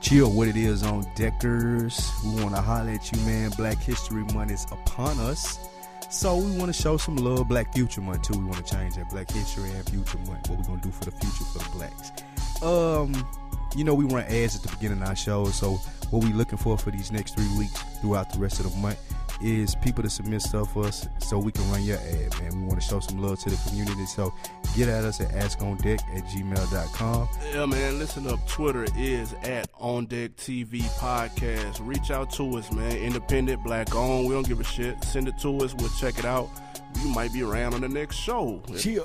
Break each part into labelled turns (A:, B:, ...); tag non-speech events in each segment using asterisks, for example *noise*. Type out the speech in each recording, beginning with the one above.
A: Chill, what it is on Deckers. We want to holler at you, man. Black History Month is upon us. So we want to show some love. Black Future Month, too. We want to change that Black History and Future Month. What we're going to do for the future for the blacks. Um, you know, we run ads at the beginning of our show. So what we looking for for these next three weeks throughout the rest of the month is people to submit stuff for us so we can run your ad, man. We want to show some love to the community. So get at us at askondeck at gmail.com.
B: Yeah, man. Listen up. Twitter is at On Deck TV Podcast. Reach out to us, man. Independent, black owned. We don't give a shit. Send it to us. We'll check it out. You might be around on the next show.
A: Chill.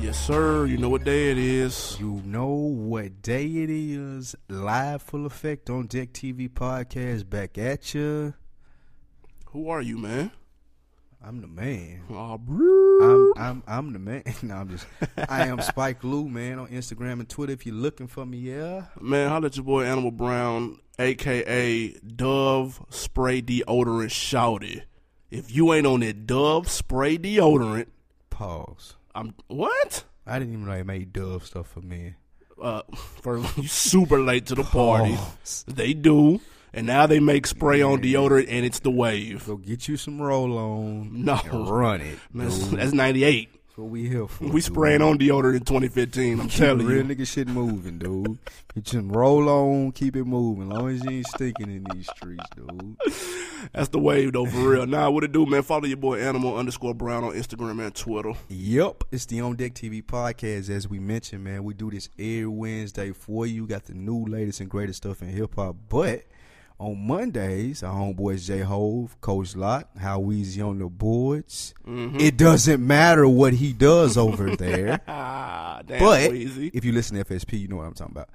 B: Yes, sir. You know what day it is.
A: You know what day it is. Live full effect on Deck TV Podcast. Back at ya.
B: Who are you, man?
A: I'm the man.
B: Oh,
A: I'm I'm I'm the man. *laughs* no, I'm just I am Spike Lou, man, on Instagram and Twitter. If you're looking for me, yeah.
B: Man, holla at your boy Animal Brown, aka Dove Spray Deodorant Shouty. If you ain't on that Dove Spray Deodorant,
A: Pause.
B: I'm what?
A: I didn't even know they made Dove stuff for men.
B: Uh, *laughs* first of all, you super late to the party.
A: Pause.
B: They do, and now they make spray on deodorant, and it's the wave.
A: Go get you some roll on.
B: No,
A: And run it.
B: Man, *laughs* that's,
A: dude.
B: that's '98.
A: That's what we here for.
B: We
A: dude.
B: spraying on deodorant
A: *laughs*
B: in 2015. I'm
A: Keep
B: telling
A: real
B: you.
A: nigga shit moving, dude. You just roll on, keep it moving. Long as you ain't stinking in these streets, dude.
B: That's the wave, though,
A: *laughs*
B: for real. Nah, what it do, man? Follow your boy Animal underscore Brown on Instagram and Twitter.
A: Yep, it's the On Deck TV podcast. As we mentioned, man, we do this every Wednesday for you. Got the new, latest, and greatest stuff in hip hop. But on Mondays, our homeboys J Hove, Coach Lock, How Easy on the boards.
B: Mm-hmm.
A: It doesn't matter what he does
B: *laughs*
A: over there.
B: Ah, damn,
A: but *laughs*
B: Wheezy.
A: if you listen to FSP, you know what I'm talking about.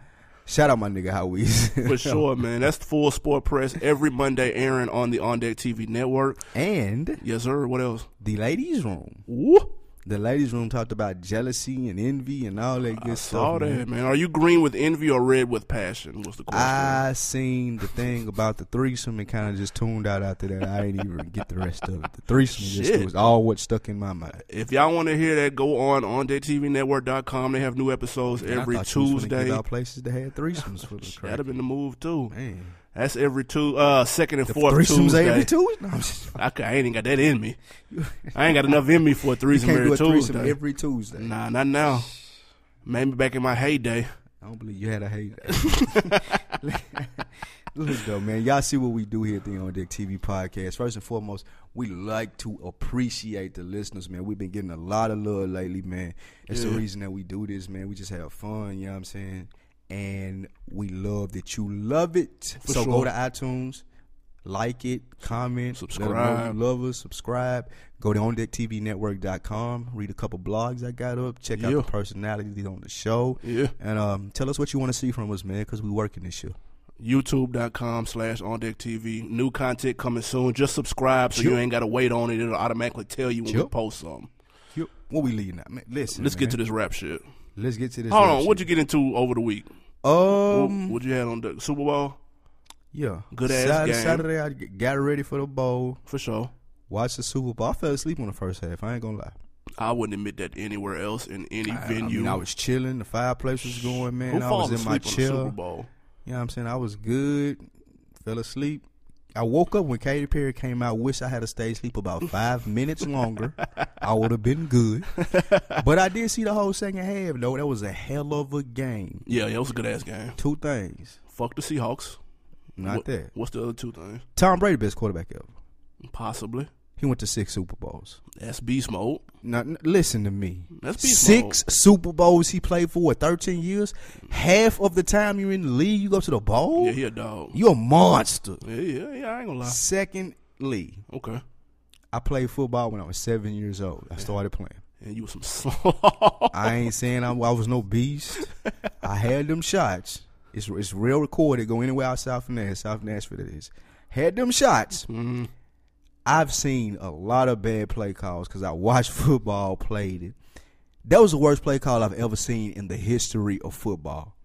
A: Shout out my nigga How Easy.
B: For sure, man. That's full sport press every Monday, airing on the On Deck TV network.
A: *laughs* and
B: Yes, sir. What else?
A: the ladies' room.
B: Woo.
A: The ladies' room talked about jealousy and envy and all that good stuff.
B: Saw
A: man.
B: that, man. Are you green with envy or red with passion? Was the question?
A: I seen the thing about the threesome and kind of just tuned out after that. I didn't even get the rest of it. The threesome
B: Shit.
A: just was all what stuck in my mind.
B: if y'all want to hear that, go on on DayTVNetwork.com. They have new episodes
A: And I
B: every
A: thought you was finna
B: Tuesday.
A: give out places that had threesomes
B: *laughs*
A: for the
B: That'd
A: crap.
B: have been the move too.
A: Man,
B: That's every two, uh, second and
A: the
B: fourth
A: threesomes
B: Tuesday.
A: every Tuesday. No, I'm just,
B: I, ca- I ain't even got that in
A: *laughs*
B: me. I ain't got enough in me for a
A: you
B: threesome
A: can't do
B: every
A: a threesome
B: Tuesday.
A: every Tuesday.
B: Nah, not now. Maybe back in my heyday.
A: I don't believe you had a hate. *laughs* Look though, man, y'all see what we do here at the On Deck TV podcast. First and foremost, we like to appreciate the listeners, man. We've been getting a lot of love lately, man. That's the
B: Yeah.
A: reason that we do this, man. We just have fun, you know what I'm saying? And we love that you love it.
B: For
A: so
B: sure.
A: go to iTunes, like it, comment, let 'em know
B: Subscribe.
A: you love us, subscribe. Go to ondeckktvnetwork.com, read a couple blogs I got up, check out
B: Yeah.
A: the personalities on the show.
B: Yeah.
A: And um, tell us what you want to see from us, man, because we working this shit.
B: youtube.com slash on deck tv new content coming soon just subscribe so
A: Yep.
B: you ain't gotta wait on it it'll automatically tell you when we
A: Yep.
B: post something
A: What we leading at, man? Listen,
B: let's get to this rap shit
A: Let's get to this.
B: hold
A: rap
B: on what'd you get into over the week
A: shit. Um,
B: what you had on the super bowl
A: yeah,
B: Good ass
A: Saturday,
B: game.
A: Saturday, I g- got ready for the bowl.
B: for sure
A: Watched the Super Bowl. I fell asleep on the first half. I ain't gonna lie.
B: i wouldn't admit that anywhere else in any
A: I- I,
B: venue
A: mean, I was chilling. The fireplace was going, man.
B: who
A: I
B: falls
A: was in
B: asleep
A: my
B: on the super
A: chill.
B: bowl
A: You know what I'm saying? I was good. Fell asleep. I woke up when Katy Perry came out. Wish I had a stayed sleep
B: *laughs*
A: about five minutes longer. I would have been good. But I did see the whole second half, though. That was a hell of a game.
B: yeah yeah it was a good ass game
A: Two things.
B: fuck the seahawks
A: Not
B: What-
A: that.
B: what's the other two things
A: Tom Brady, best quarterback ever.
B: possibly
A: He went to six Super Bowls.
B: that's beast mode
A: Now, n- listen to me.
B: That's beast
A: Six Super Bowls he played for, what, 13 years? Half of the time you're in the league, you go to the bowl?
B: yeah he a dog
A: You're a monster.
B: yeah yeah yeah i ain't gonna lie
A: Secondly,
B: okay
A: I played football when I was seven years old. I started playing.
B: and you was some *laughs* slow.
A: I ain't saying I, I was no beast. I had them shots. It's it's real recorded. Go anywhere outside from Nashville, South Nashville it is. Had them shots. I've seen a lot of bad play calls because I watched *laughs* football, played it. That was the worst play call I've ever seen in the history of football.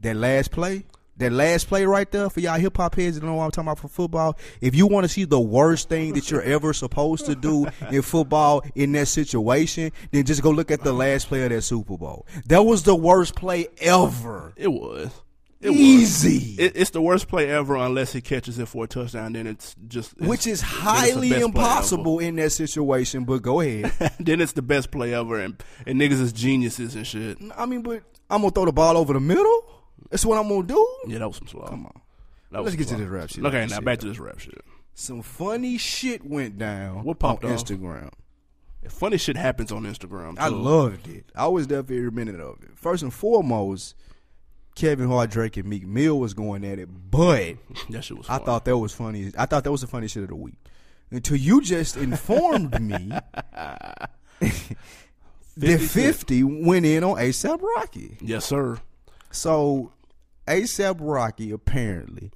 A: That last play, that last play right there for y'all hip hop heads that don't know what I'm talking about for football. If you want to see the worst thing that you're ever supposed to
B: *laughs*
A: do in football in that situation, then just go look at the last play of that Super Bowl. That was the worst play ever.
B: it was. It was.
A: Easy.
B: It, it's the worst play ever unless he catches it for a touchdown. Then it's just it's-
A: which is
B: then it's the
A: highly
B: best play
A: impossible in that situation, but go ahead.
B: ever. *laughs* then it's the best play ever, and, and niggas is geniuses and shit.
A: I mean, but I'm going to throw the ball over the middle. That's what I'm going to do.
B: Yeah, that was some slow. Come on.
A: Let's get to this rap shit.
B: Okay,
A: Let's
B: now
A: see.
B: back to this rap shit.
A: Some funny shit went down
B: What popped
A: on
B: off?
A: Instagram.
B: Funny shit happens on Instagram.
A: I
B: too.
A: loved it. I was there for every minute of it. First and foremost, Kevin Hart, Drake, and Meek Mill was going at it, but
B: *laughs* that shit was.
A: I
B: funny.
A: thought that was funny. I thought that was the funny shit of the week. Until you just informed
B: *laughs*
A: me that
B: 50 Cent.
A: 50 went in on ASAP Rocky.
B: Yes, sir.
A: So ASAP Rocky apparently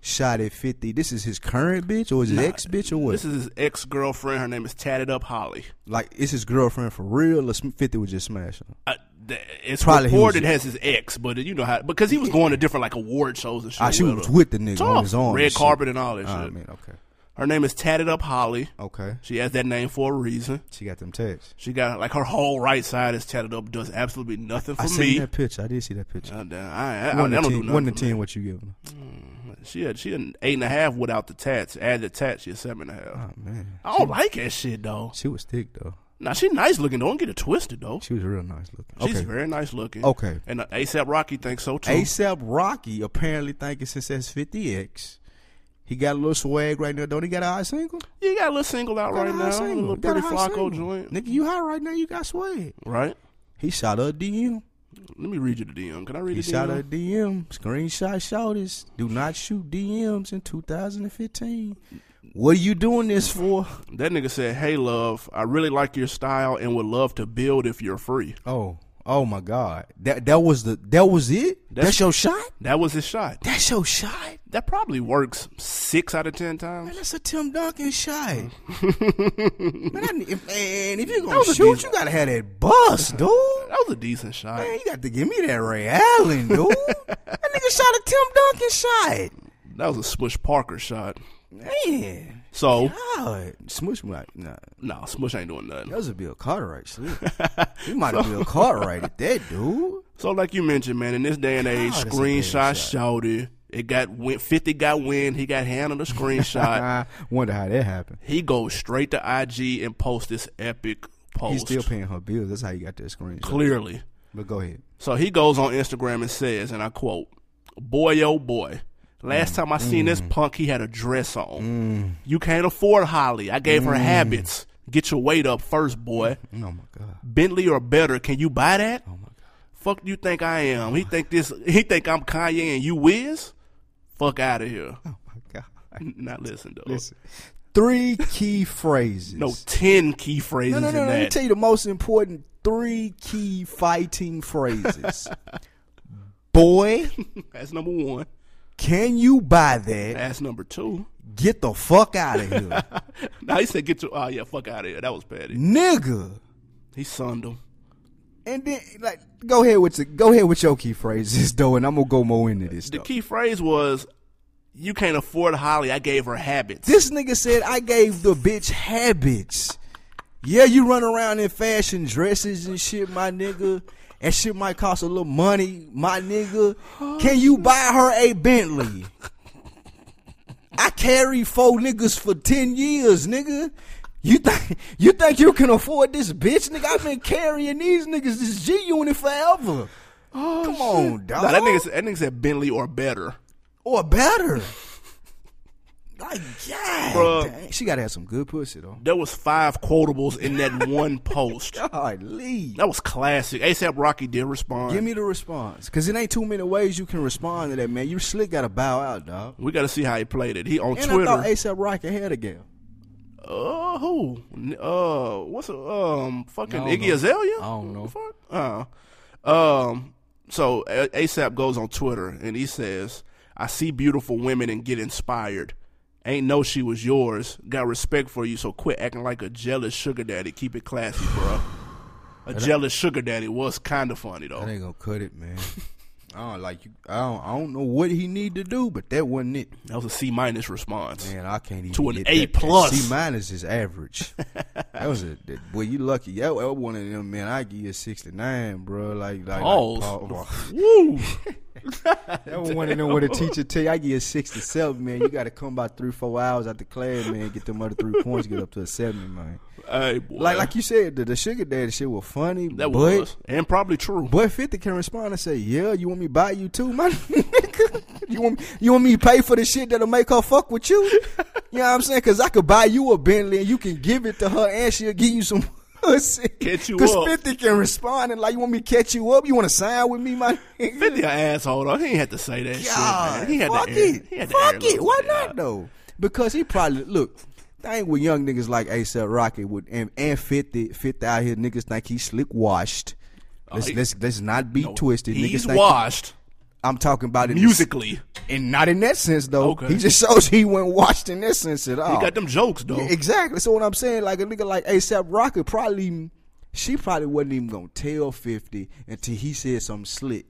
A: shot at 50. This is his current bitch or his ex bitch or what?
B: This is his ex girlfriend. Her name is Tatted Up Holly.
A: like, it's his girlfriend for real or sm- 50 was just smashing her?
B: I, th- Uh, it's
A: Probably he
B: reported
A: was-
B: as his ex, but you know how because he was going to different like award shows and shit.
A: Ah, she
B: with
A: was
B: her.
A: with the nigga on
B: Tough.
A: his arm.
B: red
A: and shit.
B: carpet and all that
A: Ah,
B: shit.
A: man, okay.
B: Her name is Tatted Up Holly.
A: Okay.
B: She has that name for a reason.
A: She got them tats.
B: She got like her whole right side is tatted up. Does absolutely nothing for
A: I
B: me.
A: seen that picture. I did see that picture.
B: God damn, I, I, I,
A: one to
B: don't do
A: ten, one to
B: nothing. for me.
A: ten, what you giving her?
B: She had she an eight and a half without the tats. Add the tats, she a seven and a half.
A: Oh, man.
B: I don't like that shit though.
A: She was thick, though.
B: Now she nice looking. Don't get it twisted though.
A: She was real nice looking.
B: She's
A: okay. Oh.
B: very nice looking.
A: Okay.
B: And uh, ASAP Rocky thinks so too.
A: ASAP Rocky apparently thinking since that's 50X, he got a little swag right now. Don't he got a high single?
B: you got a little single out
A: Got a
B: right
A: high
B: now. A
A: single.
B: little
A: Got
B: pretty
A: a high
B: Flacco
A: single.
B: joint.
A: Nigga, you high right now. You got swag.
B: Right?
A: He shot her a DM.
B: Let me read you the DM. Can I read
A: He
B: the
A: shot
B: DM?
A: her a DM. Screenshot shouted, do not shoot DMs in 2015. What are you doing this for?
B: That nigga said, Hey love, I really like your style and would love to build if you're free.
A: Oh, oh my God! That that was the that was it. That's,
B: That's-
A: your shot.
B: That was his shot.
A: That's your shot.
B: That probably works six out of ten times.
A: Man, that's a Tim Duncan
B: *laughs*
A: shot. man, I, need- man, if you're gonna
B: was a
A: shoot,
B: decent-
A: you gotta have that
B: *laughs*
A: bust, dude.
B: That was a decent shot.
A: Man, you got to give me that Ray Allen, dude. that nigga shot a Tim Duncan shot.
B: That was a Smush Parker shot.
A: Man,
B: So
A: God, Smush might nah.
B: no, Smush ain't doing nothing.
A: That was a Bill Cartwright slip. you might
B: *laughs*
A: have Bill Cartwright at that, dude.
B: So like you mentioned, man, in this day and age,
A: God, that's a
B: screenshot
A: bad
B: shouted. It got win fifty got win. He got handled
A: *laughs*
B: a screenshot.
A: I wonder how that happened.
B: he goes straight to IG and posts this epic post.
A: He's still paying her bills. That's how you got that screen.
B: clearly.
A: But go ahead.
B: So he goes on Instagram and says, and I quote, "Boy, oh boy."
A: Mm,
B: Last time I seen this punk, he had a dress on. You can't afford Holly. I gave
A: Mm.
B: her habits. Get your weight up first, boy.
A: Oh my God.
B: Bentley or better. Can you buy that?
A: Oh my God.
B: Fuck you think I am? He think this. He think I'm Kanye and you Wiz. Fuck out of here.
A: Oh my God.
B: Not listen though.
A: Listen. Three key phrases.
B: No ten key phrases
A: no, no, no.
B: in
A: no. Let me
B: that.
A: tell you the most important three key fighting phrases. Boy,
B: *laughs* That's number one.
A: can you buy that?
B: That's number two.
A: Get the fuck out of here.
B: now he said, "Get your oh yeah, fuck out of here." That was petty.
A: Nigga.
B: He sunned him.
A: And then like go ahead with the, go ahead with your key phrases though, and I'm gonna go more into this
B: The
A: stuff.
B: key phrase was, "You can't afford Holly. I gave her habits."
A: This nigga said I gave the bitch habits. Yeah, you run around in fashion dresses and shit, my nigga. That shit might cost a little money, my nigga. Can you buy her a Bentley? I carry four niggas for ten years, nigga. You think *laughs* you think you can afford this bitch, nigga? I've been carrying these niggas this G unit forever. Come on, dog.
B: Oh, Nah, that nigga, said- that nigga said Bentley or better.
A: or *laughs* better. like, yeah,
B: Bruh.
A: dang. she gotta have some good pussy though.
B: There was five quotables
A: *laughs*
B: in that one post.
A: God, Lee.
B: That was classic. ASAP Rocky did respond.
A: Give me the response, cause it ain't too many ways you can respond to that, man. You slick gotta bow out, dog.
B: We got to see how he played it. He on
A: And I
B: Twitter.
A: thought ASAP Rocky had a game.
B: Uh, who? N- Uh, what's a, um fucking
A: I don't
B: Iggy
A: know.
B: Azalea?
A: I don't know.
B: Fuck. Uh, um. So A- ASAP goes on Twitter and he says, "I see beautiful women and get inspired. Ain't know she was yours. Got respect for you, so quit acting like a jealous sugar daddy. Keep it classy,
A: *sighs*
B: bro." A jealous sugar daddy was kind of funny
A: That
B: though.
A: ain't gonna cut it, man. *laughs* I don't like you. I don't. I don't know what he need to do, but that wasn't it.
B: That was a C minus response.
A: Man, I can't even
B: To an
A: get
B: A
A: that.
B: plus.
A: C minus is average. *laughs* that was a that, boy. You lucky. That, that was one of them man. I give you sixty nine, bro. Like like,
B: Pause.
A: like Paul-
B: Woo!
A: that was one of them where the teacher tell you I give you sixty seven, man. You got to come by three four hours after class, man. Get them other three points, get up to a seventy, man.
B: hey, boy.
A: Like like you said, the, the sugar daddy shit was funny,
B: that
A: but
B: was and probably true.
A: Boy, Fifty can respond and say, "Yeah, you want me to buy you too, my *laughs* nigga? You want me, you want me to pay for the shit that'll make her fuck with you? You know what I'm saying? Because I could buy you a Bentley and you can give it to her and she'll give you some *laughs* pussy.
B: Catch you
A: Because
B: up.
A: Fifty can respond and like, you want me to catch you up? You want to sign with me, my *laughs* nigga?
B: 50 an asshole though. He ain't had to say that shit.
A: God,
B: Man. He had
A: fuck
B: to air,
A: it,
B: He had to air
A: fuck
B: a
A: it.
B: little
A: Why
B: bit
A: not
B: out.
A: though? Because he probably look. Thing with young niggas like ASAP Rocky with and, and 50, 50 out here niggas think he slick washed. Let's,
B: Oh, he-
A: let's let's not be
B: No,
A: twisted. niggas
B: He's
A: think he-
B: washed
A: I'm talking about it
B: musically.
A: and not in that sense though.
B: Okay.
A: He just *laughs* shows he wasn't washed in that sense at all.
B: He got them jokes though.
A: Yeah, exactly. So what I'm saying, like a nigga like ASAP Rocky probably she probably wasn't even gonna tell fifty until he said something
B: *laughs*
A: slick.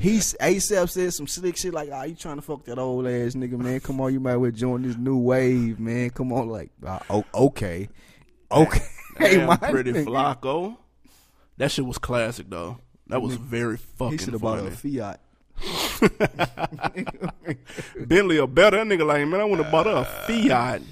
A: He's ASAP said some slick shit like, "Ah, you trying to fuck that old ass nigga, man? Come on, you might well join this new wave, man. Come on, like, ah, o- okay, okay,
B: Damn,
A: my
B: pretty
A: nigga.
B: Flacco. That shit was classic though. That was very
A: He
B: fucking
A: should have bought
B: funny.
A: a
B: *laughs*
A: Fiat. *laughs*
B: Bentley or better. That nigga like, man, I would have bought her a
A: Uh.
B: Fiat.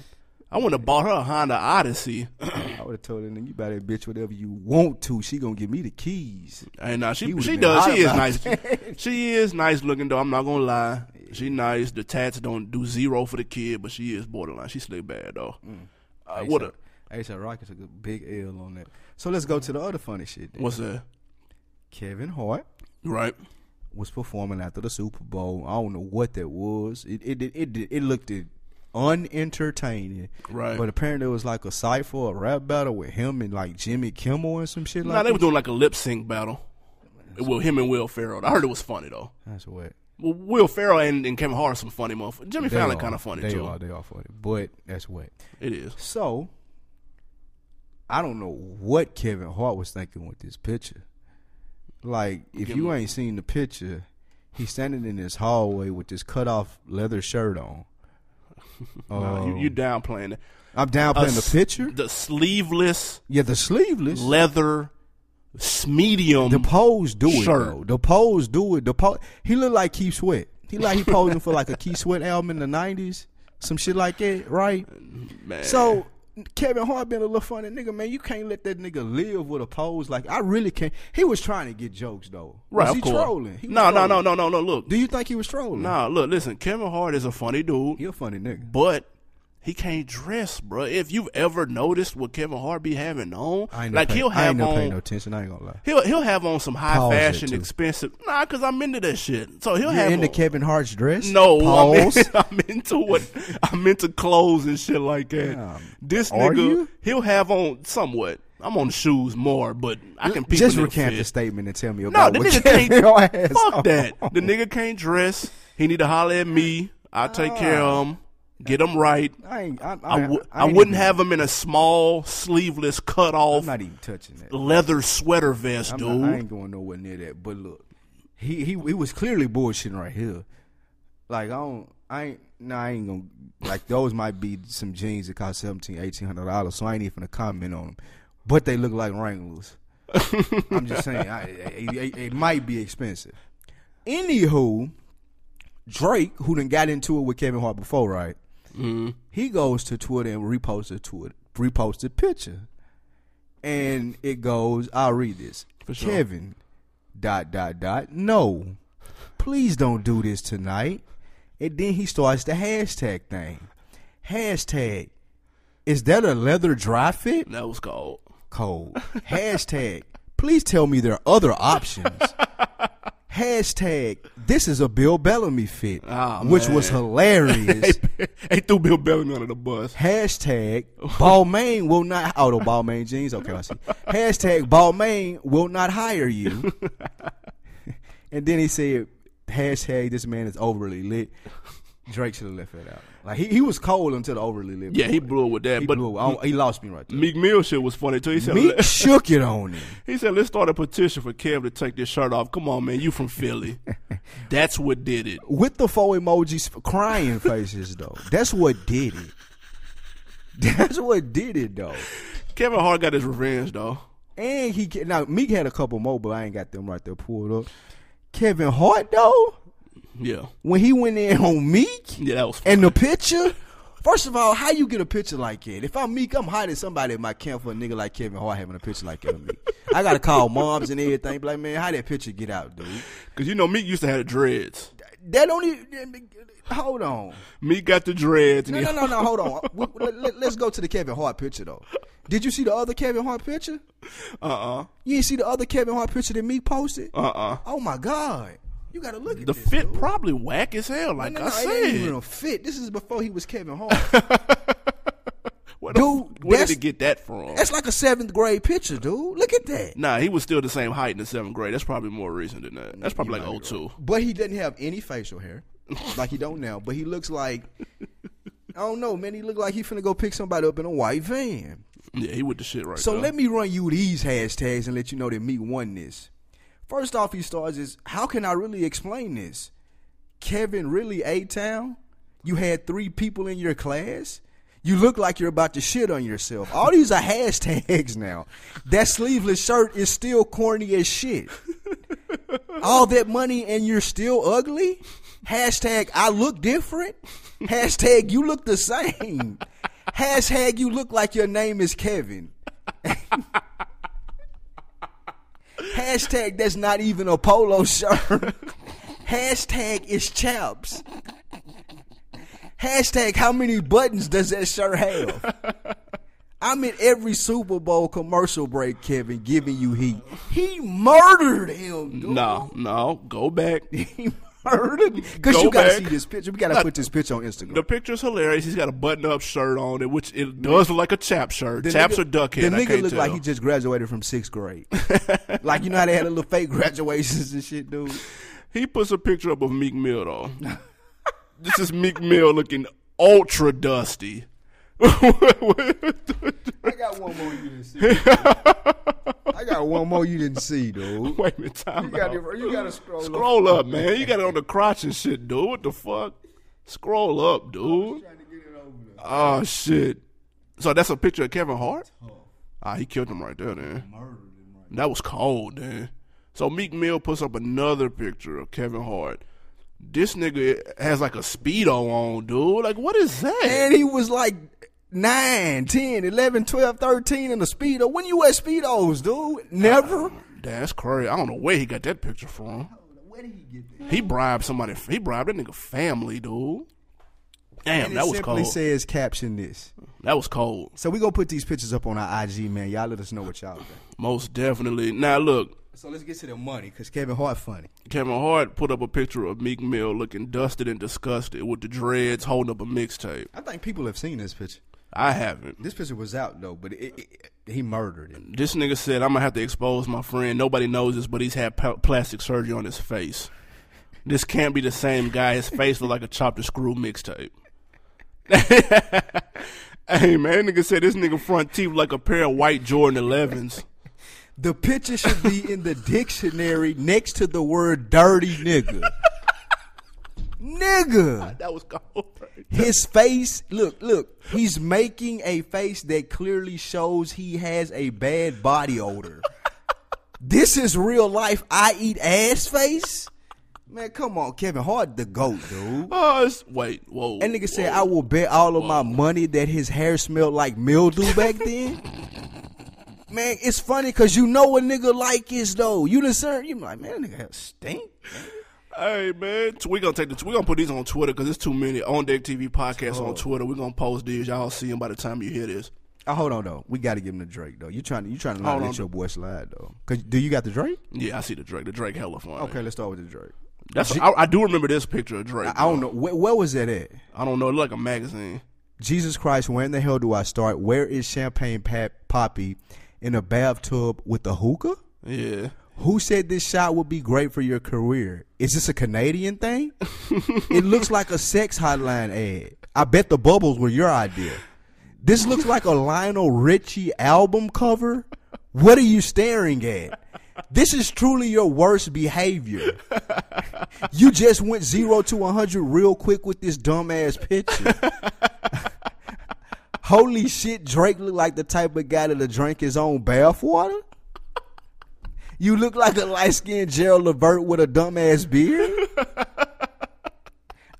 B: I would have bought her a Honda Odyssey.
A: I would have told him, you buy that bitch whatever you want to. She gonna give me the keys.
B: And nah, she
A: would've
B: she
A: been
B: does.
A: hot
B: She is
A: about
B: nice. *laughs* she is nice looking though. I'm not gonna lie. She nice. The tats don't do zero for the kid, but she is borderline. She slick bad though.
A: Mm.
B: Uh, what? A,
A: ASAP Rocky took a big L on that. So let's go to the other funny shit. then.
B: what's that?
A: Kevin Hart
B: Right.
A: was performing after the Super Bowl. I don't know what that was. It it it it, it looked it unentertaining.
B: Right.
A: But apparently it was like a cipher, a rap battle with him and like Jimmy Kimmel or some shit
B: No,
A: like
B: they
A: that.
B: were doing like a lip sync battle. Well, him and Will Ferrell. I heard it was funny though.
A: That's what.
B: Well, Will Ferrell and, and Kevin Hart are some funny motherfuckers. Jimmy Fallon
A: are.
B: kind of funny
A: they
B: too.
A: Are, they are funny. But that's what.
B: It is.
A: So I don't know what Kevin Hart was thinking with this picture. Like, if
B: Give
A: you
B: me-
A: ain't seen the picture, he's standing in this hallway with this cut off leather shirt on.
B: *laughs*
A: Uh,
B: Nah, you, you downplaying it.
A: I'm downplaying Um, the
B: Us-
A: picture.
B: The sleeveless
A: Yeah, the sleeveless.
B: leather s- medium.
A: The pose do it
B: Shirt.
A: though. The pose do it. The pose. He look like Keith Sweat. He like he posing for like a Keith Sweat album in the nineties, some shit like that, right?
B: man.
A: So Kevin Hart been a little funny nigga, man. You can't let that nigga live with a pose like I really can't. He was trying to get jokes though.
B: right,
A: was
B: of
A: he
B: course.
A: trolling? He was
B: No, no, no,
A: trolling.
B: no, no, no. Look,
A: Do you think he was trolling?
B: nah, look. Listen, Kevin Hart is a funny dude,
A: he a funny nigga.
B: but he can't dress, bro. If you've ever noticed what Kevin Hart be having on,
A: I ain't
B: like
A: no pay,
B: he'll
A: I
B: have
A: ain't no
B: on.
A: pay no attention. I ain't gonna lie.
B: He'll he'll have on some high
A: Pause it,
B: fashion,
A: too.
B: expensive. Nah, cause I'm into that shit. So
A: You're
B: he'll have
A: into
B: on,
A: Kevin Hart's dress?
B: No,
A: Pause.
B: *laughs* I'm, in- I'm into what I'm into clothes and shit like that.
A: Yeah.
B: This
A: Are
B: nigga,
A: you?
B: he'll have on somewhat. I'm on shoes more, but I can peep
A: Just
B: a nigga
A: recant the
B: fit.
A: statement and tell me
B: No,
A: about
B: the
A: what *laughs*
B: nigga
A: Kevin Hart
B: can't.
A: has on.
B: Fuck that. The nigga can't dress. He need to holler at me. I will take care of him. Get him right.
A: I ain't. Ah. I,
B: I,
A: I,
B: w-
A: I
B: I
A: ain't
B: wouldn't
A: even-
B: have him in a small, sleeveless, cut
A: I'm
B: off
A: not even touching that.
B: leather sweater vest,
A: I'm
B: dude.
A: not, I ain't going nowhere near that. But look, he he he was clearly bullshitting right here. Like I don't. I ain't. No, I ain't gonna. Like those might be some jeans that cost seventeen, eighteen hundred dollars. So I ain't even gonna comment on them. But they look like
B: *laughs*
A: Wranglers. I'm just saying, I, it, it- it might be expensive. Anywho, Drake, who done got into it with Kevin Hart before, right? He goes to Twitter and reposts a tweet, reposts a picture, and it goes. I'll read this.
B: sure.
A: Kevin, dot dot dot. No, please don't do this tonight. And then he starts the hashtag thing. Hashtag. Is that a leather dry fit?
B: that was cold.
A: *laughs*
B: *laughs*
A: cold. Hashtag, please tell me there are other options. Hashtag this is a Bill Bellamy fit,
B: Ah,
A: which
B: man.
A: was *laughs* hilarious.
B: *laughs* they threw Bill Bellamy under the bus.
A: Hashtag Balmain will not. Oh, the Balmain jeans. Okay, I see. Hashtag Balmain will not hire
B: *laughs*
A: you. and then he said, hashtag this man is overly lit. Drake should have left that out. Like he, he was cold until the overly lit.
B: Yeah, he
A: part.
B: blew it with that.
A: He
B: but
A: blew. I don't- he lost me right there.
B: Meek Mill shit was funny too. He said,
A: Meek shook it on him.
B: He said, "Let's start a petition for Kev to take this shirt off." Come on, man, you
A: *laughs*
B: from Philly? That's what did it.
A: with the four emojis f- crying faces though. That's what did it. That's what did it though.
B: Kevin Hart got his revenge though.
A: And he ca- now Meek had a couple more, but I ain't got them right there pulled up. Kevin Hart though,
B: Yeah,
A: when he went in on Meek
B: yeah, that was. Funny.
A: and the picture. First of all, how you get a picture like that? If I'm Meek, I'm hiding somebody in my camp for a nigga like Kevin Hart having a picture like that. Of me. I gotta call moms and everything. Be like, man, how that picture get out, dude?
B: Cause you know Meek used to have the dreads.
A: That don't even. Hold on.
B: Meek got the dreads, and
A: No,
B: he,
A: no,
B: *laughs*
A: no, no. Hold on. We- we- let, us go to the Kevin Hart picture though. Did you see the other Kevin Hart picture?
B: uh,
A: You didn't see the other Kevin Hart picture that Meek posted?
B: uh, uh, uh.
A: Oh my God! You gotta look at
B: The
A: this.
B: fit
A: dude.
B: probably whack as hell,
A: No,
B: like
A: no, no,
B: I
A: it ain't even
B: said.
A: a fit. This is before he was Kevin
B: *laughs*
A: Hart.
B: Where, the,
A: Dude,
B: f- where
A: that's-
B: did he get that from?
A: That's like a seventh grade picture, dude. Look at that.
B: Nah, he was still the same height in the seventh grade. That's probably more recent than that. That's probably like 02.
A: But he doesn't have any facial hair, like he don't now. But he looks like I don't know, man. He look like he finna go pick somebody up in a white van.
B: Yeah, he with the shit right
A: So
B: now.
A: let me run you these hashtags and let you know that Meek won this. First off, he starts is how can I really explain this? Kevin really a town? You had three people in your class. You look like you're about to shit on yourself. All these are *laughs* hashtags now. That sleeveless shirt is still corny as shit. All that money and you're still ugly? Hashtag I look different. Hashtag you look the same. Hashtag you look like your name is Kevin. Hashtag that's not even a polo shirt. Hashtag it's chaps. Hashtag how many buttons does that shirt have? I'm in every Super Bowl commercial break, Kevin, giving you heat. He murdered him, dude.
B: No, no,
A: *laughs*
B: go back.
A: He murdered Because
B: Go
A: you got to
B: back.
A: see this picture. We got to put this picture on Instagram.
B: The picture's hilarious. He's got a button-up shirt on, it, which it does look like a chap shirt. Chaps
A: nigga-
B: are duckhead.
A: The
B: I
A: nigga
B: can't
A: looked
B: tell.
A: like he just graduated from sixth
B: *laughs*
A: grade. like, you know how they had a little fake *laughs* graduations and shit, dude?
B: He puts a picture up of Meek Mill though. *laughs* this is Meek Mill looking ultra dusty. *laughs*
A: I got one more you didn't *laughs* see. I got one more you didn't see, dude.
B: Wait a minute, time out.
A: you got to scroll.
B: Scroll up, man. You got it on the crotch and shit, dude. What the fuck? Scroll up, dude. Oh shit. So that's a picture of Kevin Hart. Ah, he killed him right there, then. That was cold, then. So Meek Mill puts up another picture of Kevin Hart. This nigga has like a speedo on, dude. Like, what is that?
A: And he was like 9, 10, 11, 12, 13 in the Speedo. When you wear Speedos, dude? Never?
B: That's crazy. I don't know where he got that picture from. He bribed somebody. He bribed that nigga family, dude. Damn, that
A: it
B: was
A: simply
B: cold.
A: says caption this.
B: that was cold.
A: So we gonna put these pictures up on our IG, man. Y'all let us know what y'all think.
B: Most definitely. Now look,
A: So let's get to the money, cause Kevin Hart funny.
B: Kevin Hart put up a picture of Meek Mill looking dusted and disgusted with the dreads holding up a mixtape.
A: I think people have seen this picture.
B: I haven't.
A: This picture was out though, but it, it, it, he murdered it.
B: This nigga said, I'm gonna have to expose my friend. Nobody knows this, but he's had pl- plastic surgery on his face. This can't be the same guy. His face look like a chopped and screw mixtape. *laughs* hey man, nigga said this nigga front teeth like a pair of white Jordan 11s.
A: The picture should be in the dictionary next to the word "dirty nigga." nigga,
B: *laughs* That was cold. *laughs* right?
A: his face. Look, look. He's making a face that clearly shows he has a bad body odor. this is real life. I eat ass face. Man, come on, Kevin Hart, the goat, dude.
B: Oh, it's, wait, whoa.
A: That nigga said,
B: whoa.
A: I will bet all of my money that his hair smelled like mildew back *laughs* then. man, it's funny because you know what nigga like is, though. You discern, you like, man, that nigga hair stink.
B: Hey man, t- we gonna take the we gonna put these on Twitter because it's too many on deck TV podcasts on Twitter. We are gonna post these. Y'all see them by the time you hear this.
A: Oh, hold on though. We got to give him the Drake though. You trying to you trying to not
B: Hold
A: let
B: on.
A: your boy slide though? Cause do you got the Drake?
B: Yeah, I see the Drake. The Drake hella fun.
A: Okay, let's start with the Drake.
B: That's I, I do remember this picture of Drake.
A: I don't know where, where was that at.
B: I don't know. It looked like a magazine.
A: Jesus Christ, where in the hell do I start? Where is Champagne Pap- Poppy in a bathtub with a hookah?
B: Yeah.
A: Who said this shot would be great for your career? Is this a Canadian thing? it looks like a sex hotline ad. I bet the bubbles were your idea. This looks like a Lionel Richie album cover. What are you staring at? This is truly your worst behavior. You just went zero to 100 real quick with this dumbass picture. *laughs* Holy shit, Drake look like the type of guy that'll drink his own bathwater? You look like a light skinned Gerald Levert with a dumbass *laughs* beard.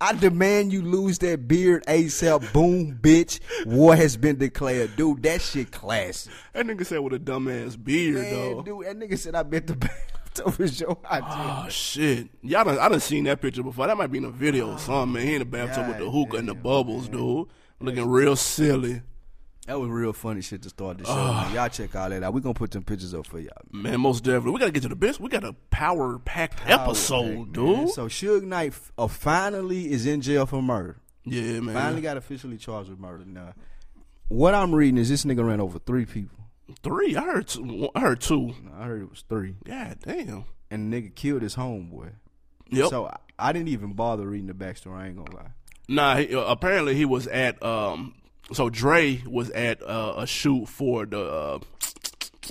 A: I demand you lose that beard ASAP. Boom, bitch. War has been declared. Dude, that shit classic.
B: That nigga said with a dumbass beard
A: Man,
B: though.
A: dude, that nigga said I bet the *laughs* bathtub was your idea.
B: Oh shit! Y'all done, I done seen that picture before. That might be in a video or something. Man, he in the bathtub with the
A: Oh, God
B: hookah and the bubbles, dude. Looking real silly.
A: That was real funny shit to start the show. man. Y'all check all that out. we going to put some pictures up for y'all.
B: Man, most definitely. We gotta get to the best. We got a power packed episode,
A: Oh, man.
B: dude.
A: So Suge Knight f- uh, finally is in jail for murder.
B: yeah, man.
A: Finally got officially charged with murder. Now, what I'm reading is this nigga ran over three people.
B: Three. I heard. Two. I heard two.
A: I heard it was three,
B: God damn.
A: and the nigga killed his homeboy.
B: Yep.
A: So I, I didn't even bother reading the backstory. I ain't gonna lie.
B: Nah, he, uh, apparently he was at um. So Dre was at uh, a shoot for the uh,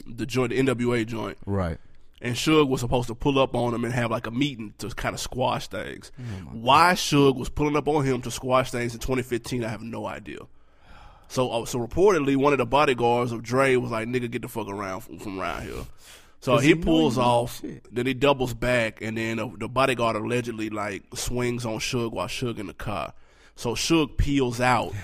B: the joint, the NWA joint,
A: Right.
B: and Suge was supposed to pull up on him and have like a meeting to kind of squash things. Why Suge was pulling up on him to squash things in 2015, I have no idea. So, uh, so reportedly, one of the bodyguards of Dre was like, "Nigga, get the fuck around from, from around here." So he
A: he know
B: pulls
A: you know
B: off,
A: shit.
B: then he doubles back, and then uh, the bodyguard allegedly like swings on Suge while Suge in the car. So Suge peels
A: *laughs*
B: out,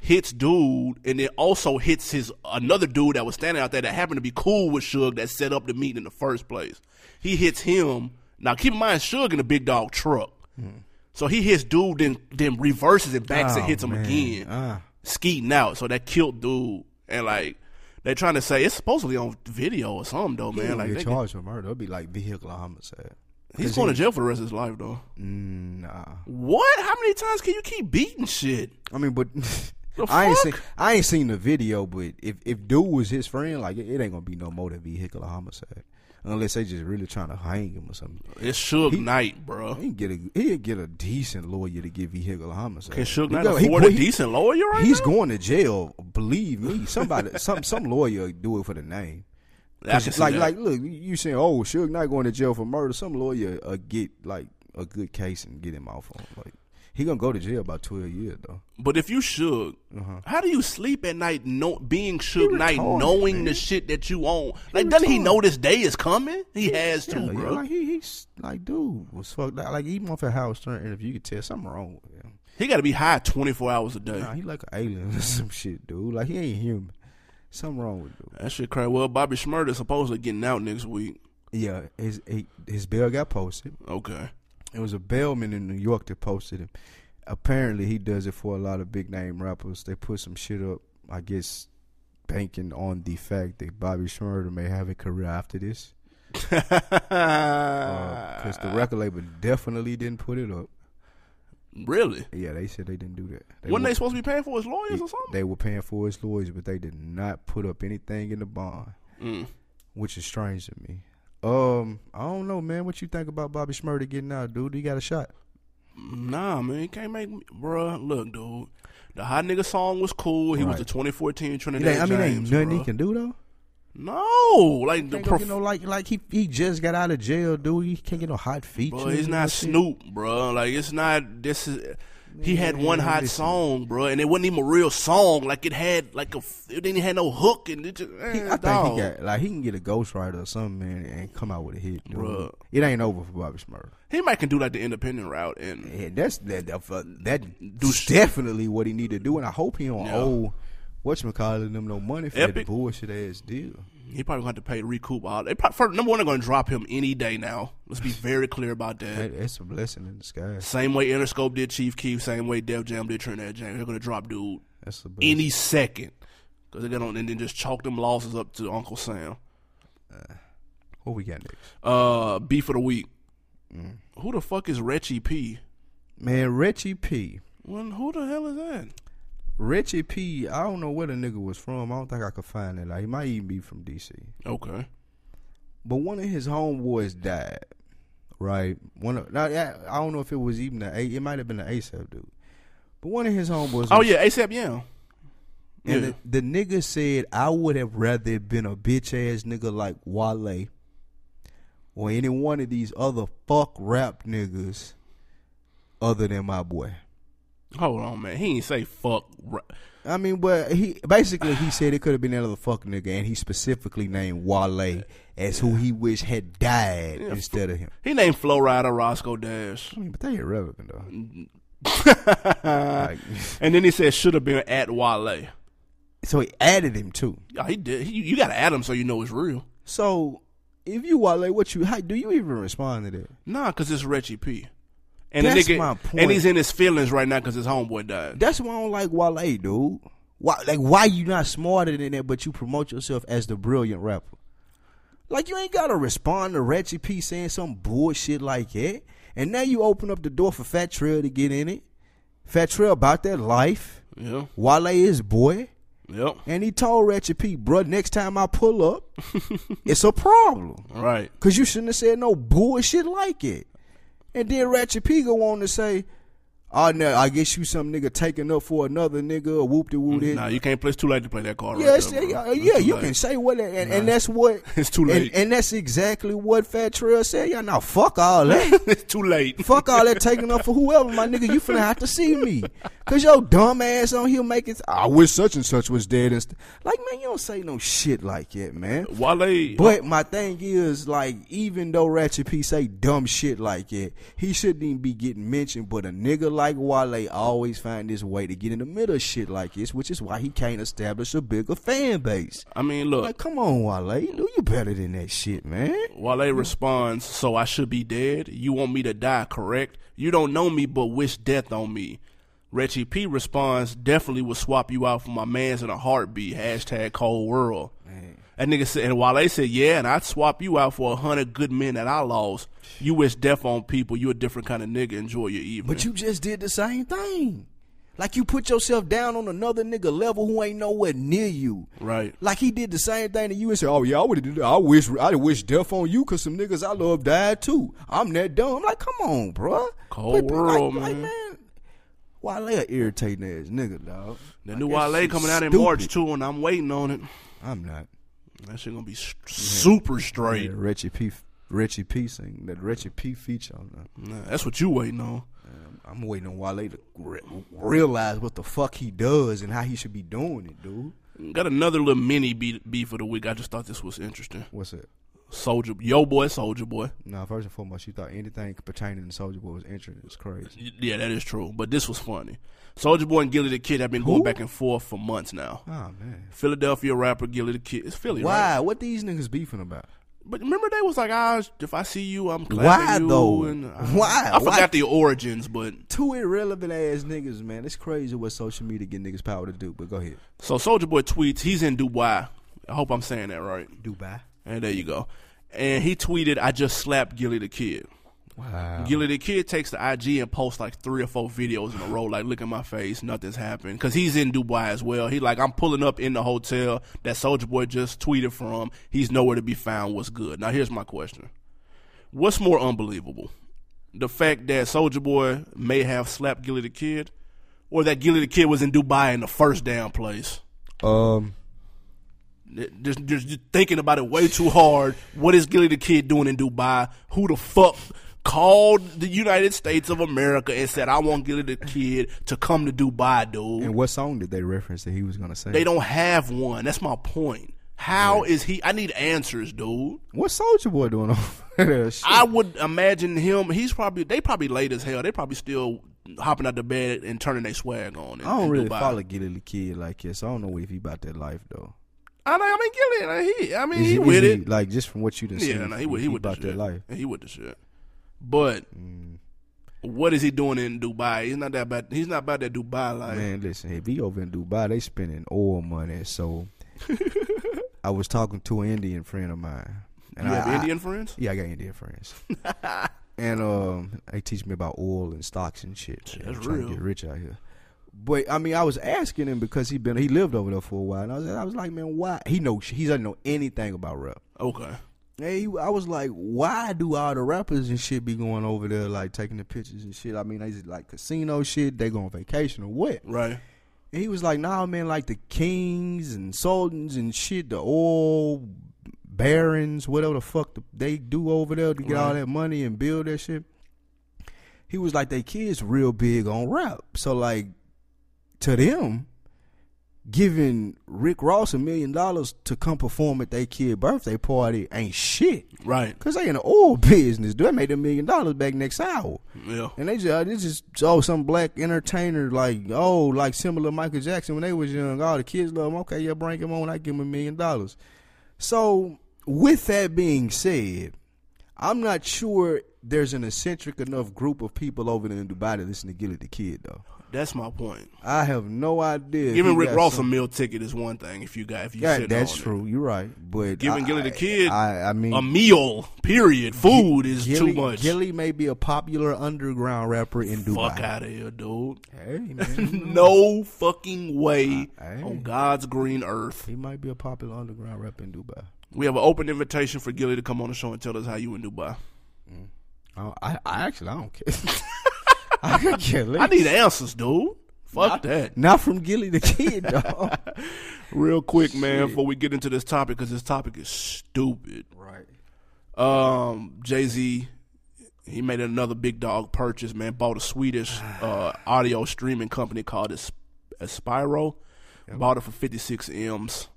B: hits dude, and then also hits his another dude that was standing out there that happened to be cool with Suge that set up the meeting in the first place. He hits him. Now keep in mind, Suge in a big dog truck.
A: Hmm.
B: So he hits dude, then then reverses and backs and
A: Oh,
B: hits him
A: man.
B: again
A: Ah.
B: skeeting out. So that killed dude. And like they trying to say it's supposedly on video or something though, man. Like
A: get
B: they-
A: charged for murder. It'd be like vehicular homicide.
B: he's going to jail for the rest of his life though.
A: Mm. Nah.
B: What? How many times can you keep beating shit?
A: I mean, but *laughs* I ain't
B: fuck?
A: seen I ain't seen the video. But if if dude was his friend, like it, it ain't gonna be no more than vehicular homicide, unless they just really trying to hang him or something.
B: It's Suge Knight, bro.
A: He can get a he can get a decent lawyer to give vehicular homicide.
B: Can Suge
A: He
B: Knight
A: go- he-
B: afford a
A: he-
B: decent lawyer right
A: He's
B: now?
A: going to jail. Believe me, somebody, some some lawyer do it for the name.
B: I can
A: 'Cause
B: see
A: like
B: that.
A: like look, you saying oh Suge Knight going to jail for murder? Some lawyer uh, get like a good case and get him off on. Like he gonna go to jail about twelve years though.
B: But if you Suge, how do you sleep at night no, being Suge Knight,
A: Uh-huh. retarded,
B: knowing the shit that you own? Like, doesn't he
A: retarded.
B: know this day is coming? He has to,
A: Yeah,
B: bro.
A: like he, he's like dude was fucked. Like, like even off at Howard Stern interview, you could tell something wrong with him.
B: he got to be high twenty four hours a day.
A: Nah, he like an alien or *laughs* some shit, dude. Like he ain't human. Something wrong with dude.
B: That shit crazy. Well, Bobby Schmurda supposedly getting out next week.
A: Yeah, his he, his bill got posted.
B: Okay.
A: It was a bellman in New York that posted him. Apparently, he does it for a lot of big name rappers. They put some shit up, I guess, banking on the fact that Bobby Schmurder may have a career after this. Because the record label definitely didn't put it up.
B: *laughs* really?
A: Yeah, they said they didn't do that. They
B: Wasn't
A: were,
B: they supposed to be paying for his lawyers or something?
A: they were paying for his lawyers, but they did not put up anything in the bond,
B: Mm.
A: which is strange to me. Um, I don't know, man. What you think about Bobby Schmurder getting out, dude? He got a shot.
B: Nah, man, he can't make me, bruh. Look, dude, the hot nigga song was cool. He was
A: Right.
B: the 2014
A: It
B: Trinidad
A: ain't- I mean,
B: James.
A: ain't nothing he
B: bruh.
A: can do though.
B: No, like the
A: Can't go
B: prof-
A: get no like like he he just got out of jail, dude. He can't get no hot features.
B: bruh, he's
A: and
B: not
A: no shit.
B: Snoop, bruh. Like it's not. This is. He had
A: Man,
B: one hot
A: listen.
B: song, bruh, and it wasn't even a real song. Like it had like a, f- it didn't have no hook, and it just,
A: He,
B: eh,
A: I think
B: dog.
A: he got like he can get a ghostwriter or something, man, and come out with a hit, dude.
B: Bruh.
A: It ain't over for Bobby Smurda.
B: He might can do like the independent route, and
A: Yeah, that's that that, uh, that dude's definitely what he need to do, and I hope he don't
B: Yeah.
A: owe whatchamacallit them no money for
B: Epic.
A: that bullshit ass deal.
B: He probably gonna have to pay recoup all. They probably, first, number one, they're gonna drop him any day now. Let's be very clear about that.
A: That, that's a blessing in disguise.
B: Same way Interscope did Chief Keef, same way Def Jam did Trinidad James. They're gonna drop dude
A: That's a blessing.
B: any second. Cause they got on and then just chalk them losses up to Uncle Sam.
A: What we got next?
B: Uh, beef of the week. Who the fuck is Reggie P?
A: Man, Richie P.
B: When, who the hell is that?
A: Richie P. I don't know where the nigga was from. I don't think I could find it. Like, he might even be from DC.
B: Okay.
A: But one of his homeboys died. Right. One. Of, now, I I don't know if it was even the A. It might have been the ASAP dude. But one of his homeboys.
B: Oh
A: was-
B: yeah, ASAP Yam. Yeah.
A: And the, the nigga said, I would have rather it been a bitch ass nigga like Wale or any one of these other fuck rap niggas other than my boy.
B: Hold on, man. He ain't say fuck. ra-
A: I mean, but he basically he said it could have been another fuck nigga, and he specifically named Wale as who he wished had died instead of him.
B: He named Flo Rida Roscoe Dash.
A: I mean, but they irrelevant though. Like, *laughs*
B: And then he said should have been at Wale.
A: so he added him too.
B: Yeah, he did. He, you got to add him so you know it's real.
A: So if you Wale, what you how do you even respond to that?
B: Nah, cause it's Reggie P. And the
A: That's
B: nigga,
A: my
B: and he's
A: point.
B: in his feelings right now because his homeboy died.
A: That's why I don't like Wale, dude. Why, like, why you not smarter than that, but you promote yourself as the brilliant rapper? Like, you ain't gotta respond to Ratchet P saying some bullshit like that. And now you open up the door for Fat Trail to get in it. Fat Trail about that life.
B: Yeah,
A: Wale is boy.
B: yep,
A: And he told Ratchet P, bruh, next time I pull
B: *laughs*
A: up, it's a problem.
B: right.
A: Cause you shouldn't have said no bullshit like it. And then Ratchet P go on to say, Oh no, I guess you some nigga taking up for another nigga or whoop de whoop
B: Mm, Nah, you can't play. It's too late to play that card.
A: Yeah,
B: right
A: it's-
B: there, bro.
A: yeah,
B: It's
A: yeah,
B: too
A: you
B: late.
A: can say what, and, and that's what.
B: *laughs* It's too
A: and-
B: late.
A: and, that's exactly what Fat Trail said. Y'all now fuck all
B: *laughs*
A: that,
B: *laughs* it's too late.
A: fuck all that taking up for whoever, my nigga. You finna have to see me, cause your dumb ass on here making. I wish such and such was dead and st-. like, man, you don't say no shit like that, man.
B: Wale,
A: But my thing is, like, even though Ratchet P say dumb shit like it, he shouldn't even be getting mentioned. But a nigga like Wale always find his way to get in the middle of shit like this, which is why he can't establish a bigger fan base.
B: I mean, look,
A: Like, come on, Wale, you know you better than that shit, man.
B: Wale responds, "So I should be dead. You want me to die, correct? You don't know me, but wish death on me." Reggie P responds, "Definitely would swap you out for my man's in a heartbeat." Hashtag cold world. That nigga said, and Wale said, "Yeah, and I'd swap you out for a hundred good men that I lost. You wish death on people. You a different kind of nigga. Enjoy your evening."
A: But you just did the same thing. Like you put yourself down on another nigga level who ain't nowhere near you.
B: right.
A: Like he did the same thing to you and said, "Oh yeah, I would have. I wish I wish death on you because some niggas I love died too. I'm that dumb. I'm like, come on, bruh.
B: Cold
A: But, but,
B: world,
A: like, Like,
B: man.
A: man. Wale a irritating ass nigga, dog.
B: The new Wale coming out in March too, and I'm waiting on it.
A: I'm not.
B: That shit gonna be s super straight.
A: Yeah, Richie P. Richie P. Sing that Richie P. feature. I'm, not,
B: Nah, that's what you waiting on.
A: I'm, I'm waiting on Wale to re- realize what the fuck he does and how he should be doing it, dude.
B: Got another little mini beef, beef of the week. I just thought this was interesting.
A: What's it?
B: Soldier, yo boy, Soldier boy.
A: Now, first and foremost, you thought anything pertaining to Soldier Boy was interesting. It's crazy.
B: Y- Yeah, that is true. But this was funny. Soldier boy and Gilly the Kid have been going back and forth for months now.
A: Oh man.
B: Philadelphia rapper Gilly the Kid. It's Philly, right?
A: Why? What these niggas beefing about?
B: But remember they was like, ah, if I see you, I'm clapping
A: Why,
B: you.
A: though?
B: And I,
A: Why?
B: I forgot
A: Why?
B: the origins, but
A: Two irrelevant ass niggas, man. It's crazy what social media get niggas power to do. But go ahead.
B: so Soldier boy tweets he's in Dubai. I hope I'm saying that right.
A: Dubai.
B: And there you go. And he tweeted, I just slapped Gilly the Kid.
A: Wow.
B: Gilly the Kid takes the IG and posts like three or four videos in a row, like, look at my face, nothing's happened. Cause he's in Dubai as well. He like, I'm pulling up in the hotel that Soldier Boy just tweeted from. He's nowhere to be found. What's good? Now, here's my question What's more unbelievable? The fact that Soldier Boy may have slapped Gilly the Kid, or that Gilly the Kid was in Dubai in the first damn place?
A: Um.
B: Just, just, just thinking about it way too hard. What is Gilly the Kid doing in Dubai? Who the fuck called the United States of America and said, I want Gilly the Kid to come to Dubai, dude?
A: And what song did they reference that he was gonna say?
B: They don't have one. That's my point. How is he? I need answers, dude.
A: what Soldier Boy doing over *laughs* there? Shit.
B: I would imagine him. He's probably they probably late as hell. They probably still hopping out the bed and turning their swag on. In,
A: I don't
B: in
A: really
B: Dubai.
A: follow Gilly the Kid like this. I don't know if he about that life though.
B: I, know, I mean, Gilly, he, I mean,
A: Is
B: he
A: is
B: with it.
A: Like just from what you done seen,
B: Yeah, no, he would. He, would
A: about
B: the shit.
A: that life.
B: He would the shit. But What is he doing in Dubai? He's not that bad. He's not about that Dubai life.
A: Man, listen, if he over in Dubai, they spending oil money.
B: *laughs*
A: So I was talking to an Indian friend of mine.
B: you
A: I,
B: have
A: I-
B: Indian friends?
A: yeah, I got Indian
B: *laughs*
A: friends. and um, they teach me about oil and stocks and shit.
B: that's
A: I'm trying
B: real.
A: to get rich out here. But I mean, I was asking him because he been he lived over there for a while, and I was I was like, man, why he knows he doesn't know anything about rap.
B: Okay.
A: Hey, I was like, why do all the rappers and shit be going over there like taking the pictures and shit? I mean, they just like casino shit. They go on vacation or what?
B: Right.
A: And he was like, nah, man, like the kings and sultans and shit, the oil barons, whatever the fuck the, they do over there to get all that money and build that shit. He was like, they kids real big on rap. So, like, to them, giving Rick Ross a million dollars to come perform at their kid birthday party ain't shit.
B: Right.
A: Cause they in the oil *laughs* business, dude. I made a million dollars back next hour.
B: Yeah.
A: And they just this is oh some black entertainer like oh like similar to Michael Jackson when they was young. All the kids love him. Okay, yeah, bring him on. I give him a million dollars. So with that being said, I'm not sure there's an eccentric enough group of people over there in Dubai to listen to Gilly the Kid though.
B: That's my point.
A: I have no idea.
B: Giving
A: He
B: Rick
A: got
B: Ross
A: some-
B: a meal ticket is one thing. If you got, if you
A: Yeah,
B: sit
A: that's
B: on it.
A: true. You're right. But
B: Giving
A: I-
B: Gilly the Kid
A: I, I mean,
B: A meal, period. Food is
A: Gilly,
B: too much.
A: Gilly may be a popular underground rapper in Dubai.
B: Fuck out of here, dude.
A: Hey
B: *laughs*
A: man,
B: No fucking way
A: I-
B: on God's green
A: *laughs*
B: earth.
A: he might be a popular underground rapper in Dubai.
B: We have an open invitation for Gilly to come on the show and tell us how you in Dubai.
A: I, I, I actually I don't care. *laughs* I could care
B: I
A: less.
B: need answers, dude. Fuck that.
A: Not from Gilly the Kid, dog.
B: Real quick, man, before we get into this topic, because this topic is stupid.
A: *laughs* right.
B: Um, Jay Z, he made another big dog purchase. Man, bought a Swedish uh, audio streaming company called As- Aspiro. Bought it for fifty six m's.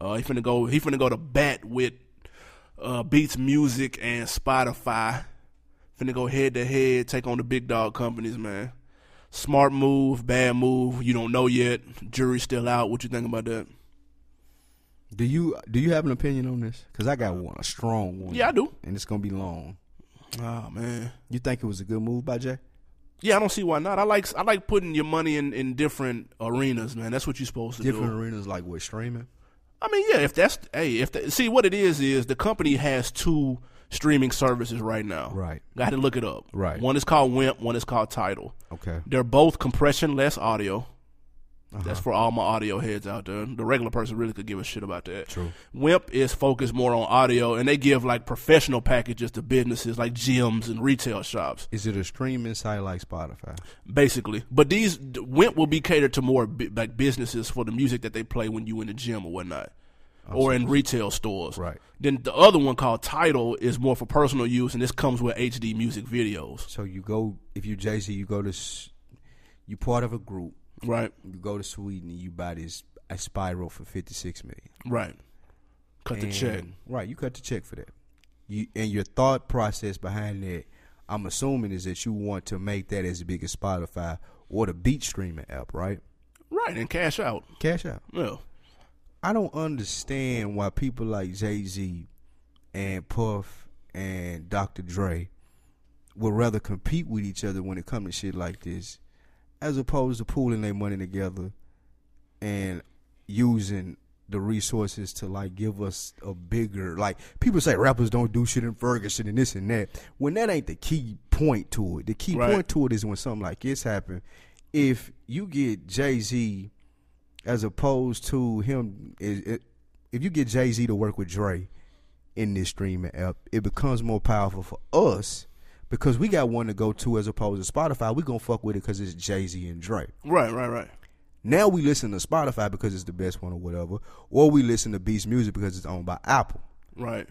B: Uh, he finna go. He finna go to bat with uh, Beats Music and Spotify. Finna go head to head, take on the big dog companies, man. Smart move, bad move. You don't know yet. Jury's still out. What you think about that?
A: Do you do you have an opinion on this? Because I got one, a strong one.
B: Yeah, I do.
A: And it's gonna be long.
B: Oh man.
A: You think it was a good move by Jay?
B: Yeah, I don't see why not. I like I like putting your money in, in different arenas, man. That's what you're supposed to
A: Different
B: do.
A: arenas like what streaming.
B: I mean, yeah, if that's hey, if that, see what it is is the company has two streaming services right now.
A: Right.
B: Got to look it up.
A: Right.
B: One is called Wimp. One is called Title.
A: Okay.
B: They're both compression less audio.
A: Uh-huh.
B: That's for all my audio heads out there. The regular person really could give a shit about that.
A: True.
B: Wimp is focused more on audio, and they give like professional packages to businesses like gyms and retail shops.
A: Is it a streaming site like Spotify?
B: basically. But these Wimp will be catered to more bu- like businesses for the music that they play when you in the gym or whatnot, or in retail stores.
A: Oh, Right.
B: Then the other one called Title is more for personal use, and this comes with HD music videos.
A: So you go if you Jay Z, you go to s- you part of a group.
B: Right.
A: You go to Sweden and you buy this a spiral for fifty six million.
B: Right. Cut the check.
A: And- Right, you cut the check for that. You and your thought process behind that, I'm assuming, is that you want to make that as big as Spotify or the beat streaming app, right?
B: Right and cash out.
A: Cash out.
B: Yeah.
A: I don't understand why people like Jay Z and Puff and Dr. Dre would rather compete with each other when it comes to shit like this, as opposed to pooling their money together and using the resources to like give us a bigger like people say rappers don't do shit in Ferguson and this and that. When that ain't the key point to it. The key
B: Right.
A: point to it is when something like this happen. If you get Jay Z as opposed to him is it, if you get Jay Z to work with Dre in this streaming app, it becomes more powerful for us because we got one to go to as opposed to Spotify. We gonna fuck with it because it's Jay Z and Dre.
B: Right. Right. Right.
A: Now we listen to Spotify because it's the best one or whatever, or we listen to Beats Music because it's owned by Apple.
B: Right.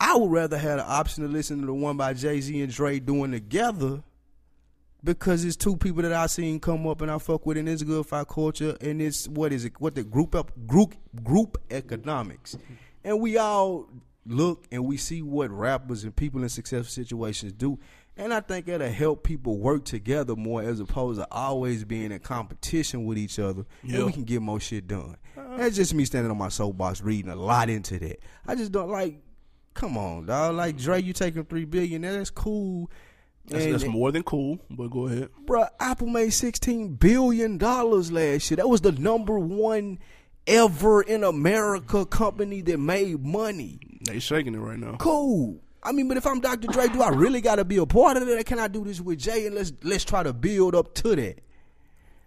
A: I would rather have the option to listen to the one by Jay Z and Dre doing together because it's two people that I seen come up and I fuck with and it's good for our culture and it's what is it what the group up group group economics. And we all look and we see what rappers and people in successful situations do. And I think that'll help people work together more as opposed to always being in competition with each other.
B: Yeah. Uh-huh.
A: And we can get more shit done. That's just me standing on my soapbox reading a lot into that. I just don't like Come on, dog. Like Dre, you taking three billion. That's cool,
B: That's,
A: And-
B: that's more than cool, but go ahead.
A: Bruh, Apple made sixteen billion dollars last year. That was the number one ever in America company that made money.
B: They shaking it right now.
A: Cool. I mean, but if I'm Dr. Dre, do I really gotta be a part of that? Can I do this with Jay and let's let's try to build up to that?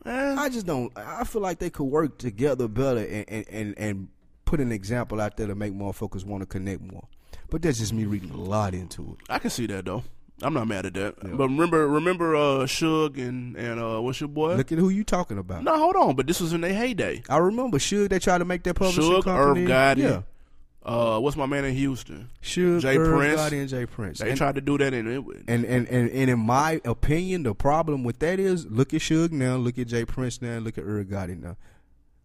B: Eh,
A: I just don't. I feel like they could work together better and and and, and put an example out there to make motherfuckers want to connect more. But that's just me reading a lot into it.
B: I can see that though. I'm not mad at that. But remember, remember, uh, Suge and and uh, what's your boy?
A: Look at who you talking about.
B: no, hold on. But this was in their heyday.
A: I remember Suge. They tried to make that publishing
B: Suge,
A: company.
B: Irv Gotti.
A: Yeah.
B: Uh, what's my man in Houston?
A: Suge,
B: Jay
A: Irv
B: Prince.
A: Gotti, and Jay Prince.
B: They
A: And-
B: tried to do that, and it,
A: And and, and and in my opinion, the problem with that is look at Suge now, look at Jay Prince now, look at Irv Gotti now.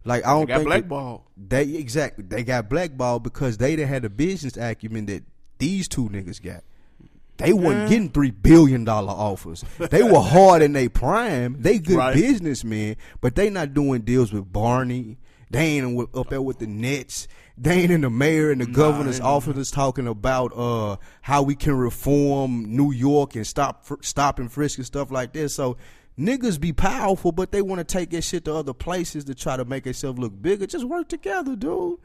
A: Like I don't
B: it got
A: think it-
B: blackballed.
A: they exactly they got blackballed because they didn't had the business acumen that these two niggas got. They weren't
B: Yeah.
A: getting three billion dollar offers. They were hard in their prime. They good
B: Right.
A: businessmen, but they not doing deals with Barney. They ain't with- up there with the Nets. They ain't in the mayor and the governor's office is talking about uh, how we can reform New York and stop fr- stop and frisk and stuff like this. So niggas be powerful, but they want to take that shit to other places to try to make themselves look bigger. Just work together, dude.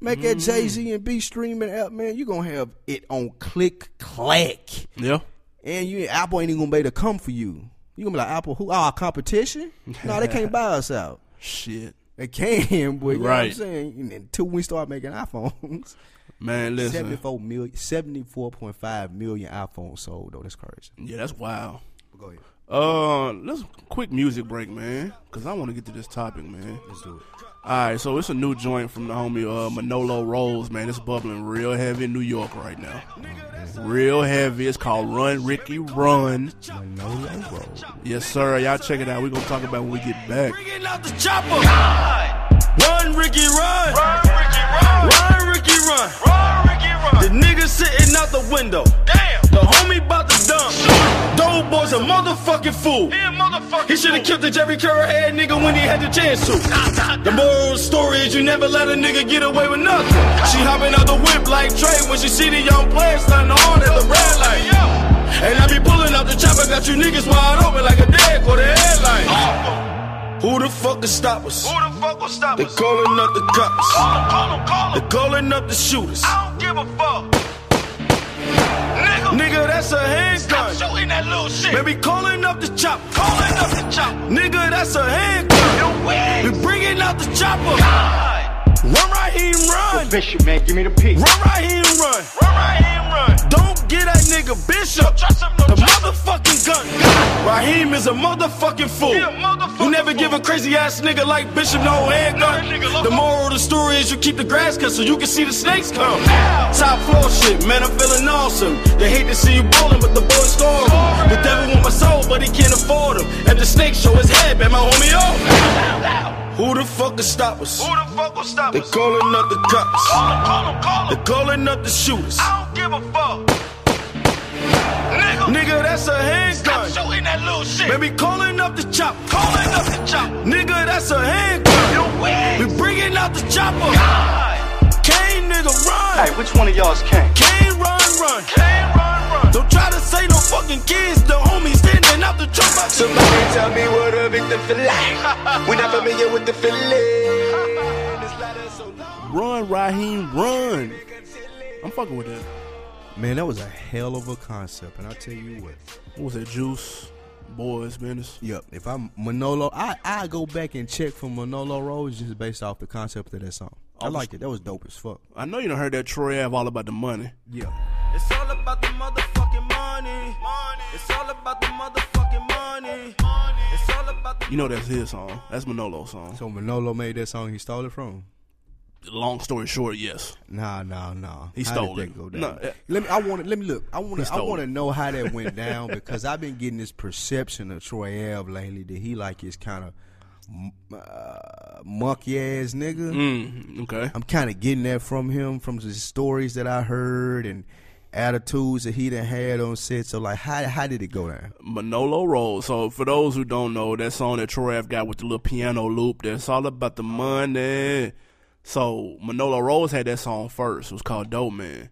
A: Make that Jay Z and B streaming app, man. You gonna have it on click clack,
B: Yeah.
A: and you Apple ain't even gonna be able to come for you. You gonna be like Apple, who our competition? No, they can't buy us out.
B: Shit.
A: They can, *laughs* but you know what I'm
B: Right.
A: saying? And Until we start making iPhones. *laughs*
B: Man, listen.
A: 74 million, 74.5 million iPhones sold, though. That's crazy.
B: Yeah, that's wild.
A: Go ahead.
B: Uh, let's quick music break, man, because I want to get to this topic, man.
A: Let's do it.
B: All right, so it's a new joint from the homie uh, Manolo Rose, man. It's bubbling real heavy in New York right now. Real heavy. It's called Run Ricky Run.
A: Manolo Rose.
B: Yes, sir. Y'all check it out. We're going to talk about it when we get back.
C: Bringing out the chopper. Run, Ricky, run. Run, Ricky, run. The nigga sitting out the window. The homie about to dump. Dope boy's a motherfucking fool. He should have killed the Jerry Curl head nigga when he had the chance to. The moral of the story is you never let a nigga get away with nothing. She hopping out the whip like Trey when she see the young player starting on at the red light. And I be pulling out the chopper, got you niggas wide open like a dead or the headlight. Who the fuck can stop us?
D: Who the fuck will stop
C: They
D: us?
C: calling up the cops.
D: Call 'em, call 'em, call 'em.
C: They calling up the shooters.
D: I don't give a fuck. Nigga,
C: Nigga, that's a
D: stop
C: handgun.
D: shooting that little shit.
C: Baby, calling up the chopper.
D: Calling up the chopper.
C: Nigga, that's a handgun.
D: You
C: We
D: win.
C: bringing out the chopper. Run, Raheem, run.
D: Bishop, man, give me the piece.
C: Run, Raheem, run.
D: Run right here and run.
C: Don't get that nigga Bishop.
D: Trust him, no
C: The
D: trust him.
C: motherfucking gun. Raheem is a motherfucking fool.
D: He a motherfucking
C: you never give a
D: fool.
C: crazy ass nigga like Bishop no handgun.
D: Nah, that nigga loco.
C: the moral of the story is you keep the grass cut so you can see the snakes come.
D: Ow.
C: Top floor shit, man, I'm feeling awesome. They hate to see you ballin', but the boys scoring. The devil want my soul, but he can't afford him. And the snake show his head, man, my homie off. Who the fuck can stop us?
D: Who the fuck will stop
C: They
D: us?
C: calling up the cops.
D: Call 'em, call 'em, call
C: They
D: 'em.
C: calling up the shooters.
D: I don't give a fuck. Nigga,
C: Nigga, that's a
D: stop
C: handgun.
D: shooting that little shit.
C: Baby calling up the chop.
D: Calling up the chopper.
C: Nigga, that's a handgun.
D: You
C: We
D: win.
C: bringing out the chopper.
D: God.
C: Kane, nigga, run.
D: which one of y'all's can?
C: Kane, run, run.
D: Can run, run.
C: Don't try to say no fucking kids. The homies standing out the truck. box.
E: Somebody tell me what a victim feel
C: *laughs*
E: like. We're not familiar with the feeling. This ladder's so long.
B: Run, Raheem, run. I'm fucking with that.
A: Man, that was a hell of a concept, and I tell you what.
B: What was that? Juice, Boys, Menace.
A: Yep. If I'm Manolo, I I go back and check for Manolo Rose just based off the concept of that song. I like it. That was dope as fuck.
B: I know you done heard that Troy Ave all about the money.
A: Yeah.
C: It's all about the motherfucking money. It's all about the motherfucking money. It's all about the
B: You know that's his song. That's Manolo's song.
A: So Manolo made that song. He stole it from.
B: Long story short, yes.
A: Nah, nah, nah.
B: He
A: How
B: stole
A: did
B: it.
A: that Go down?
B: No, uh,
A: let me. I want to. Let me look. I want to. I
B: stole
A: want
B: it.
A: to know how
B: *laughs*
A: that went down because I've been getting this perception of Troy Ave lately that he like is kind of uh, monkey ass nigga.
B: Mm, okay.
A: I'm kind of getting that from him, from the stories that I heard and attitudes that he done had on set. So like, how how did it go down?
B: Manolo Rose. So for those who don't know, that song that Troy F got with the little piano loop, that's all about the money. So Manolo Rose had that song first. It was called Dope Man.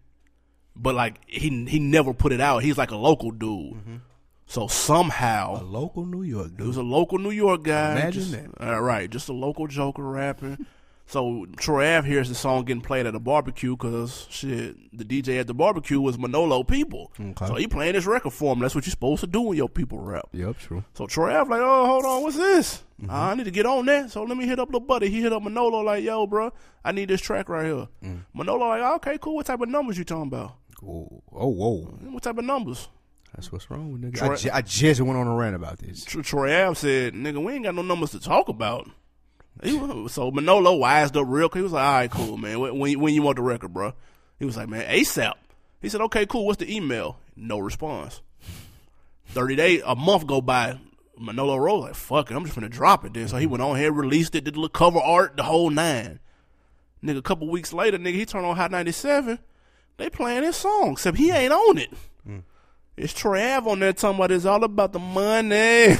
B: But like he he never put it out. He's like a local dude. So somehow,
A: A local New York
B: It was
A: dude.
B: a local New York guy.
A: Imagine
B: just,
A: that.
B: All right, just a local joker rapping. so Troy Ave hears the song getting played at a barbecue because shit, the DJ at the barbecue was Manolo People.
A: Okay.
B: So he playing this record for him. That's what you're supposed to do when your people rap.
A: Yep, true.
B: So Troy Ave like, oh, hold on, what's this?
A: Mm-hmm.
B: Uh, I need to get on that. So let me hit up little buddy. He hit up Manolo like, yo, bro, I need this track right here.
A: Mm.
B: Manolo like, okay, cool. What type of numbers you talking about?
A: Oh, oh, whoa.
B: What type of numbers?
A: That's what's wrong with niggas.
B: Troy-
A: I, ju- I just went on a rant about this.
B: Tr- Troy Ave said, "Nigga, we ain't got no numbers to talk about." He was, so Manolo wised up real quick. He was like, "All right, cool, man. When when, when you want the record, bro?" He was like, "Man, ASAP." He said, "Okay, cool. What's the email?" No response. Thirty days, a month go by. Manolo Rose like, "Fuck it, I'm just gonna drop it." Then so he went on here, released it, did the little cover art, the whole nine. Nigga, a couple weeks later, nigga, he turned on Hot 97. They playing his song, except he ain't on it. It's Trav on there talking about it's all about the money.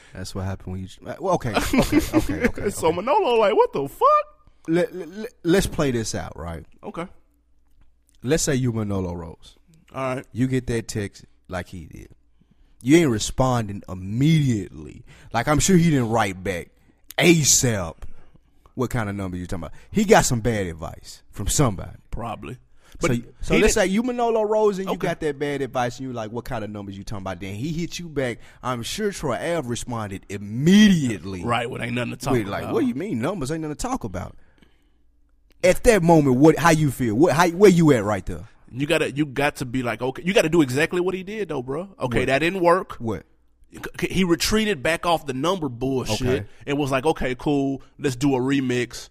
B: *laughs*
A: That's what happened when you. uh, Well, okay, okay, okay, *laughs* okay.
B: so Manolo like, what the fuck?
A: let, let, let's play this out, right?
B: Okay.
A: Let's say you Manolo Rose.
B: All right.
A: You get that text like he did. You ain't responding immediately. Like I'm sure he didn't write back ASAP. What kind of number you talking about? He got some bad advice from somebody.
B: Probably.
A: so so
B: he
A: let's
B: didn't-
A: say you Manolo Rose and you
B: Okay.
A: got that bad advice and you like, what kind of numbers you talking about? Then he hit you back. I'm sure Troy Ave responded immediately.
B: Right, well, ain't nothing to talk
A: Wait, like,
B: about.
A: what do you mean numbers ain't nothing to talk about? At that moment, what? How you feel? What? How? Where you at right there?
B: You gotta, you got to be like, okay, you gotta do exactly what he did though, bro. Okay, that didn't work.
A: What?
B: He retreated back off the number bullshit
A: Okay.
B: and was like, okay, cool, let's do a remix.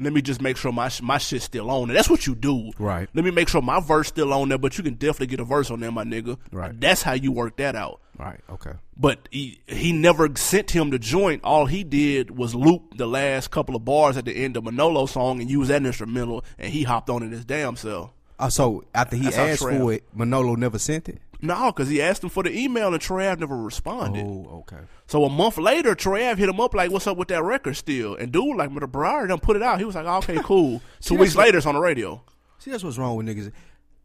B: Let me just make sure my sh- my shit's still on there. That's what you do.
A: Right.
B: Let me make sure my verse still on there, but you can definitely get a verse on there, my nigga.
A: Right.
B: That's how you work that out.
A: Right. Okay.
B: But he, he never sent him the joint. All he did was loop the last couple of bars at the end of Manolo's song and use that instrumental, and he hopped on it his damn self.
A: Uh, so after he
B: That's how
A: asked
B: Trav-
A: for it, Manolo never sent it.
B: No, because he asked him for the email and Trav never responded.
A: Oh, okay.
B: So a month later, Trav hit him up like, "What's up with that record still?" And dude, like, "Mr. Briar done put it out." He was like, "Okay, *laughs* cool." Two weeks later, it's on the radio.
A: See, that's what's wrong with niggas.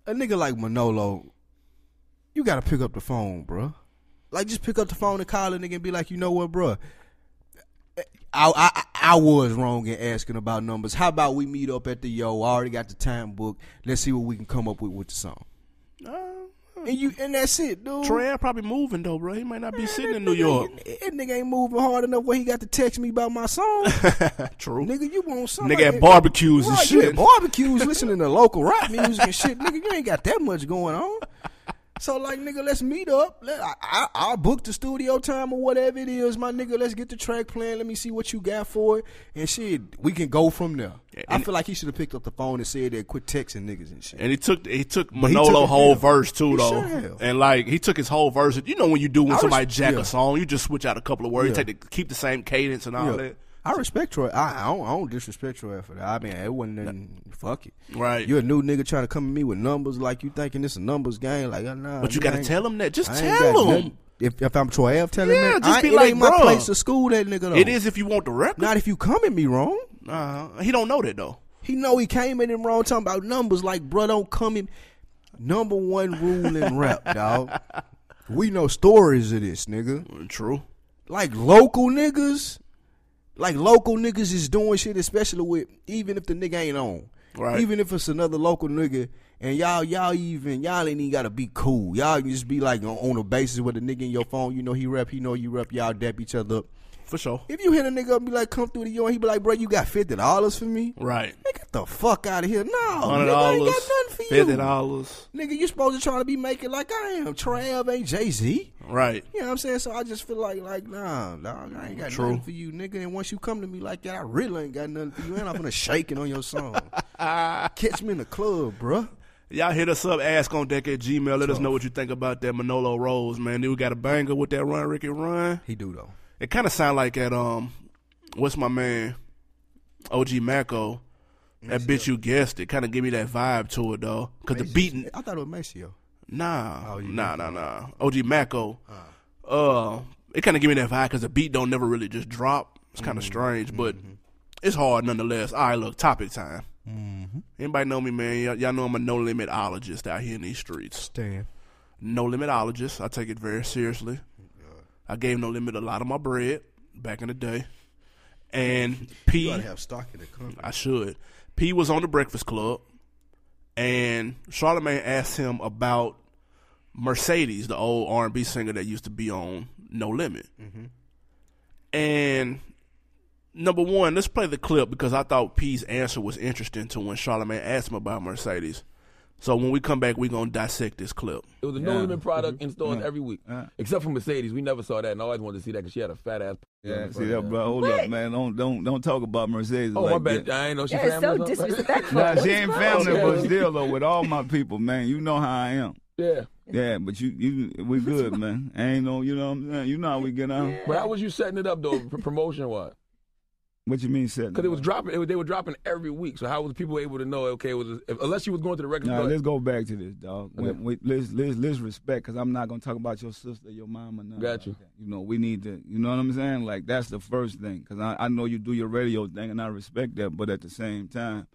A: A nigga like Manolo, you gotta pick up the phone, bruh. Like, just pick up the phone and call a nigga and be like, you know what, bruh. I, I I was wrong in asking about numbers. How about we meet up at the yo? I already got the time booked. Let's see what we can come up with with the song.
B: Uh,
A: And you and that's it, dude.
B: Trav probably moving though, bro. He might not be sitting in
A: That
B: New
A: nigga
B: York.
A: ain't- That nigga ain't moving hard enough where he got to text me about my song.
B: *laughs* True.
A: nigga, you want something.
B: Nigga at barbecues and
A: Right, you
B: shit.
A: at barbecues listening to local rap music and shit. Nigga, you ain't got that much going on. So like, nigga, let's meet up. Let, I, I, I'll book the studio time or whatever it is, my nigga. Let's get the track playing. Let me see what you got for it, and shit, we can go from there. I
B: and-
A: feel like he should have picked up the phone and said that, quit texting niggas and shit.
B: And he took he took
A: he
B: Manolo
A: took it
B: whole
A: down.
B: verse too
A: He
B: though,
A: sure have.
B: and like he took his whole verse. You know when you do when
A: I
B: somebody
A: res-
B: jack
A: yeah.
B: a song, you just switch out a couple of words,
A: Yeah.
B: you take the, keep the same cadence and all
A: Yeah.
B: that.
A: I respect Troy. I, I, don't, I don't disrespect Troy for that. I mean, it wasn't nothing. Fuck it.
B: Right.
A: You're a new nigga trying to come at me with numbers like you thinking this a numbers game. Like, uh, nah.
B: But you
A: nigga,
B: gotta
A: I ain't-
B: tell him that. Just
A: I ain't got
B: tell him.
A: nothing. If, if I'm Troy F, tell him
B: Yeah,
A: that.
B: just
A: I-
B: be
A: it
B: like,
A: ain't my
B: bruh.
A: place to school that nigga though.
B: It is if you want the record.
A: Not if you come at me wrong.
B: Uh, he don't know that though.
A: He know he came at him wrong talking about numbers. Like, bro, don't come in. Number one rule in rap, *laughs* dog. We know stories of this, nigga
B: True.
A: like local niggas, like local niggas is doing shit, especially with even if the nigga ain't on,
B: Right.
A: Even if it's another local nigga, and y'all y'all even y'all ain't even gotta be cool. Y'all can just be like on, on a basis with a nigga in your phone. You know he rep, he know you rep. Y'all dap each other up.
B: For sure.
A: If you hit a nigga up, and be like, come through the yard. He be like, bro, you got fifty dollars for me?
B: Right.
A: Man, get the fuck out of here! No,
B: Hundred
A: nigga, I ain't
B: dollars.
A: got nothing for you.
B: Fifty dollars.
A: Nigga, you supposed to try to be making like I am. Trav ain't Jay Z.
B: Right.
A: You know what I'm saying? So I just feel like, like, nah, dog, I ain't got
B: True.
A: nothing for you, nigga. And once you come to me like that, I really ain't got nothing for you. And I'm gonna shake it on your *laughs* song. Catch me in the club, bruh.
B: Y'all hit us up, ask on deck at Gmail. Let us know what you think about that Manolo Rose, man. Dude got a banger with that run, Ricky Run.
A: He do though.
B: It kind of sound like that. Um, what's my man? OG Macko. That bitch, you guessed it. Kind of give me that vibe to it though, cause the beating.
A: I thought it was Maceo.
B: Nah, nah, nah, nah. OG Macko. Uh, it kind of give me that vibe, cause the beat don't never really just drop. It's kind of strange, but it's hard nonetheless. All right, look, topic time. Anybody know me, man? Y'all, y'all know I'm a no limit ologist out here in these streets.
A: Damn.
B: no limitologist. I take it very seriously. I gave no limit a lot of my bread back in the day. And P
F: You ought to have stock in the company.
B: I should. P was on the Breakfast Club, and Charlemagne asked him about Mercedes, the old R and B singer that used to be on No Limit. And number one, let's play the clip because I thought P's answer was interesting to when Charlemagne asked him about Mercedes. So when we come back, we're gonna dissect this clip.
G: It was a no limit product in stores every week, except for Mercedes. We never saw that, and I always wanted to see that because she had a fat ass.
H: Yeah, see that, bro. Hold up, man. Don't don't don't talk about Mercedes.
G: Oh,
H: like
G: my bad.
H: that.
G: I ain't know she
I: Yeah, it's
G: family.
I: so
G: or something.
I: disrespectful.
H: Nah, she ain't family,
G: Okay.
H: but still though, with all my people, man, you know how I am.
G: *laughs* yeah.
H: Yeah, but you you we good, man. Ain't no, you know what I'm saying. You know how we get on.
G: But how was you setting it up though, promotion wise?
H: What you mean, setting?
G: Because it was dropping. It was, they were dropping every week. So how was people able to know? Okay, it was if, unless you was going to the record
H: Nah,
G: store.
H: let's go back to this, dog. We, we, let's, let's, let's respect, because I'm not going to talk about your sister, your mama. Nothing
G: Got
H: like
G: you.
H: that. You know, we need to, you know what I'm saying? Like, that's the first thing, because I, I know you do your radio thing, and I respect that, but at the same time,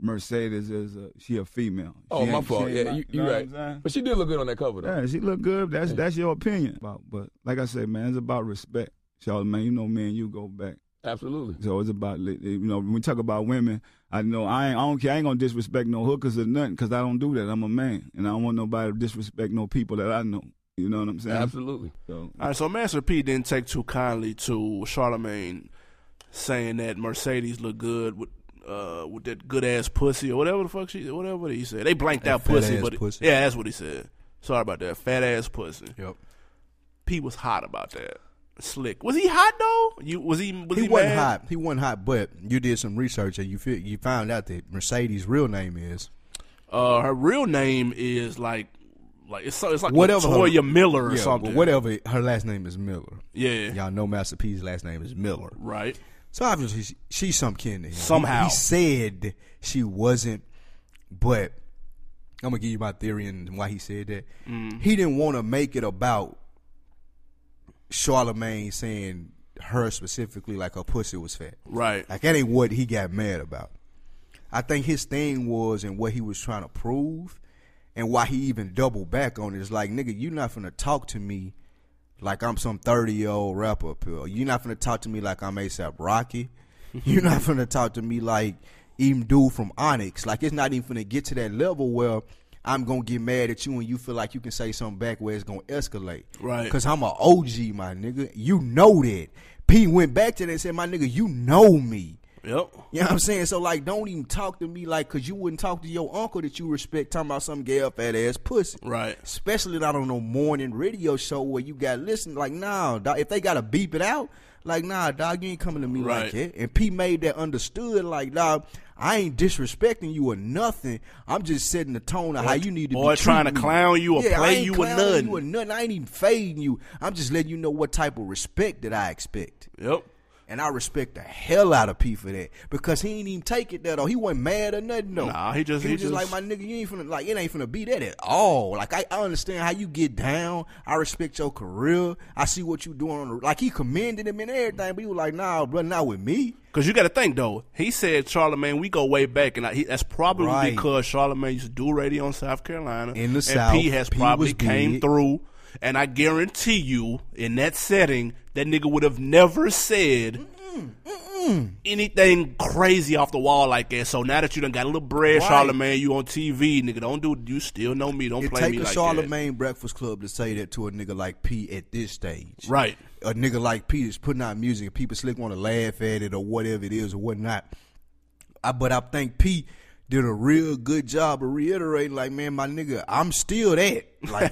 H: Mercedes is a, she a female.
G: oh,
H: She
G: my
H: ain't-
G: fault.
H: she ain't
G: Yeah,
H: my-
G: you,
H: know
G: you
H: what
G: right.
H: I'm saying?
G: But she did look good on that cover though.
H: Yeah, she look good. That's that's your opinion. About, but like I said, man, it's about respect. Charlamagne, you know, me and you go back.
G: Absolutely.
H: So it's about li- you know when we talk about women. I know I ain't I don't care. I ain't gonna disrespect no hookers or nothing because I don't do that. I'm a man and I don't want nobody to disrespect no people that I know. You know what I'm saying?
G: Absolutely.
H: So
B: All right, so Master P didn't take too kindly to Charlemagne saying that Mercedes looked good with uh, with that good ass pussy or whatever the fuck she whatever he said. They blanked out
A: fat
B: pussy,
A: ass
B: but it-
A: pussy.
B: yeah, that's what he said. Sorry about that, fat ass pussy.
A: Yep.
B: P was hot about that. Slick was he hot though? You was he? Was he,
A: He wasn't
B: mad?
A: hot. He wasn't hot, but you did some research and you fi- you found out that Mercedes' real name is
B: Uh, her real name is like like it's so it's like
A: whatever. her-
B: Latoya Miller or
A: yeah,
B: something.
A: Whatever. Her last name is Miller.
B: Yeah.
A: Y'all know Master P's last name is Miller.
B: Right.
A: So obviously she, she's some kin to him.
B: Somehow.
A: he, he said she wasn't, but I'm gonna give you my theory and why he said that. He didn't want to make it about Charlemagne saying her specifically, like her pussy was fat.
B: Right.
A: Like that ain't what he got mad about. I think his thing was and what he was trying to prove and why he even doubled back on it is like, nigga, you not finna talk to me like I'm some 30 year old rapper up here. you not finna talk to me like I'm ASAP Rocky. you not finna talk to me like even dude from Onyx. Like it's not even finna get to that level where I'm gonna get mad at you and you feel like you can say something back where it's gonna escalate.
B: Right.
A: Cause I'm a OG, my nigga. You know that. P went back to that and said, my nigga, you know me.
B: Yep.
A: You know what I'm saying? So like, don't even talk to me like, cause you wouldn't talk to your uncle that you respect talking about some gay up fat ass pussy.
B: Right.
A: Especially not on no morning radio show where you got listen. Like, nah, dog, if they gotta beep it out, like, nah, dog, you ain't coming to me
B: Right.
A: like that. And P made that understood. Like, dog, I ain't disrespecting you or nothing. I'm just setting the tone of how you need to
B: or
A: be
B: trying to
A: treating me.
B: clown you or
A: Yeah, I
B: play
A: ain't
B: you or
A: clowning
B: nothing.
A: You or nothing. I ain't even fading you. I'm just letting you know what type of respect that I expect.
B: Yep.
A: And I respect the hell out of P for that because he ain't even take it that though. He wasn't mad or nothing though.
B: Nah, he just-
A: he,
B: he
A: was just, like
B: just-
A: my nigga. You ain't finna like it ain't finna be that at all. Like I, I understand how you get down. I respect your career. I see what you doing on the like. He commended him and everything, but he was like, nah, bro, not with me.
B: Cause you got to think though. He said Charlemagne, we go way back, and I, he, that's probably
A: Right.
B: because Charlemagne used to do radio in South Carolina,
A: In the
B: and
A: South,
B: P has
A: P
B: probably
A: was
B: came
A: big.
B: through. And I guarantee you, in that setting, that nigga would have never said anything crazy off the wall like that. So now that you done got a little bread,
A: Right.
B: Charlemagne, you on TV, nigga. Don't do. You still know me. Don't
A: It
B: play
A: take
B: me
A: a
B: like
A: Charlemagne Breakfast Club to say that to a nigga like P at this stage.
B: that. Right.
A: a nigga like Pete is putting out music and people slick want to laugh at it or whatever it is or whatnot. I, but I think Pete did a real good job of reiterating, like, man, my nigga, I'm still that. Like,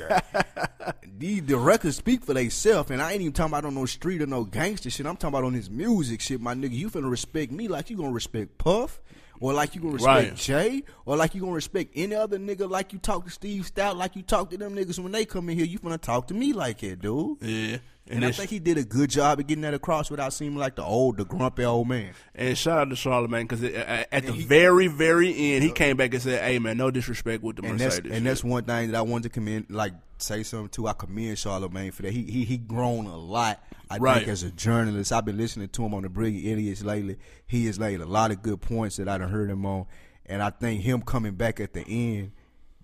A: the, the records speak for themselves, and I ain't even talking about on no street or no gangster shit. I'm talking about on his music shit, my nigga. You finna respect me like you gonna respect Puff, or like you gonna respect
B: Right.
A: Jay, or like you gonna respect any other nigga like you talk to Steve Stout, like you talk to them niggas when they come in here. You finna talk to me like that, dude.
B: Yeah.
A: And I
B: it's-
A: think he did a good job of getting that across without seeming like the old, the grumpy old man.
B: And shout out to Charlemagne because at the very, very end, he came back and said, "Hey man, no disrespect with the
A: And that's
B: Mercedes."
A: and that's one thing that I wanted to commend, like say something to. I commend Charlemagne for that. He he he grown a lot. I
B: Right.
A: think as a journalist, I've been listening to him on the Brilliant Idiots lately. He has laid a lot of good points that I done heard him on, and I think him coming back at the end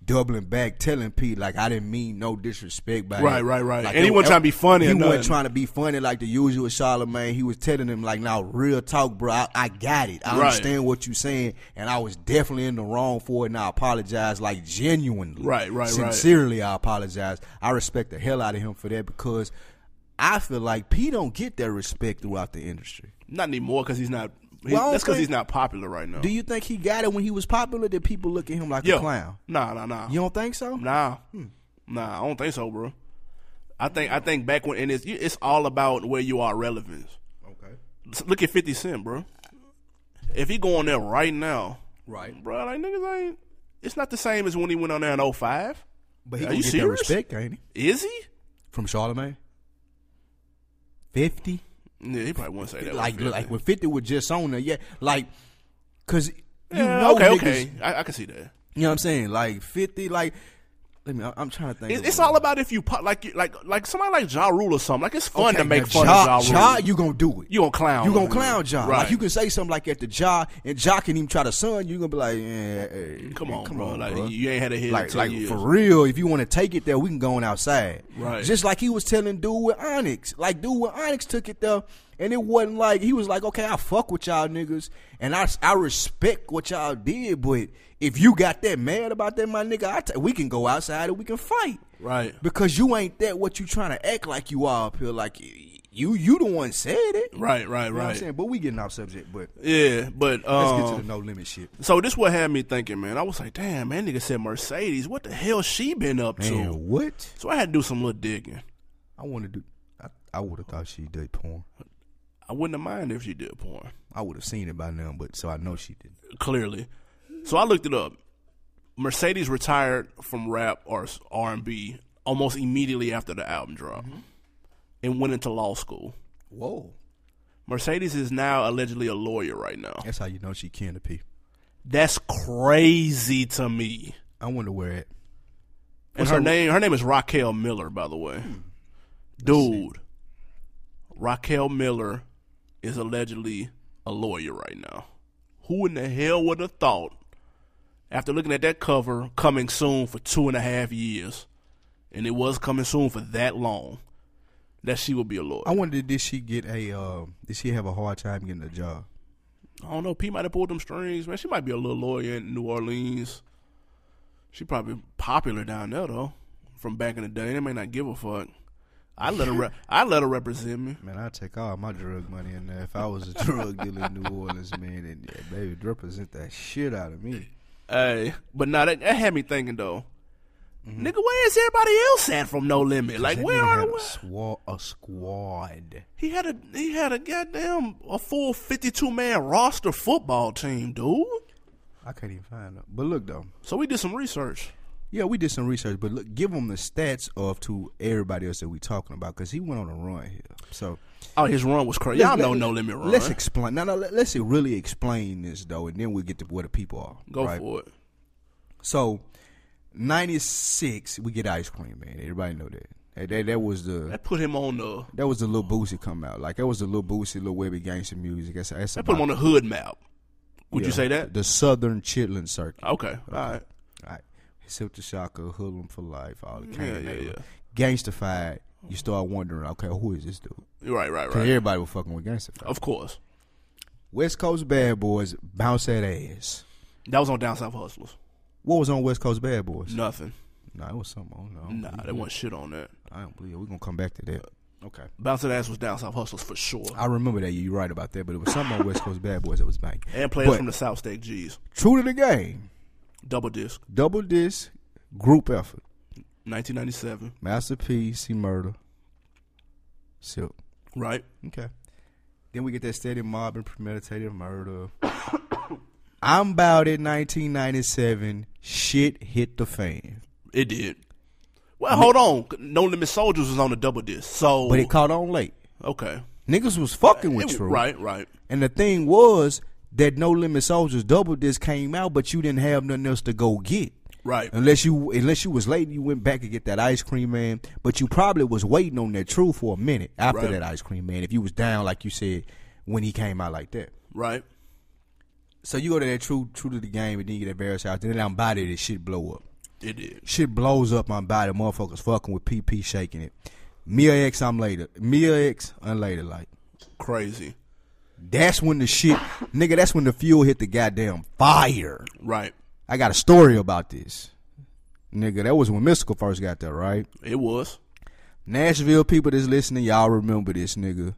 A: doubling back, telling Pete like I didn't mean no disrespect by
B: Right,
A: that.
B: right, right.
A: Like,
B: And he
A: it-
B: wasn't
A: it-
B: trying to be funny
A: He
B: or
A: wasn't
B: nothing.
A: trying to be funny like the usual Charlemagne. He was telling him like, "Now, real talk, bro. I, I got it. I
B: Right.
A: understand what you're saying, and I was definitely in the wrong for it. And I apologize, like genuinely,
B: Right, right, right.
A: sincerely. I apologize. I respect the hell out of him for that because." I feel like P don't get that respect throughout the industry.
B: Not anymore because he's not. He,
A: Well, I don't
B: that's because
A: think-
B: he's not popular right now.
A: Do you think he got it when he was popular? Did people look at him like
B: Yo,
A: a clown?
B: Nah, nah, nah.
A: You don't Hmm. think so?
B: Nah, nah. I don't think so, bro. I think I think back when and it's it's all about where you are relevance.
A: Okay.
B: S- Look at Fifty Cent, bro. If he go on there right now,
A: Right.
B: bro, like niggas ain't. It's not the same as when he went on there in 05.
A: But he
B: Are
A: gonna
B: you
A: get
B: serious?
A: that respect, ain't he?
B: Is he?
A: From Charlemagne? 50?
B: Yeah, he probably wouldn't say that.
A: Like,
B: with 50.
A: like when 50 was just on there, yeah. Like, because you
B: Yeah,
A: know
B: okay,
A: niggas,
B: okay, I, I can see that.
A: you know what I'm saying? Like, 50, like, let me, I- I'm trying to think.
B: It,
A: of
B: it's
A: one.
B: all about if you pop, like like like somebody like Ja Rule or something. Like it's fun
A: Okay,
B: to make
A: now,
B: fun
A: Ja,
B: of Ja Rule.
A: Ja, you gonna do it.
B: You gonna clown
A: You gonna
B: him.
A: clown Ja. Like
B: Right.
A: you can say something like at the Ja, and Ja can even try to son. You you gonna be like, eh, eh,
B: Come
A: eh,
B: on, bro. Like, you ain't had a hit in
A: Like,
B: 10
A: like
B: years.
A: for real. If you want to take it there, we can go on outside.
B: Right.
A: Just like he was telling dude with Onyx. Like dude with Onyx took it there, and it wasn't like he was like, okay, I fuck with y'all niggas, and I I respect what y'all did, but if you got that mad about that, my nigga, I ta- we can go outside and we can fight.
B: Right.
A: Because you ain't that what you trying to act like you are up here. Like you, you, you the one said it.
B: Right, right,
A: You know what I'm
B: right.
A: saying? But we getting off subject. But
B: Yeah, but
A: let's
B: um,
A: get to the no limit shit.
B: so this what had me thinking, man. I was like, damn, man, nigga said Mercedes. What the hell she been up to?
A: Man, what?
B: So I had to do some little digging.
A: I want to do. I, I would have thought she did porn.
B: I wouldn't have minded if she did porn.
A: I would have seen it by now, but so I know she did.
B: Clearly, so I looked it up. Mercedes retired from rap or R and B almost immediately after the album drop,
A: Mm-hmm.
B: and went into law school.
A: Whoa,
B: Mercedes is now allegedly a lawyer right now.
A: that's how you know she can to pee.
B: That's crazy to me.
A: I wonder where it.
B: And her name her name is Raquel Miller, by the way. Dude. Raquel Miller is allegedly a lawyer right now. Who in the hell would have thought after looking at that cover coming soon for two and a half years, and it was coming soon for that long, that she would be a lawyer.
A: I wonder did she get a? Uh, did she have a hard time getting a job?
B: I don't know. P might have pulled them strings, man. She might be a little lawyer in New Orleans. She probably popular down there though, from back in the day. They may not give a fuck. I let her.
A: *laughs*
B: Re- I let her represent me.
A: Man, I'd take all my drug money in there. If I
B: *laughs*
A: was a drug dealer in New Orleans, man, and yeah, baby, represent that shit out of me.
B: Hey, but now that, that had me thinking though.
A: Mm-hmm.
B: Nigga, where is everybody else at from No Limit? Like,
A: That
B: where
A: nigga
B: are
A: had
B: the?
A: a, swa- a squad?
B: He had a he had a goddamn a full fifty two man roster football team, dude.
A: I can't even find them. But look though,
B: So we did some research.
A: yeah, we did some research. But look, give them the stats of to everybody else that we talking about because he went on a run here. So
B: Oh, his run was crazy. Y'all
A: Let's-
B: know
A: let-
B: No Limit run.
A: Let's explain. No, no. Let, let's really explain this though, and then we will get to where the people are.
B: Go
A: right?
B: for it.
A: So, ninety six, we get ice cream, man. Everybody know that. That, that, that was the
B: That put him on the.
A: That was the little Boosie come out. Like that was the little Boosie, little Webby gangster music. That's, that's
B: That put him on the hood map. Would you say that?
A: The Southern Chitlin Circuit.
B: Okay. All right.
A: All right. Silk the Shocker, Hoodlum for Life, all the
B: Yeah,
A: kind
B: yeah,
A: of
B: yeah.
A: gangsterfied. You start wondering, okay, who is this dude?
B: Right, right,
A: 'Cause
B: right.
A: everybody was fucking with gangsterfied.
B: Of course.
A: West Coast Bad Boys, bounce that ass.
B: That was on Down South Hustlers.
A: What was on West Coast Bad Boys?
B: Nothing.
A: Nah, it was something on. No,
B: Nah, they wasn't shit on that.
A: I don't believe it. We're gonna come back to that. Okay.
B: Bouncing ass was Down South Hustlers for sure.
A: I remember that you're right about that, but it was something on West Coast Bad Boys that was banging.
B: And players
A: But
B: from the South State G's.
A: True to the game,
B: Double disc.
A: double disc, group effort.
B: 1997.
A: Master P, C Murder, Silk.
B: Right?
A: Okay. Then we get that steady mob and premeditated murder. *coughs* I'm about it. 1997. Shit hit the fan,
B: It did. Well, hold on. No Limit Soldiers was on the double disc. So.
A: but it caught on late.
B: okay.
A: Niggas was fucking with
B: It-
A: True,
B: right, right.
A: And the thing was that No Limit Soldiers double disc came out, but you didn't have nothing else to go get.
B: Right.
A: Unless you unless you was late, you went back and get that ice cream man. But you probably was waiting on that truth for a minute after
B: Right.
A: that ice cream man. If you was down, like you said, when he came out like that.
B: Right.
A: So you go to that true true to the game and then you get that various house, and then I'm body this shit blow up.
B: It did.
A: Shit blows up my body. Motherfuckers fucking with PP shaking it. Mia X, I'm later. Mia X, I'm later. Like
B: Crazy.
A: that's when the shit, nigga. That's when the fuel hit the goddamn fire.
B: Right.
A: I got a story about this, nigga. That was when Mystical first got there, right?
B: It was.
A: Nashville people that's listening, y'all remember this, nigga.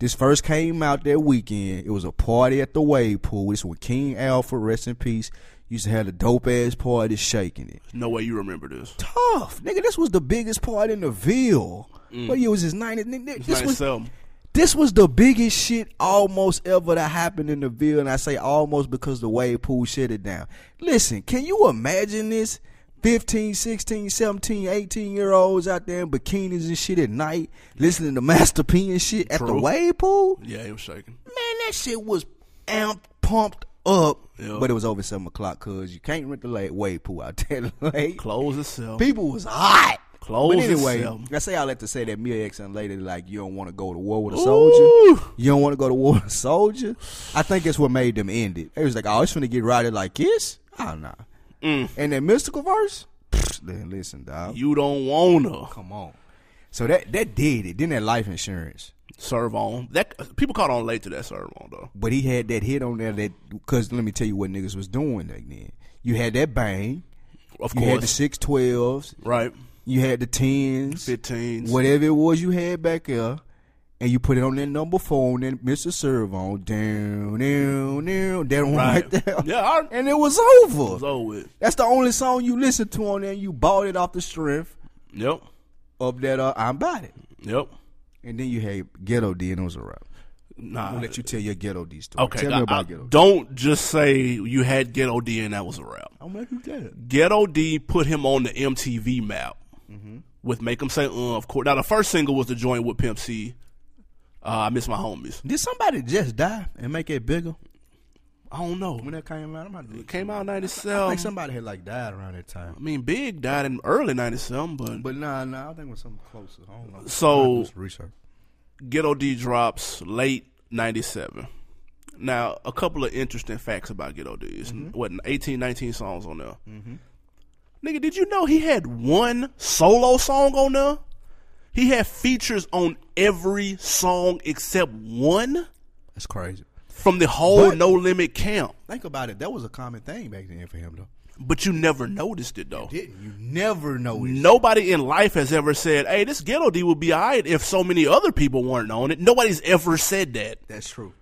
A: This first came out that weekend. It was a party at the wave pool. This when King Alpha, rest in peace, used to have the dope ass party shaking it.
B: No way you remember this.
A: tough, nigga. This was the biggest part in the Ville.
B: Mm.
A: What year was this? Ninety. Nigga, this was
B: 97.
A: this was the biggest shit almost ever that happened in the Ville, and I say almost because the wave pool shut it down. Listen, can you imagine this? 15, 16, 17, 18 year olds out there in bikinis and shit at night listening to Master P and shit at the
B: True.
A: wave pool?
B: Yeah, it was shaking.
A: Man, that shit was amped, pumped up,
B: Yeah.
A: but it was over 7 o'clock because you can't rent the late wave pool out there *laughs* late.
B: Close itself.
A: People was hot.
B: Oh. Close
A: but anyway,
B: itself.
A: I say all that to say that Mia X and later like you don't want to go to war with a soldier. You don't want to go to war with a soldier. I think that's what made them end it. They was like, oh, it's finna get routed like this. Oh nah. And that mystical verse. Pfft, Then listen, dog.
B: Mm. You don't wanna
A: Come on. So that that did it. Then that life insurance.
B: serve on that. People caught on late to that serve on though.
A: But he had that hit on there that because let me tell you what niggas was doing back then. You had that bang.
B: Of
A: You
B: course,
A: had the six twelves. *laughs*
B: right?
A: You had the tens.
B: Fifteens.
A: whatever it was you had back there, and you put it on that number four and then Mr. Serve on down, down, down, that one
B: Right.
A: right, there.
B: Yeah, I-
A: and it was over.
B: was over with.
A: That's the only song you listened to on there. and You bought it off the strength
B: Yep.
A: of that. Uh, I'm about it.
B: Yep.
A: And then you had Ghetto D, and it was a wrap.
B: Nah.
A: I'll let you tell your Ghetto D story.
B: Okay.
A: tell
B: I-
A: me about
B: I-
A: Ghetto. D.
B: don't just say you had Ghetto D and that was a wrap.
A: I'm like, you get it.
B: Ghetto D put him on the MTV map
A: Mm-hmm.
B: with Make 'em Say Uh, of course. Now, the first single was the joint with Pimp C. Uh, I Miss My Homies.
A: Did somebody just die and make it bigger
B: I don't know.
A: when that came out? I'm about to
B: It came out in
A: I
B: 97.
A: think somebody had like died around that
B: I
A: time.
B: mean, Big died in early 97, but,
A: But nah, nah, I think it was something closer. I don't know.
B: So-
A: Just research.
B: Ghetto D drops late 97. Now, a couple of interesting facts about Ghetto D. It's, What, 18, 19 songs on there. Nigga, did you know he had one solo song on there? He had features on every song except one
A: That's crazy.
B: from the whole
A: But-
B: No Limit camp.
A: Think about it. That was a common thing back then for him, though.
B: But you never noticed it, though.
A: Didn't you never know it?
B: Nobody in life has ever said, hey, this Ghetto D would be all right if so many other people weren't on it. Nobody's ever said that.
A: That's true.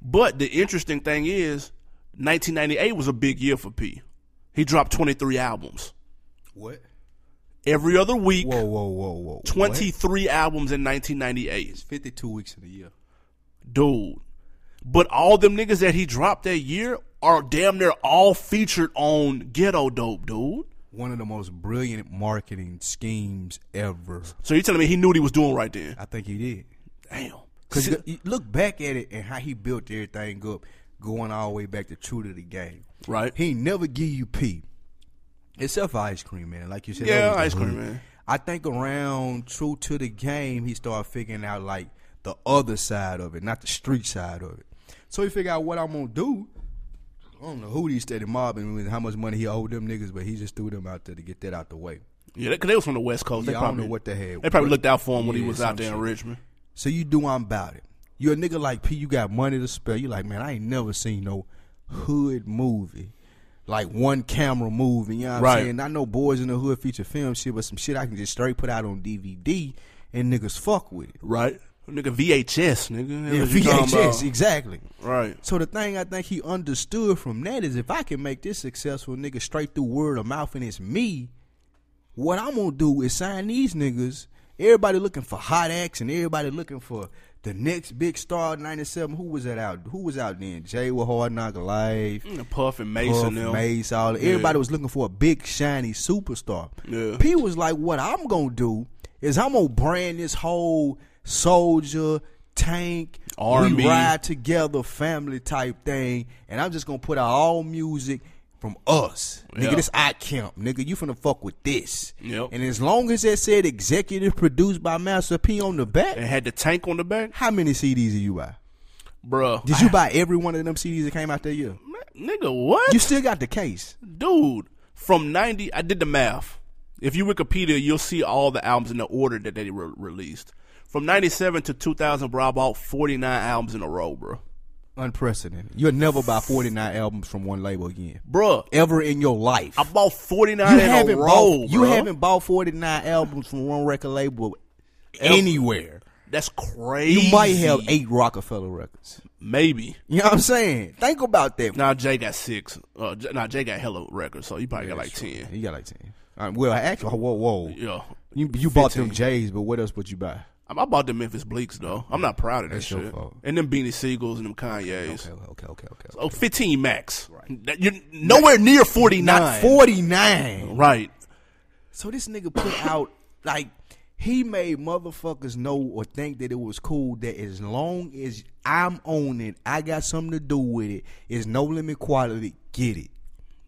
B: But the interesting thing is, 1998 was a big year for P. He dropped 23 albums
A: What?
B: every other week.
A: Whoa, whoa, whoa, whoa!
B: 23 albums in 1998,
A: fifty-two weeks in a year.
B: dude. But all them niggas that he dropped that year are damn near all featured on Ghetto Dope, dude.
A: One of the most brilliant marketing schemes ever.
B: So you telling me he knew what he was doing right then?
A: I think he did.
B: Damn.
A: Cause
B: See-
A: you look back at it and how he built everything up, going all the way back to true to the game.
B: right?
A: He never give you pee, except for ice cream man. Like you said, that
B: Yeah,
A: was the
B: Ice Cream
A: hood.
B: Man.
A: I think around true to the game, he started figuring out like the other side of it, not the street side of it. So he figured out what I'm gonna do. I don't know who these steady mobbing and how much money he owed them niggas, but he just threw them out there to get that out the way.
B: yeah, because they was from the West Coast. They
A: Yeah, I don't
B: probably
A: know what the hell-
B: They probably
A: what-
B: looked out for him when he
A: Yeah,
B: was out
A: some
B: there in
A: shit.
B: Richmond.
A: So you do I'm about it. You're a nigga like P, you got money to spare. You like, man, I ain't never seen no hood movie. Like one camera movie, you know what I'm
B: Right.
A: saying? I know boys in the hood feature film shit, but some shit I can just straight put out on DVD and niggas fuck with it.
B: Right, nigga VHS, nigga.
A: *laughs*
B: That's
A: Yeah,
B: what you talking
A: VHS,
B: about.
A: exactly.
B: Right.
A: So the thing I think he understood from that is if I can make this successful nigga straight through word of mouth and it's me, what I'm gonna do is sign these niggas. Everybody looking for hot acts and everybody looking for the next big star. Ninety seven. Who was that out? Who was out then? Jay with Hard Knock Life.
B: And Puff and Mace
A: Puff,
B: and them.
A: Mace, all everybody was looking for a big shiny superstar.
B: Yeah.
A: P was like, "What I'm gonna do is I'm gonna brand this whole soldier tank
B: Army.
A: we ride together family type thing, and I'm just gonna put out all music from us,
B: Yeah.
A: nigga. This I camp, nigga. You finna fuck with this,
B: Yep.
A: and as long as that said executive produced by Master P on the back,
B: And had the tank on the back,
A: how many CDs did you buy?
B: bruh.
A: Did you buy every one of them CDs that came out that year?
B: nigga? What,
A: You still got the case.
B: dude? from 90, I did the math. If you Wikipedia, you'll see all the albums in the order that they were released. From 97 to 2000, bro, I bought 49 albums in a row, bro.
A: Unprecedented. You'll never buy 49 albums from one label again.
B: Bro,
A: Ever in your life.
B: I bought 49
A: you
B: in a
A: haven't
B: row,
A: bought, you
B: bro.
A: haven't bought 49 albums from one record label anywhere.
B: That's crazy.
A: You might have eight Rockefeller records.
B: Maybe.
A: You know what I'm saying? Think about that.
B: Now, Jay got six. Uh, J- nah, Jay got hella records, so you probably got like 10.
A: You got like 10. All right, well, actually, whoa, whoa.
B: Yeah.
A: You, you bought them J's, but what else would you buy?
B: I'm about the Memphis Bleaks though. I'm not proud of that
A: That's your
B: shit.
A: fault.
B: And them Beanie Siegels and them Kanyes.
A: Okay, okay, okay, okay.
B: Oh, 15 max. That- You're nowhere near 49.
A: Not 49.
B: Right.
A: So this nigga put *coughs* out, like, he made motherfuckers know or think that it was cool that as long as I'm on it, I got something to do with it, it's no limit quality, get it.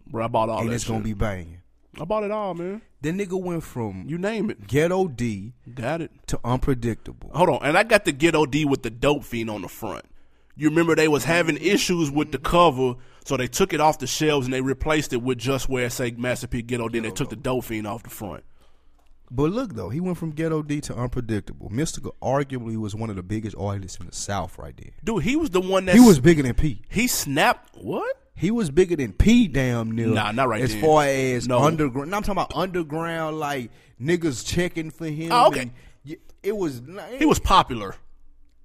B: Bro, I bought all
A: and
B: that
A: it's going to be
B: shit.
A: banging.
B: I bought it all, man.
A: The nigga went from
B: You name it.
A: ghetto D
B: Got it.
A: to unpredictable.
B: Hold on. And I got the Ghetto D with the Dope Fiend on the front. You remember they was having issues with the cover, so they took it off the shelves and they replaced it with just where it say Master P Ghetto D. and They took the Dope Fiend off the front.
A: But look though, he went from ghetto D to unpredictable. Mystical arguably was one of the biggest artists in the South right there.
B: Dude, he was the one that
A: He was bigger than P.
B: he snapped what?
A: He was bigger than P damn near.
B: Nah, not right
A: As
B: then.
A: far as
B: No.
A: underground, no, I'm talking about underground, like niggas checking for him.
B: Oh, okay.
A: and y- it was. not-
B: He was popular.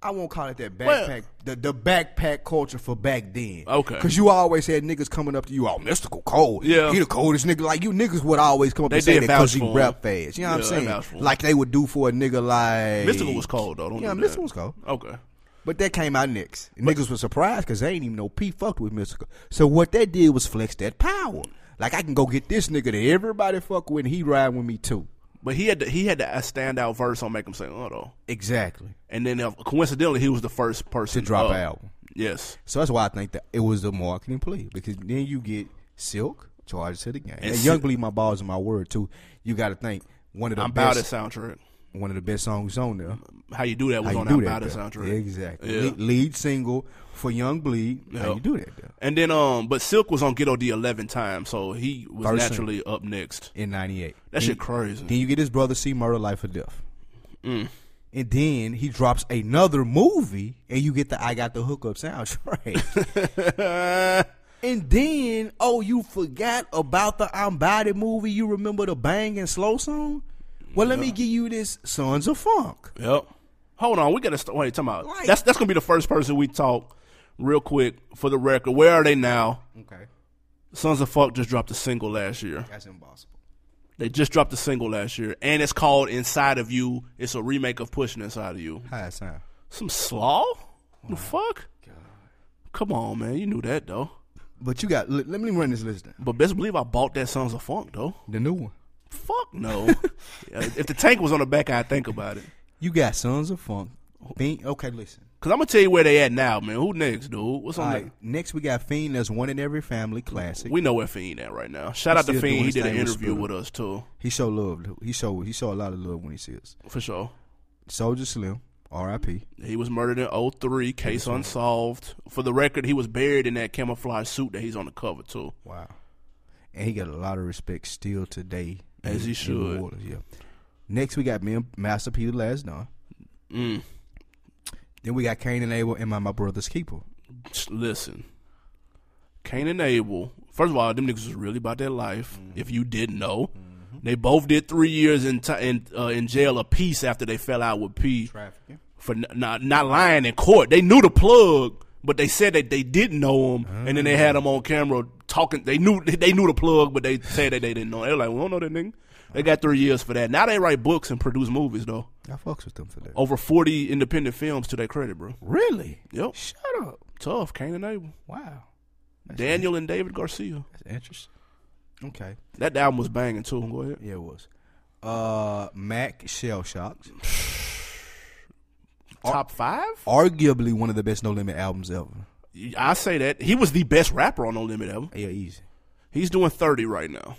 A: I won't call it that
B: Well-
A: backpack. the, the backpack culture for back then.
B: Okay.
A: Because you always had niggas coming up to you, all mystical cold.
B: Yeah.
A: He the coldest nigga. Like you niggas would always come up
B: They
A: and say
B: did
A: that because
B: vouch
A: he
B: for
A: rap
B: him.
A: fast. You know what I'm
B: Yeah, they vouch for
A: saying?
B: him.
A: Like they would do for a nigga like
B: Mystical was cold though. Don't
A: Yeah,
B: do that.
A: Mystical was cold.
B: Okay.
A: But that came out next. And niggas was surprised because they ain't even know P fucked with Mystical. So what that did was flex that power. Like I can go get this nigga that everybody fuck with and he ride with me too.
B: But he had the, he had the, a standout verse on Make Him Say Oh though.
A: Exactly.
B: And then uh, coincidentally, he was the first person
A: To drop
B: up.
A: an album.
B: Yes.
A: So that's why I think that it was a marketing play because then you get Silk charged to the game. And
B: Silk-
A: Young believe my balls and my word too. You got to think one of the
B: I'm about it
A: best
B: soundtrack.
A: one of the best songs on there.
B: How you do that was
A: How you
B: on
A: do
B: I'm
A: that?
B: about it
A: though.
B: soundtrack.
A: Exactly.
B: Yeah.
A: Le- lead single for Young Bleed. How
B: Yeah.
A: you do that? Though?
B: And then um, but Silk was on Ghetto D eleven times, so he was
A: First
B: naturally up next.
A: in '98.
B: That
A: Then-
B: shit crazy.
A: Then you get his brother see Murder, Life or Death. Mm. And then he drops another movie, and you get the I Got the Hookup soundtrack. *laughs* and then, oh, you forgot about the I'm Body movie. You remember the Bang and Slow song? Well, let me give you this Sons of Funk.
B: Yep. Hold on, we gotta st- wait. Talk about
A: Like-
B: that's that's gonna be the first person we talk real quick for the record. Where are they now?
A: Okay.
B: Sons of Fuck just dropped a single last year.
A: That's impossible.
B: They just dropped a single last year, and it's called Inside of You. It's a remake of Pushing Inside of You.
A: How that sound?
B: Some slaw?
A: Oh
B: The fuck? Come on, man. You knew that though.
A: But you got, let let me run this list down.
B: But best believe I bought that Sons of Funk though.
A: The new one. *laughs*
B: Fuck no. Yeah, if the tank was on the back, I'd think about it.
A: You got Sons of Funk. Fiend. Okay, listen.
B: Cause I'm gonna tell you where they at now, man. Who next, dude? What's
A: All
B: on?
A: right,
B: the
A: next we got Fiend. There's one in every family classic.
B: We know where Fiend at right now. Shout out to
A: still
B: Fiend.
A: doing
B: He
A: his
B: did an
A: thing with
B: interview
A: Spooner.
B: with us too,
A: He show love. though. He show he show a lot of love when he sees us.
B: for sure.
A: Soldier Slim, R.I.P.
B: He was murdered in 03, case unsolved. For the record, he was buried in that camouflage suit that he's on the cover too.
A: Wow. And he got a lot of respect still today.
B: As
A: in-
B: he
A: in
B: should.
A: New Orleans, yeah. Next we got me and Master P the Last Don.
B: Mm.
A: Then we got Cain and Abel and my, my brother's keeper.
B: Listen, Cain and Abel. First of all, them niggas was really about their life. If you didn't know, they both did three years in ti in, uh, in jail apiece after they fell out with P
A: Trafficking.
B: for n- not not lying in court. They knew the plug, but they said that they didn't know him, and then they had him on camera talking. They knew they knew the plug, but they said that they didn't know. They're like, we don't know that nigga. They got three years for that. Now they write books and produce movies though.
A: I fucks with them for that.
B: Over forty independent films to their credit, bro.
A: really?
B: Yep,
A: Shut up.
B: tough. Cain and Abel.
A: Wow. That's
B: Daniel and David Garcia.
A: That's interesting. Okay.
B: That album was banging too. Go ahead.
A: Yeah, it was. Uh, Mac Shell Shocked.
B: Top five?
A: Arguably one of the best No Limit albums ever.
B: I say that he was the best rapper on No Limit album.
A: Yeah, easy.
B: He's doing thirty right now.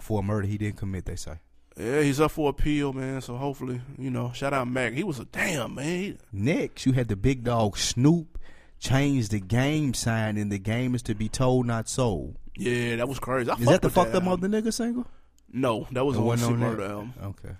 A: For a murder he didn't commit, they say.
B: Yeah, he's up for appeal, man. So hopefully, you know, shout out Mac. He was a damn man. He-
A: Next, you had the big dog Snoop change the game sign, and the game is to be told, not sold.
B: Yeah, that was crazy. I
A: Is that the
B: with
A: fucked up
B: album.
A: mother nigga single?
B: No, that was
A: It
B: on
A: wasn't
B: C
A: on
B: Murder
A: that?
B: album.
A: Okay.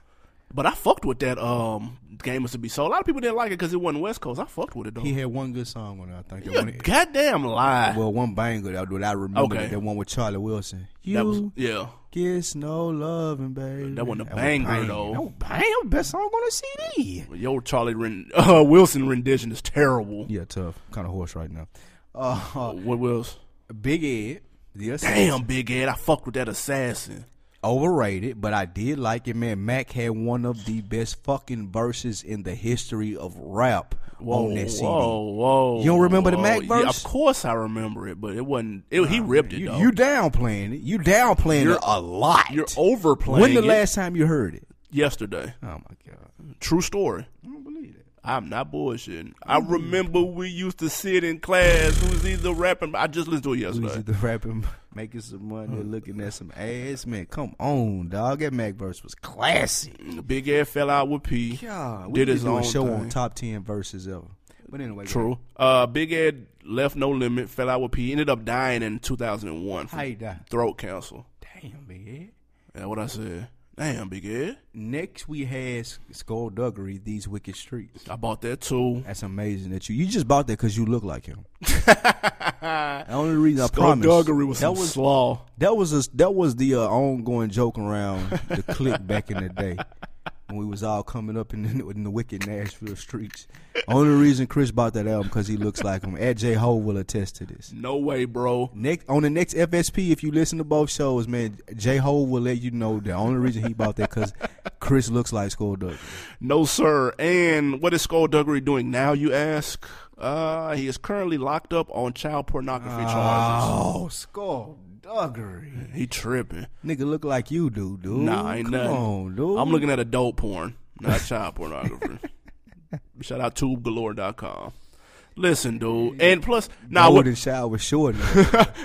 B: But I fucked with that um game to be sold. A lot of people didn't like it because it wasn't West Coast. I fucked with it though.
A: He had one good song on it, I think.
B: you
A: That
B: a
A: one,
B: goddamn lie.
A: well, one banger that that I remember.
B: Okay.
A: That one with Charlie Wilson. You
B: that was yeah.
A: gets no loving, baby.
B: That wasn't a banger, though.
A: No banger. Best song on the CD.
B: Yo, Charlie Ren- *laughs* uh, Wilson rendition is terrible.
A: Yeah, tough. Kind of hoarse right now. Uh,
B: What was?
A: Big Ed. The Assassin.
B: Damn, Big Ed, I fucked with that assassin.
A: overrated, but I did like it, man. Mac had one of the best fucking verses in the history of rap
B: Whoa,
A: on that CD.
B: whoa, whoa!
A: You don't remember the
B: whoa.
A: Mac
B: Yeah,
A: verse?
B: of course I remember it, but it wasn't. It, he ripped it
A: You,
B: though.
A: you downplaying it. You downplaying
B: You're-
A: it a lot.
B: You're overplaying.
A: when the
B: it
A: last time you heard it?
B: yesterday?
A: Oh my god!
B: True story. I don't believe it. I'm not bullshitting. I
A: Mm-hmm.
B: remember we used to sit in class. Who's either rapping? I just listened to it
A: Who's
B: yesterday.
A: the rapping, making some money, looking at some ass, man? Come on, dog. That Mac verse was classic.
B: Big Ed fell out with P.
A: God, we
B: did
A: did
B: his
A: do
B: own
A: a show
B: thing.
A: on top ten verses ever. But anyway, go ahead.
B: True. Uh, Big Ed left no limit. Fell out with P. Ended up dying in 2001
A: How
B: from
A: you die?
B: throat cancer.
A: Damn, man.
B: That's what I said. Damn, Big Ed.
A: Next we had Skullduggery, These Wicked Streets.
B: I bought that too.
A: That's amazing that you you just bought that because you look like
B: *laughs*
A: him. the only reason I promise
B: Skullduggery was
A: that
B: some
A: was
B: slaw.
A: that was a, that was the uh, ongoing joke around the clique back in the day when we was all coming up in the, in the wicked Nashville streets. Only reason Chris bought that album because he looks like him. At J Ho will attest to this.
B: No way, bro.
A: Next on the next FSP, if you listen to both shows, man, J Ho will let you know the only reason he bought that because Chris looks like Skullduggery.
B: No, sir. And what is Skullduggery doing now, you ask? Uh, he is currently locked up on child pornography charges.
A: Oh, Skullduggery.
B: He tripping.
A: Nigga look like you do, dude.
B: Nah, ain't
A: Come
B: nothing.
A: on, dude.
B: I'm looking at adult porn, not child *laughs* pornography. Shout out tubegalore.com. Listen, dude. And plus,
A: I
B: nah, what,
A: wouldn't shower
B: *laughs*
A: short.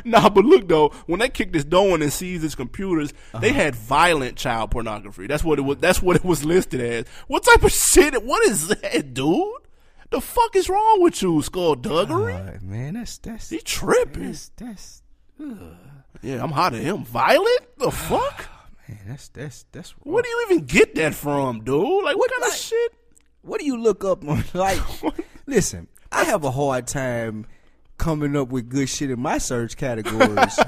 B: nah, but look though, when they kicked this door in and seized his computers, they had violent child pornography. That's what it was. That's what it was listed as. What type of shit? What is that, dude? The fuck is wrong with you, skullduggery?
A: Alright, man, that's that's
B: he tripping.
A: that's that's
B: Yeah, I'm hot of him. Violent? The fuck?
A: man, that's that's that's wrong.
B: Where do you even get that from, dude? Like what kind of shit?
A: What do you look up on? *laughs*
B: *laughs*
A: Like, listen, I have a hard time coming up with good shit in my search
B: *laughs*
A: categories.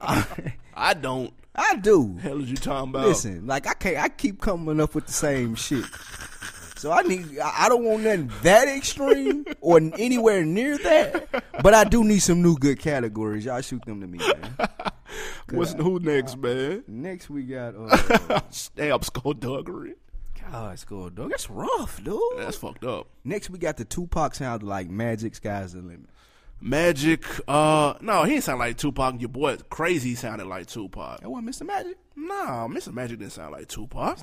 B: I don't.
A: I do.
B: Hell is you talking about?
A: Listen, like I can't. I keep coming up with the same shit. So I need. I I don't want nothing that extreme or n- anywhere near that. But I do need some new good categories. Y'all shoot them to me, man.
B: What's who next, man?
A: Next we got. Uh,
B: Stamp skullduggery.
A: God, it's cool, dog. That's rough, dude.
B: That's fucked up.
A: Next we got the Tupac sound like Magic Sky's the Limit.
B: Magic. Uh, no, he didn't sound like Tupac. Your boy Crazy sounded like Tupac.
A: That was Mr. Magic.
B: Nah, Mr. Magic didn't sound like Tupac.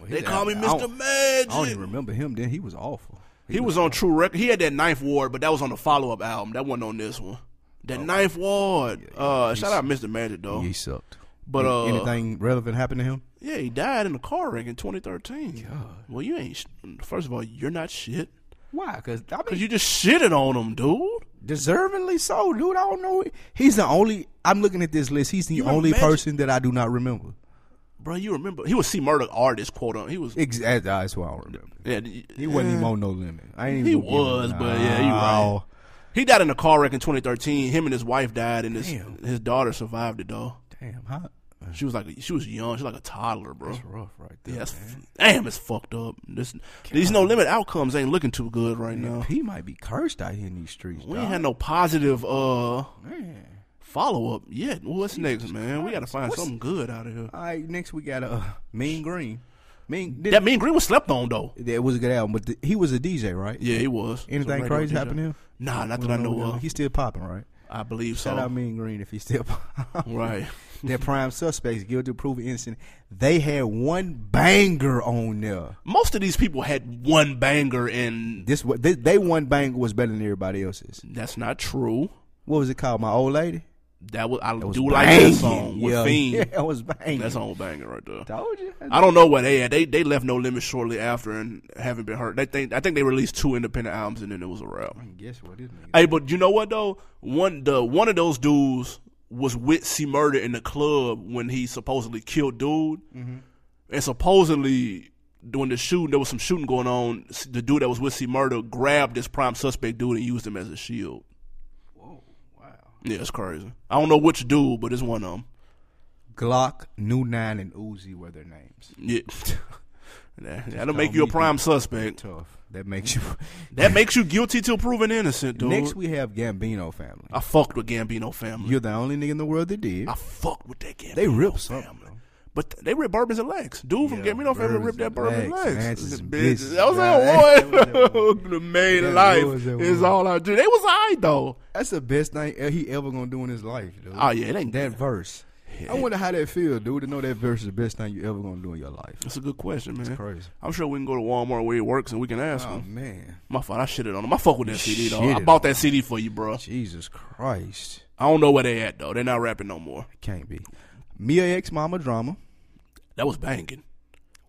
A: Well,
B: They
A: his
B: call me
A: album- I
B: Mr.
A: don't-
B: Magic.
A: I don't even remember him. Then he was awful.
B: He was on True Record. He had that Ninth Ward, but that was on the follow up album. That wasn't on this one. That Ninth Ward. Uh, shout out Mr. Magic though.
A: He sucked.
B: But uh,
A: Anything relevant happened to him?
B: Yeah, he died in a car wreck in 2013. Well, you ain't. sh- First of all, you're not shit.
A: Why? Because I
B: Cause you just shitted on him, dude.
A: deservingly so, dude. I don't know. He's the only. I'm looking at this list. He's the
B: You
A: only
B: imagine-
A: person that I do not remember.
B: Bro, you remember he was C Murder artist, quote unquote. He was.
A: Exactly. That's why I don't remember.
B: Yeah,
A: He wasn't even on no limit. I ain't.
B: He
A: even gonna give him-
B: was, but yeah, you
A: Nah.
B: right. He died in a car wreck in 2013. Him and his wife died, and his his daughter survived it though.
A: Damn, how
B: She was like she was young. She was like a toddler, bro.
A: rough right there.
B: Yeah, that's, damn, it's fucked up. This, these no limit outcomes ain't looking too good right now.
A: He might be cursed out here in these streets.
B: We
A: dog.
B: ain't had no positive uh
A: Man.
B: follow up yet. What's next, man? We got to find something good out of here.
A: All right, next we got a uh, Mean Green. Mean
B: That Mean Green was slept on though.
A: that was a good album, but th- he was a DJ, right?
B: Yeah, he was.
A: Anything
B: So,
A: crazy
B: radio
A: happened to
B: DJ.
A: him?
B: Nah, not that I know of.
A: He's still popping, right?
B: I believe so.
A: Shout out Mean Green if he's still *laughs* popping.
B: Right.
A: Their prime suspects, guilty, proven innocent. They had one banger on there.
B: Most of these people had one banger, and
A: This wa- they, they one banger was better than everybody else's.
B: that's not true.
A: What was it called? My old lady.
B: That was I
A: was
B: do like that
A: banging.
B: song with
A: yeah.
B: Fiend.
A: Yeah, it was banging.
B: That's on banger right there.
A: Told you.
B: I don't know where they at. They they left No Limit shortly after and haven't been heard. They think I think they released two independent albums and then it was a wrap.
A: Guess what? This nigga.
B: Hey, but you know what though? One the one of those dudes was with C Murder in the club when he supposedly killed dude, and supposedly during the shooting there was some shooting going on. S- The dude that was with C Murder grabbed this prime suspect dude and used him as a shield. Whoa! Wow. Yeah, it's crazy. I don't know which dude, but it's one of them.
A: Glock, New Nine, and Uzi were their names.
B: Yeah. *laughs* That- That'll make you a
A: me
B: prime suspect.
A: Tough. That makes you.
B: That makes you guilty till proven innocent, dude.
A: Next, we have Gambino family.
B: I fucked with Gambino family.
A: You're the only nigga in the world that did.
B: I fucked with that Gambino
A: They ripped
B: family.
A: something, though.
B: But th- they ripped Bourbons and Legs. Dude from
A: Yeah,
B: Gambino family
A: Bourbons
B: ripped that
A: and
B: Bourbon and
A: Legs,
B: Legs.
A: Mansions
B: This
A: and
B: bitch-
A: bitches.
B: That was
A: Nah,
B: that
A: that-
B: *laughs*
A: that
B: one. The main
A: That was
B: life
A: that
B: is
A: one.
B: all I do. They was alright though.
A: That's the best thing e- he ever gonna do in his life, dude.
B: Oh yeah, it ain't
A: That verse. I wonder how that feel, dude, to know that verse is the best thing you ever gonna do in your life.
B: *laughs* That's a good question, man.
A: crazy.
B: I'm sure we can go to Walmart where he works and we can ask
A: Oh
B: him.
A: man,
B: My fault. I shitted on him. I fuck with that CD though. I
A: shitted
B: bought that CD for you, bro.
A: Jesus Christ,
B: I don't know where they at though. They're not rapping no more.
A: can't be. Mia X Mama Drama.
B: That was banging.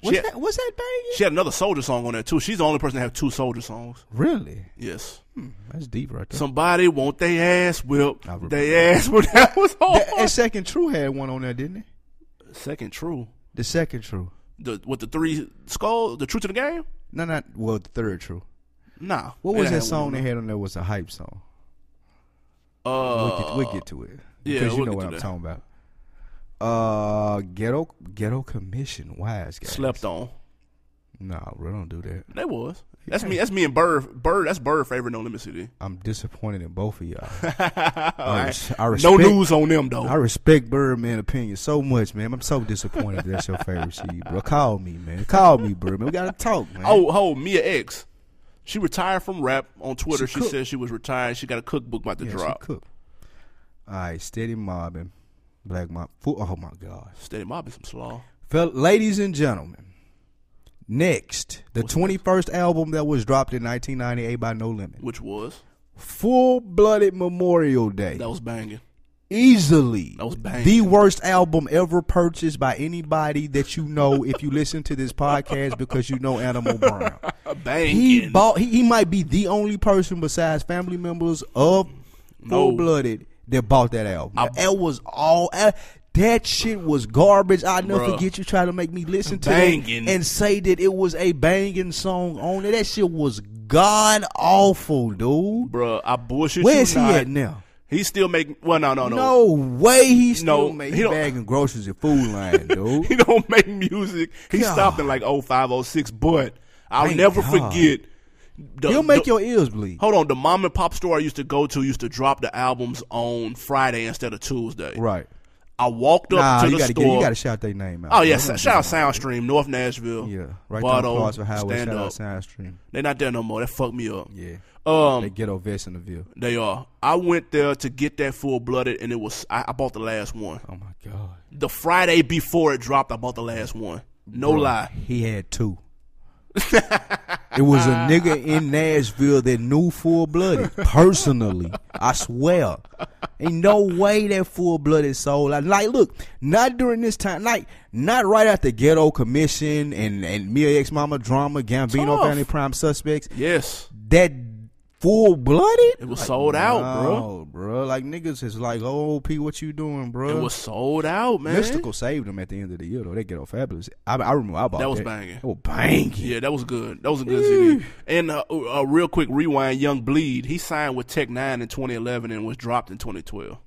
A: What's
B: She-
A: that? What's that banging?
B: She had another soldier song on there too. She's the only person to have two soldier songs.
A: Really?
B: Yes.
A: That's deep right there.
B: Somebody want they ass whipped.
A: I remember
B: They ass whipped. *laughs* That was hard.
A: That- and Second True had one on there, didn't it?
B: Second true.
A: The Second True.
B: The with the three skulls, the truth to the game?
A: No, not well. The Third True.
B: Nah.
A: What
B: They
A: was
B: done
A: that
B: had
A: song
B: one
A: they
B: of
A: had on there? Was a hype song.
B: them. Uh,
A: We'll get, we'll get to it
B: yeah,
A: because you
B: we'll
A: know
B: get
A: what
B: to
A: I'm
B: that.
A: talking about. Uh, ghetto, ghetto commission, wise guys.
B: slept on.
A: No, we don't do that.
B: They was. That's me. That's me and Bird. Bird. That's Bird favorite No
A: *laughs*
B: Limit CD.
A: I'm disappointed in both of
B: *laughs*
A: y'all. I,
B: Alright.
A: res- I
B: No
A: respect,
B: news on them though.
A: I respect Birdman opinion so much, man. I'm so disappointed that's your favorite CD, bro. Call me, man. Call me, Birdman. We gotta talk, man.
B: Oh, ho, Mia X. She retired from rap on Twitter.
A: She
B: She,
A: cooked.
B: said she was retired. She got a cookbook about to
A: yeah,
B: drop.
A: she cook. All right, steady mobbing, black mob. Fo- Oh my God,
B: Steady mobbing some slaw.
A: Fel- ladies and gentlemen. Next, the 21st album that was dropped in 1998 by No Limit.
B: Which was
A: Full Blooded Memorial Day.
B: that was banging.
A: Easily
B: That was banging.
A: the worst album ever purchased by anybody that you know if you listen to this podcast because you know Animal
B: *laughs*
A: Brown.
B: A banging.
A: He bought he, he might be the only person besides family members of
B: No.
A: Full Blooded that bought that album. That was all that- that shit was garbage. I never
B: Bruh.
A: forget you trying to make me listen to
B: Banging.
A: that and say that it was a banging song on it. That shit was god awful, dude.
B: Bruh, I bullshit you
A: Where's he
B: not.
A: at now?
B: He still making. Well, no, no, no.
A: No way he's still
B: No,
A: ma-
B: he
A: he
B: don't-
A: bagging groceries at food
B: *laughs*
A: line,
B: *laughs* He
A: dude.
B: don't make music. He
A: God.
B: stopped in like 05, 06, But I'll
A: Thank
B: never
A: God.
B: forget. The,
A: He'll make
B: the-
A: your ears bleed.
B: Hold on, the mom and pop store I used to go to used to drop the albums on Friday instead of Tuesday.
A: Right.
B: I walked up
A: Nah,
B: to
A: you
B: the
A: gotta
B: store.
A: get, you gotta shout their name out.
B: oh
A: bro.
B: yes, shout out Soundstream, North Nashville.
A: Yeah, right there
B: Bardo,
A: on Clarksville Highway.
B: Stand
A: Shout out
B: up.
A: Soundstream.
B: They're not there no more. That fucked me up.
A: Yeah,
B: Um,
A: they ghetto vest in the view.
B: They are. I went there to get that full blooded, and it was. I, I bought the last one.
A: Oh my god,
B: The Friday before it dropped, I bought the last one. No lie.
A: he had *laughs* two. it was a nigga in Nashville that knew full blooded personally. I swear, ain't no way that full blooded sold. Like, like, look, not during this time. Like, not right after Ghetto Commission and and Mia X Mama drama, Gambino
B: Tough.
A: Family Prime Suspects.
B: Yes,
A: That full blooded.
B: it was sold out, bro.
A: No, bro. Like niggas is like, oh, P, what you doing, bro?
B: It was sold out, man.
A: Mystical saved them at the end of the year though. They get on fabulous. I, I remember I bought
B: That was banging.
A: That was banging.
B: Yeah, that was good. That was a good CD. And uh, a real quick rewind, Young Bleed. He signed with Tech Nine in 2011 and was dropped in 2012.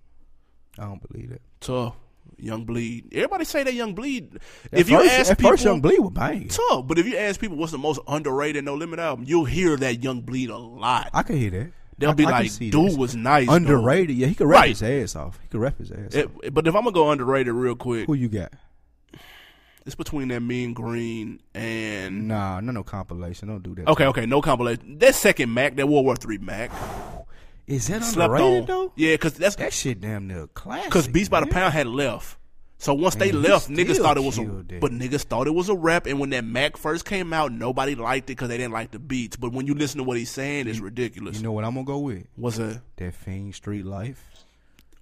A: I don't believe it.
B: Tough. Young Bleed. Everybody say that Young Bleed.
A: At
B: if you
A: first-
B: ask
A: at
B: people,
A: first Young Bleed was banging.
B: tough. But if you ask people what's the most underrated No Limit album, you'll hear that Young Bleed a lot.
A: I can hear that.
B: They'll
A: I-
B: be
A: I can
B: like,
A: see
B: "Dude
A: this."
B: was nice, though."
A: underrated." Yeah, he could rap
B: Right.
A: his ass off. He could rap his ass. off.
B: It- but if I'm gonna go underrated real quick,
A: Who you got?
B: it's between that Mean Green and
A: Nah, no, no compilation. Don't do that.
B: okay, okay, no compilation. That second Mac, that World War Three Mac,
A: is that
B: slept
A: underrated
B: on.
A: though?
B: Yeah, because that's
A: That shit damn near a classic.
B: because Beats by the
A: man.
B: Pound had left. So once they
A: Man, he
B: left, niggas
A: still
B: thought it was a
A: killed it.
B: but niggas thought it was a rap. And when that Mac first came out, nobody liked it because they didn't like the beats. But when you listen to what he's saying, it's ridiculous.
A: You know what I'm gonna go with?
B: was a
A: That fiend street life.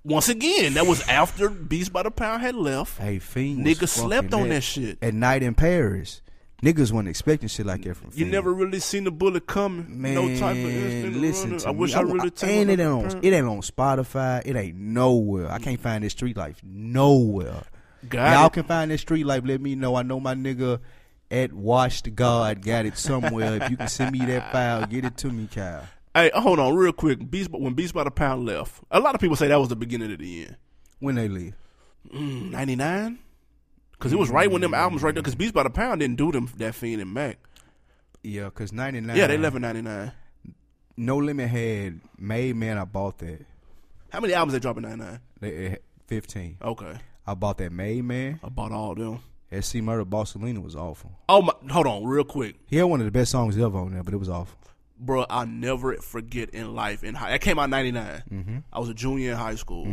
B: once again that was after Beats by the Pound had left.
A: Hey, fiend. was
B: Niggas slept
A: fucking
B: on
A: that
B: that shit.
A: at night in Paris. Niggas wasn't expecting shit like that from
B: You
A: Fiend.
B: never really seen the bullet coming.
A: Man,
B: no type of instant
A: listen
B: runner.
A: to
B: I
A: me.
B: wish I, really took
A: and it ain't
B: another
A: on
B: turn.
A: it ain't on Spotify. It ain't nowhere. I can't find this street life nowhere.
B: Got
A: Y'all
B: it.
A: can find this street life. Let me know. I know my nigga at Washed God got it somewhere. if you can send me that file, get it to me, Kyle.
B: Hey, hold on real quick. Beast, when Beast by the Pound left, a lot of people say that was the beginning of the end.
A: When they leave,
B: 99? Because it was right when them albums right there. Because Beast by the Pound didn't do them that Fiend and Mac.
A: yeah, cause ninety nine.
B: Yeah, they left in 99.
A: No limit had made man. I bought that.
B: How many albums they dropped in 99?
A: They, it had Fifteen.
B: Okay.
A: I bought that made man.
B: I bought all of them.
A: SC Murder Barcelona was awful.
B: Oh, my. Hold on real quick.
A: He had one of the best songs ever on there, but it was awful.
B: bro, I'll never forget in life. In high, I came out in '99.
A: Mm-hmm.
B: I was a junior in high school.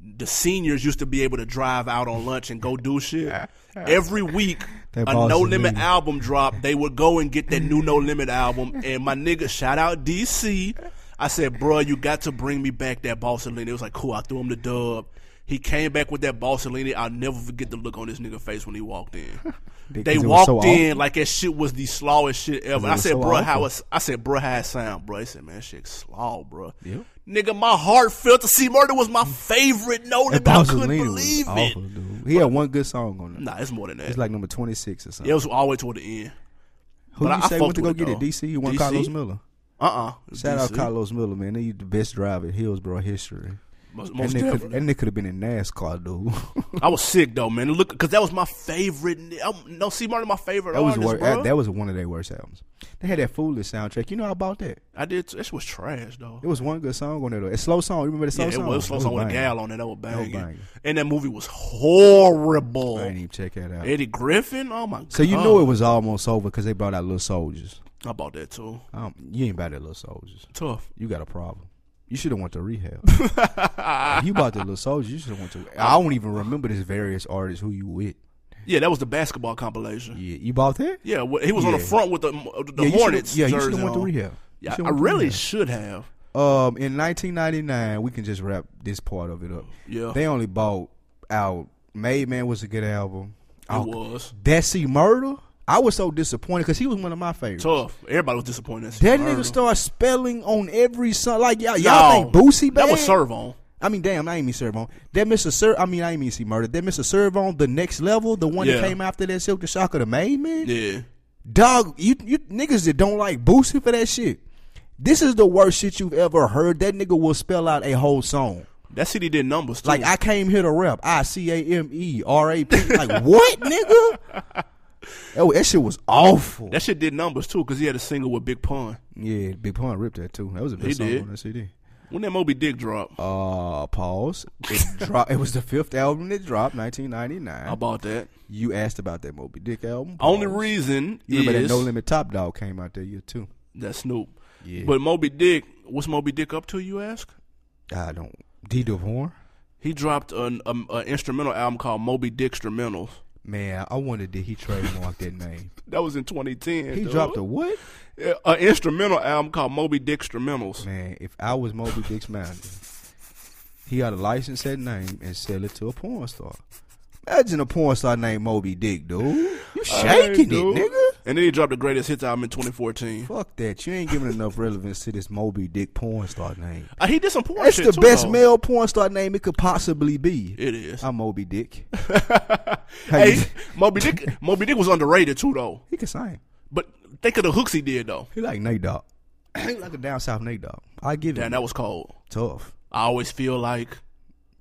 B: The seniors used to be able to drive out on lunch and go do
A: *laughs*
B: shit. Every week,
A: That
B: a
A: boss
B: No
A: is
B: Limit
A: leaving.
B: album dropped. They would go and get that
A: *laughs*
B: new No Limit album. And my nigga, shout out DC. I said, bro, you got to bring me back that Balsalini. It was like, cool. I threw him the dub. He came back with that Balsalini. I'll never forget the look on this nigga face when he walked in.
A: *laughs*
B: they
A: it was so
B: walked in like that shit was the slowest shit ever.
A: It
B: I
A: was
B: said,
A: so
B: bro,
A: awful.
B: how it's, I said, bro, how it sound, bro? He said, man, that shit slow, bro. Nigga, my heart felt to see murder was my favorite note, and I couldn't
A: Pasolini
B: believe
A: was
B: it.
A: awful, dude. He had one good song on there.
B: Nah, it's more than that.
A: It's like number twenty six or
B: it
A: something.
B: was always toward the end.
A: Who you
B: but I- I
A: say
B: fucked
A: went to go
B: with it,
A: get it?
B: though.
A: DC. You want
B: DC?
A: Carlos Miller.
B: Uh uh
A: Shout out Carlos Miller, man. He the best driver in Hillsboro history.
B: Most,
A: That
B: most
A: nigga, could,
B: definitely.
A: that nigga could have been in NASCAR, dude. *laughs*
B: I was sick though, man. Look, because that was my favorite. ni- I'm- No, see, murder, my favorite
A: that was
B: artist,
A: wor-
B: bro.
A: that, that was one of their worst albums. They had that foolish soundtrack. You know how about that?
B: I did. This was trash though.
A: It was one good song on there. Though. It's slow song. You remember the slow
B: Yeah, it
A: song?
B: was slow song with a
A: banging.
B: gal on it. That was banging.
A: banging.
B: And that movie was horrible.
A: I didn't even check that out.
B: Eddie Griffin. Oh my god.
A: so you knew it was almost over because they brought out Little Soldiers.
B: I bought that too.
A: Um, you ain't about that Little Soldiers.
B: Tough.
A: You got a problem. You should have went to
B: *laughs*
A: rehab. If you bought the Little Soldiers. You should have went to. I don't even remember this various artists who you with.
B: Yeah, that was the basketball compilation.
A: Yeah, you bought that?
B: Yeah, well, he was on the
A: Yeah.
B: front with the the
A: yeah, you shoulda-
B: Hornets.
A: Yeah, you
B: jersey
A: should have went to
B: on.
A: rehab. You
B: Yeah,
A: shoulda
B: I
A: went to
B: really
A: rehab.
B: should have.
A: Um, in 1999, we can just wrap this part of it up.
B: Yeah.
A: They only bought out. Made Man was a good album.
B: It
A: Oh,
B: was
A: Desi Murder. I was so disappointed because he was one of my favorites.
B: tough. Everybody was disappointed.
A: that nigga started spelling on every song. Like y'all, y'all think Boosie bad?
B: That was serve on.
A: I mean, damn, I ain't mean serve on. That Mr. Sir, I mean, I ain't mean see murder. That Mr. Serve on the next level, the one
B: Yeah.
A: that came after that Silk the Shocker, the Made Man.
B: Yeah,
A: Dog, you you niggas that don't like Boosie for that shit. This is the worst shit you've ever heard. That nigga will spell out a whole song.
B: that city did numbers too.
A: Like I came here to rap. I C A M E R A P. Like what, *laughs* nigga? Oh, that shit was awful.
B: that shit did numbers too because he had a single with Big Pun.
A: yeah, Big Pun ripped that too. That was a
B: He
A: big song
B: did.
A: on that CD.
B: When that Moby Dick dropped,
A: Uh, pause. It dropped. It was the fifth album that dropped,
B: *laughs* I
A: 1999.
B: bought that.
A: You asked about that Moby Dick album.
B: Only
A: Pause.
B: reason
A: you remember
B: is
A: that No Limit Top Dog came out that year too.
B: that Snoop.
A: Yeah.
B: But Moby Dick, what's Moby Dick up to? You ask.
A: I don't. D. Devore.
B: He dropped an um, an instrumental album called Moby Dick Instrumentals.
A: Man, I wondered did he trademark that
B: *laughs*
A: name?
B: That was in 2010.
A: He
B: dog.
A: dropped a what?
B: Yeah, an instrumental album called Moby Dick Instrumentals.
A: Man, if I was Moby Dick's manager, he ought to license that name and sell it to a porn star. Imagine a porn star named Moby Dick, dude. You shaking
B: Hey, dude.
A: it, nigga.
B: And then he dropped the greatest hits album in 2014.
A: Fuck that. You ain't giving enough relevance to this Moby Dick porn star name.
B: Uh, he did some porn
A: That's
B: shit
A: the
B: too,
A: best
B: though.
A: male porn star name it could possibly be.
B: It is.
A: I'm Moby Dick. Hey,
B: hey, Moby Dick. Moby Dick was underrated too, though.
A: he can sing.
B: But think of the hooks he did though.
A: He like Nate Dogg. *clears throat* He like a down south Nate Dogg. I give it.
B: Damn, that was cold.
A: tough.
B: I always feel like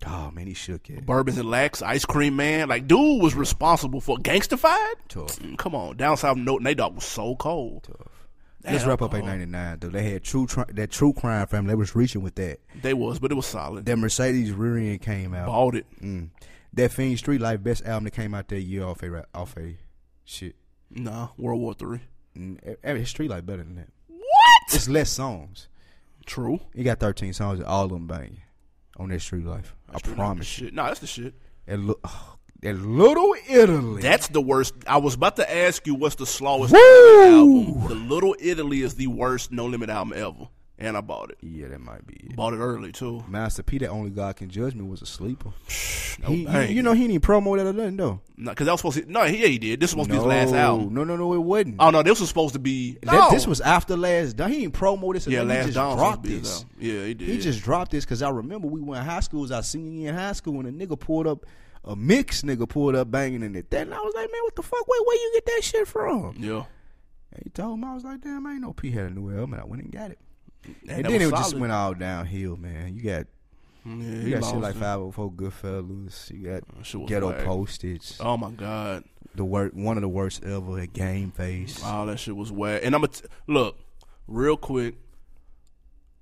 A: Oh man, he shook it.
B: Bourbons and Lax, Ice Cream Man. Like, dude was responsible for Gangstified.
A: Tough.
B: Mm, Come on, down south, no, Nate Dogg was so cold.
A: Let's
B: Damn,
A: wrap up
B: cold.
A: at 99, though. They had true tri- that true crime family. They was reaching with that.
B: They was, but it was solid.
A: That Mercedes rear end came out.
B: Bought it.
A: Mm. That Fiend Street Life best album that came out that year off a ra- off a shit.
B: Nah, World War Three.
A: Mm, e- Every Street Life better than that.
B: What?
A: It's less songs.
B: True.
A: It got 13 songs, all of them bang on that Street Life. I
B: That's the
A: promise you.
B: Shit. Nah, that's the shit.
A: That, li- *sighs* oh, that Little Italy.
B: That's the worst. I was about to ask you what's the slowest
A: Woo!
B: album. The Little Italy is the worst No Limit album ever. and I bought it.
A: Yeah, that might be it.
B: Bought it early too.
A: Master P, that only God can judge me, was a sleeper. He- you-
B: bang.
A: you know, he didn't promo that or nothing, though.
B: No, cause that was supposed to. No, he, yeah, he did. This was supposed to
A: no,
B: be his last album.
A: No, no, no, it wasn't.
B: Oh no, this was supposed to be.
A: That-
B: No!
A: This was after last. Dawn. He didn't promo this. or
B: yeah,
A: nothing. he
B: last
A: just
B: down.
A: dropped this.
B: Yeah, he did.
A: He just dropped this because I remember we went in high school. It was our senior year in high school, and a nigga pulled up, a mix nigga pulled up banging in it. Then I was like, man, what the fuck? Wait, where you get that shit from?
B: Yeah.
A: And he told him, I was like, damn, I ain't know P had a new album. And I went and got it.
B: Man,
A: And,
B: that
A: then it
B: was
A: just
B: solid.
A: went all downhill, man. You got
B: Yeah, he
A: you got shit
B: lost
A: like
B: it.
A: 504 Goodfellas. You got
B: shit was
A: Ghetto
B: whack.
A: Postage.
B: Oh my god,
A: The wor- one of the worst ever at Game Face.
B: all that shit was whack. And I'm gonna look real quick.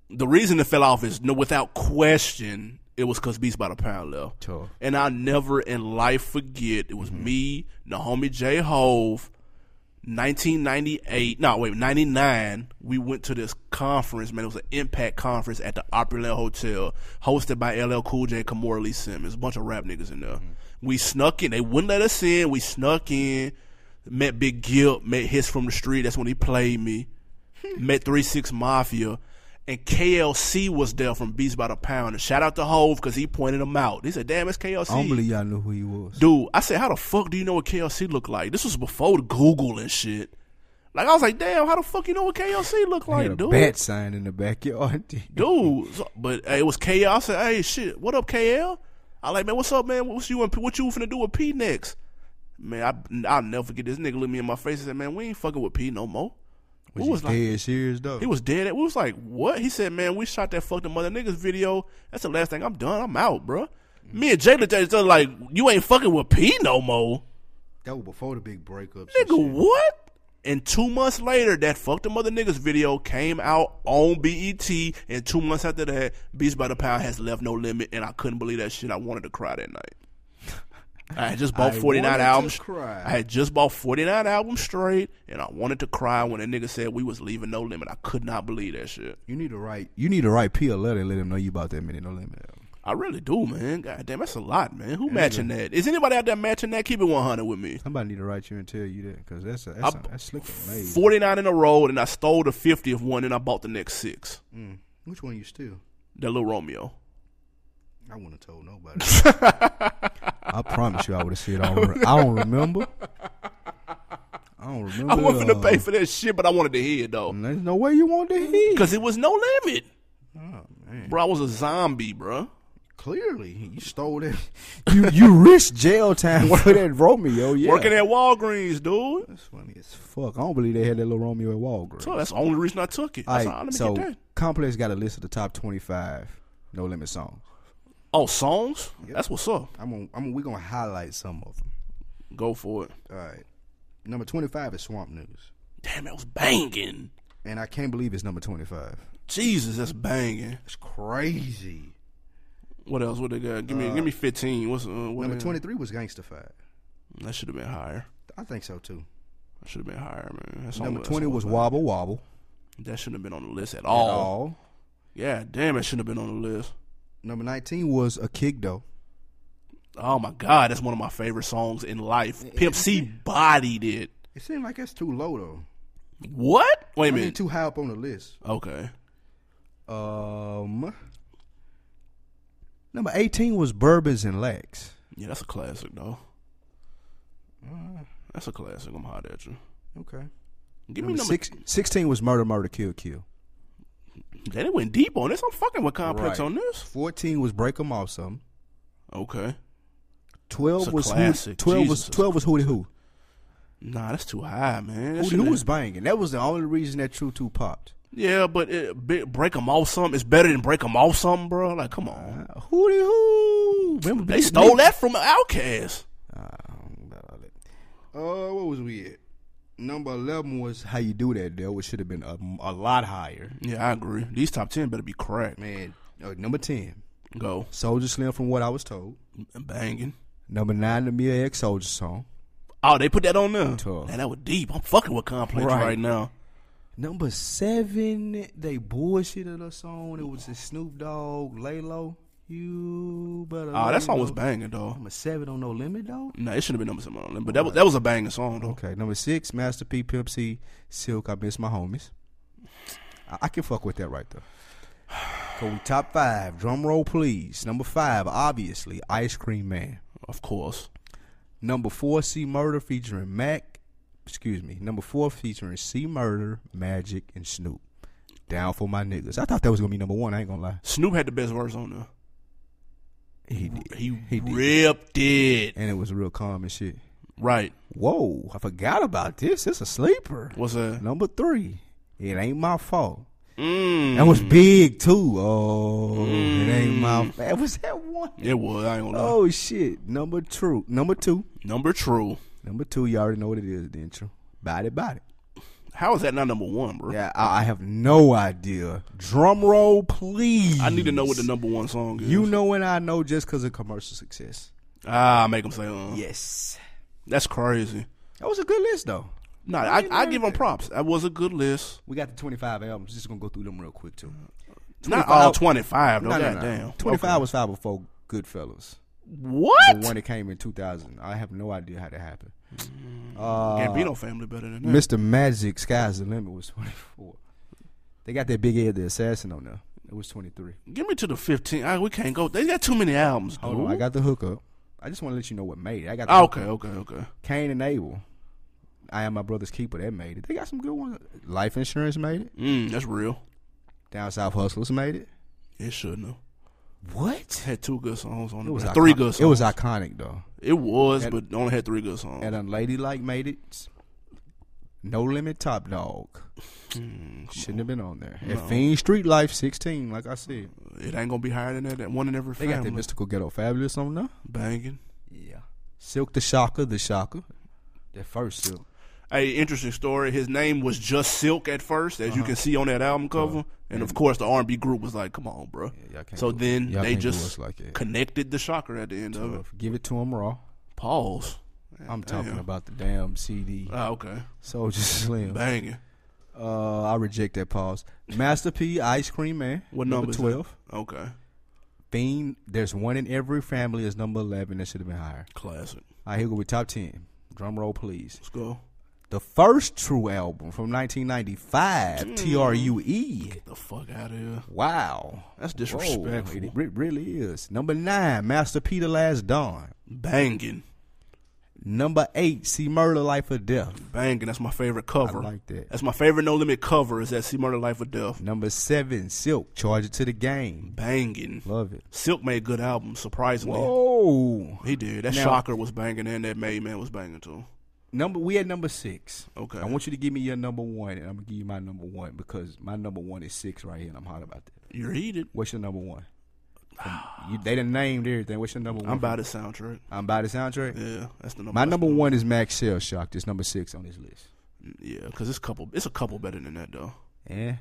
B: The reason it fell off is no, without question, it was cause Beats by the pound left.
A: Tough.
B: And I never in life forget. It was me, the homie J Hove. 1998, no, wait, 99, we went to this conference, man. It was an impact conference at the Opryland Hotel, hosted by LL Cool J, Kamora Lee Simmons, a bunch of rap niggas in there. We snuck in. They wouldn't let us in. We snuck in, met Big Gip, met Hits from the Street. That's when he played me. met 3 6 Mafia. And KLC was there from Beats by the Pound. And shout out to Hove because he pointed him out. He said, damn, it's KLC.
A: I don't believe y'all knew who he was.
B: Dude, I said, how the fuck do you know what KLC look like? This was before the Google and shit. Like I was like, damn, how the fuck you know what KLC look
A: He had a
B: like, dude?
A: bat sign in the backyard. *laughs*
B: Dude, so- but hey, it was KL. I said, hey, shit, what up, KL? I like, man, what's up, man? What's you and P- what you finna do with P next? Man, I I'll never forget this nigga looked me in my face and said, man, we ain't fucking with P no more. We
A: was
B: like,
A: dead serious though.
B: he was dead. We was like, what? He said, man, we shot that fuck the mother niggas video. That's the last thing. I'm done. I'm out, bruh. Me and Jay looked at each other like, you ain't fucking with P no more.
A: that was before the big breakups. and
B: Nigga,
A: shit.
B: what? And two months later, that Fuck the Mother Niggas video came out on BET. And two months after that, Beats by the Pound has left no limit. And I couldn't believe that shit. I wanted to cry that
A: *laughs*
B: night. I had just bought
A: I
B: 49
A: wanted to
B: albums.
A: cry.
B: I had just bought 49 albums straight. And I wanted to cry when that nigga said we was leaving no limit. I could not believe that shit.
A: You need to write. You need to write P a letter and let him know you about that minute no limit. album.
B: I really do, man. God damn, that's a lot, man. Who matching that? Is anybody out there matching that? Keep it 100 with me.
A: Somebody need to write you and tell you that because that's a, that's,
B: I-
A: a, that's slick and amazing.
B: 49 in a row, and I stole the 50th one, and I bought the next six.
A: Which one you still?
B: The Little Romeo.
A: I wouldn't have told
B: *laughs*
A: nobody. I promise you, I would have said I don't, re- I don't remember. I don't remember.
B: I wasn't
A: uh,
B: finna pay for that shit, but I wanted to hear it though.
A: There's no way you want to hear.
B: Cause it was no limit.
A: Oh,
B: Bro, I was a zombie, bro.
A: Clearly, you stole that. *laughs* you you risked jail time for *laughs* that Romeo. Yeah,
B: Working at Walgreens, dude.
A: That's funny as fuck. I don't believe they had that little Romeo at Walgreens.
B: So that's the only reason I took it.
A: All
B: That's
A: right,
B: all, let me
A: so
B: get that.
A: Complex got a list of the top twenty-five No Limit songs.
B: Oh, songs? That's what's up.
A: I'm gonna, I'm gonna, we're gonna highlight some of them.
B: Go for it.
A: All right, number twenty-five is Swamp Niggas,
B: Damn, that was banging.
A: and I can't believe it's number twenty-five.
B: Jesus, that's banging.
A: It's crazy.
B: What else? What they got? Give me, give me fifteen. What's uh, what
A: Number
B: they-
A: twenty-three was Gangsta Five.
B: That should have been higher.
A: I think so too.
B: That should have been higher, man. That song-
A: Number
B: that
A: twenty
B: song
A: was Wobble Wobble.
B: That shouldn't have been on the list at
A: At
B: all.
A: all.
B: Yeah, damn, it shouldn't have been on the list.
A: Number nineteen was A Kick Though.
B: Oh my God, that's one of my favorite songs in life. Pimp C bodied it.
A: It seemed like that's too low though.
B: What? Wait a
A: I mean,
B: minute.
A: too high up on the list.
B: Okay.
A: Um. Number eighteen was Bourbons and Lax.
B: Yeah, that's a classic though. That's a classic. I'm hot at you.
A: Okay.
B: Give me
A: Number
B: number.
A: six, 16 was Murder, Murder, Kill, Kill.
B: They done went deep on this. I'm fucking with complex
A: Right.
B: on this.
A: 14 was Break 'em Off Some.
B: Okay.
A: 12
B: It's a
A: was who,
B: classic.
A: 12 was
B: Jesus.
A: 12 was Hootie Who.
B: Nah, that's too high, man. That
A: Hootie
B: should've-
A: Who was banging. That was the only reason that True 2 popped.
B: yeah, but it, be- break them off something. It's better than break them off something, bro. Like, come on.
A: Uh, Hootie Who. Remember
B: They stole that from Outkast.
A: Uh, what was we at? Number 11 was How You Do That, though, which should have been a, a lot higher.
B: Yeah, I agree. These top ten better be cracked.
A: Man, uh, number 10,
B: Go
A: Soldier Slim, from what I was told.
B: banging.
A: Number 9, the Mia X Soldier song.
B: Oh, they put that on there.
A: Tough.
B: Man, that was deep. I'm fucking with complex
A: Right.
B: right, now.
A: Number 7, they bullshitted us on. It was the Snoop Dogg, Lalo. You better.
B: Oh,
A: lay
B: that song was
A: low.
B: banging though.
A: Number seven on No Limit though.
B: Nah, it shouldn't have been number seven on them, but that was, that was a banging song though.
A: Okay, number six, Master P, Pimp C, Silk. I miss my homies. I, I can fuck with that right *sighs* there. So we top five. Drum roll, please. Number five, obviously, Ice Cream Man.
B: Of course.
A: Number four, C Murder featuring Mac. Excuse me. Number four featuring C Murder, Magic, and Snoop. Down for my niggas. I thought that was gonna be number one. I ain't gonna lie.
B: Snoop had the best verse on there.
A: He did.
B: He,
A: He did.
B: ripped it.
A: And it was real calm and shit.
B: Right.
A: Whoa, I forgot about this. It's a sleeper.
B: What's that?
A: Number three, it ain't my fault.
B: Mm.
A: That was big too. Oh, it ain't my fault. Was that one?
B: It was. I ain't gonna lie.
A: Oh shit. Number two. Number two.
B: Number true.
A: Number two. You already know what it is, didn't you? Body, body.
B: How is that not number one, bro?
A: Yeah, I, I have no idea. Drum roll, please.
B: I need to know what the number one song is.
A: You know and I know just because of commercial success.
B: ah, make them say, uh.
A: Yes.
B: That's crazy.
A: That was a good list though.
B: No, I, I give them props. That was a good list.
A: We got the 25 albums. Just gonna go through them real quick too.
B: Mm. Not all 25, though.
A: No, no, no.
B: Goddamn.
A: 25 was five before Goodfellas.
B: What?
A: The one that came in 2000. I have no idea how that happened.
B: Gambino family better than that.
A: Mr. Magic Sky's the Limit was 24. They got that big head, the assassin on there. It was 23.
B: Give me to the 15. Ah, we can't go. They got too many albums, dude.
A: Hold on, I got the hookup. I just want to let you know what made it. I got the
B: Ah,
A: hookup.
B: okay, okay, okay.
A: Cain and Abel. I am my brother's keeper. That made it. They got some good ones. Life insurance made it.
B: Mm, that's real.
A: Down South Hustlers made it.
B: It shouldn't have.
A: What?
B: Had two good songs on it.
A: It was
B: three
A: iconic.
B: good songs.
A: It was iconic though.
B: It was, but only had three good songs.
A: And Unladylike made it. No Limit Top Dog. Shouldn't have been on there. And Fiend Street Life 16, like I said.
B: It ain't gonna be higher than that. That one in every
A: They got
B: family.
A: that Mystical Ghetto Fabulous on there.
B: Banging.
A: Yeah. Silk the Shocker, the Shocker. That first Silk.
B: Hey, interesting story. His name was just Silk at first, as you
A: Uh-huh.
B: can see on that album cover. and of course, the R and B group was like, "Come on, bro."
A: Mm-hmm. y'all can't
B: so
A: do-
B: then
A: y'all
B: they
A: can't do
B: just
A: us like that.
B: connected the shocker at the end of it.
A: Give it to him raw.
B: Pause.
A: I'm talking about the damn CD.
B: Ah, okay,
A: Soldier Slim.
B: banging.
A: Uh, I reject that pause. Master P, Ice Cream Man.
B: What number?
A: number
B: is
A: twelve?
B: that? Okay,
A: Fiend. There's one in every family. Is number eleven. That should have been higher.
B: classic.
A: All right, here go with top ten. Drum roll, please.
B: Let's go.
A: The first True album from 1995.
B: Hmm.
A: True.
B: The fuck out of here.
A: E. Wow,
B: That's
A: Whoa,
B: disrespectful.
A: it, it really is. Number nine, Master P, The Last Dawn.
B: Banging,
A: Number eight, See Murder, Life or Death.
B: banging. That's my favorite cover.
A: I like that.
B: That's my favorite No Limit cover. Is that "See Murder, Life or Death"?
A: Number seven, Silk, Charge It to the Game.
B: Banging.
A: Love it.
B: Silk made good albums. Surprisingly,
A: Whoa.
B: he did. That
A: Now-
B: shocker was banging, and that Made Man was banging too.
A: Number we at number six.
B: Okay.
A: I want you to give me your number one, and I'm gonna give you my number one because my number one is six right here, and I'm hot about that.
B: You're heated.
A: What's your number one? Um, You, they done named everything. What's your number one?
B: I'm by the soundtrack.
A: I'm by the soundtrack.
B: Yeah, that's the number.
A: My number one is Max Shell Shock. That's number six on this list.
B: Yeah, because it's couple. It's a couple better than that though.
A: Yeah.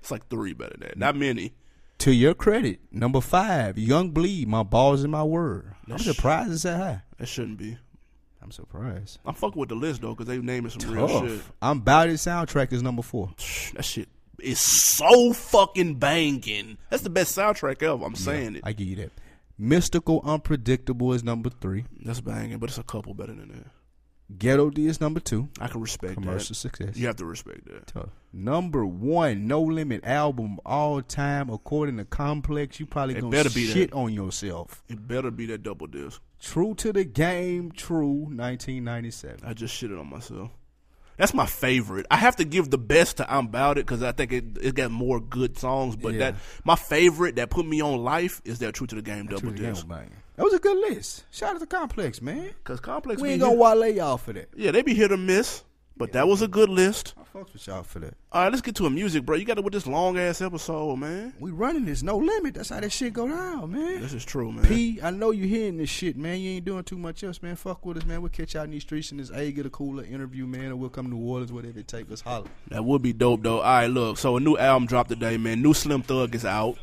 B: It's like three better than
A: Mm.
B: that. Not many.
A: *laughs* to your credit, number five, Young Bleed, my balls and my word. I'm surprised it's that high.
B: It shouldn't be.
A: I'm surprised.
B: I'm fucking with the list though, because they naming some real shit.
A: Tough. I'm about it. Soundtrack is number four.
B: That shit is so fucking banging. That's the best soundtrack ever. I'm saying it.
A: I give you that. Mystical Unpredictable is number three.
B: That's banging, but it's a couple better than that.
A: Ghetto D is number two.
B: I can respect
A: Commercial
B: that.
A: success.
B: You have to respect that.
A: Tough. Number one, No Limit album all time. According to Complex, you probably
B: It
A: gonna
B: better be that.
A: shit on yourself.
B: It better be that double disc.
A: True to the game, true. 1997.
B: I just shitted on myself. That's my favorite. I have to give the best to I'm About It because I think it, it got more good songs. But
A: Yeah.
B: that my favorite that put me on life is that True to the Game
A: True
B: double
A: to the Game,
B: disc.
A: bang. That was a good list. Shout out to Complex, man.
B: Because Complex
A: We
B: be
A: ain't
B: hit-
A: gonna wale y'all for that.
B: Yeah, they be hit or miss, but that was a good list.
A: I fucks with y'all for that.
B: All right, let's get to a music, bro. You got to with this long ass episode, man.
A: We running this, no limit. That's how that shit go down, man.
B: This is true, man.
A: P, I know you hearing this shit, man. You ain't doing too much else, man. Fuck with us, man. We'll catch out in these streets in this A, get a cooler interview, man, or we'll come to New Orleans, whatever it takes. Let's holler.
B: That would be dope, though. All right, look. So a new album dropped today, man. New Slim Thug is out.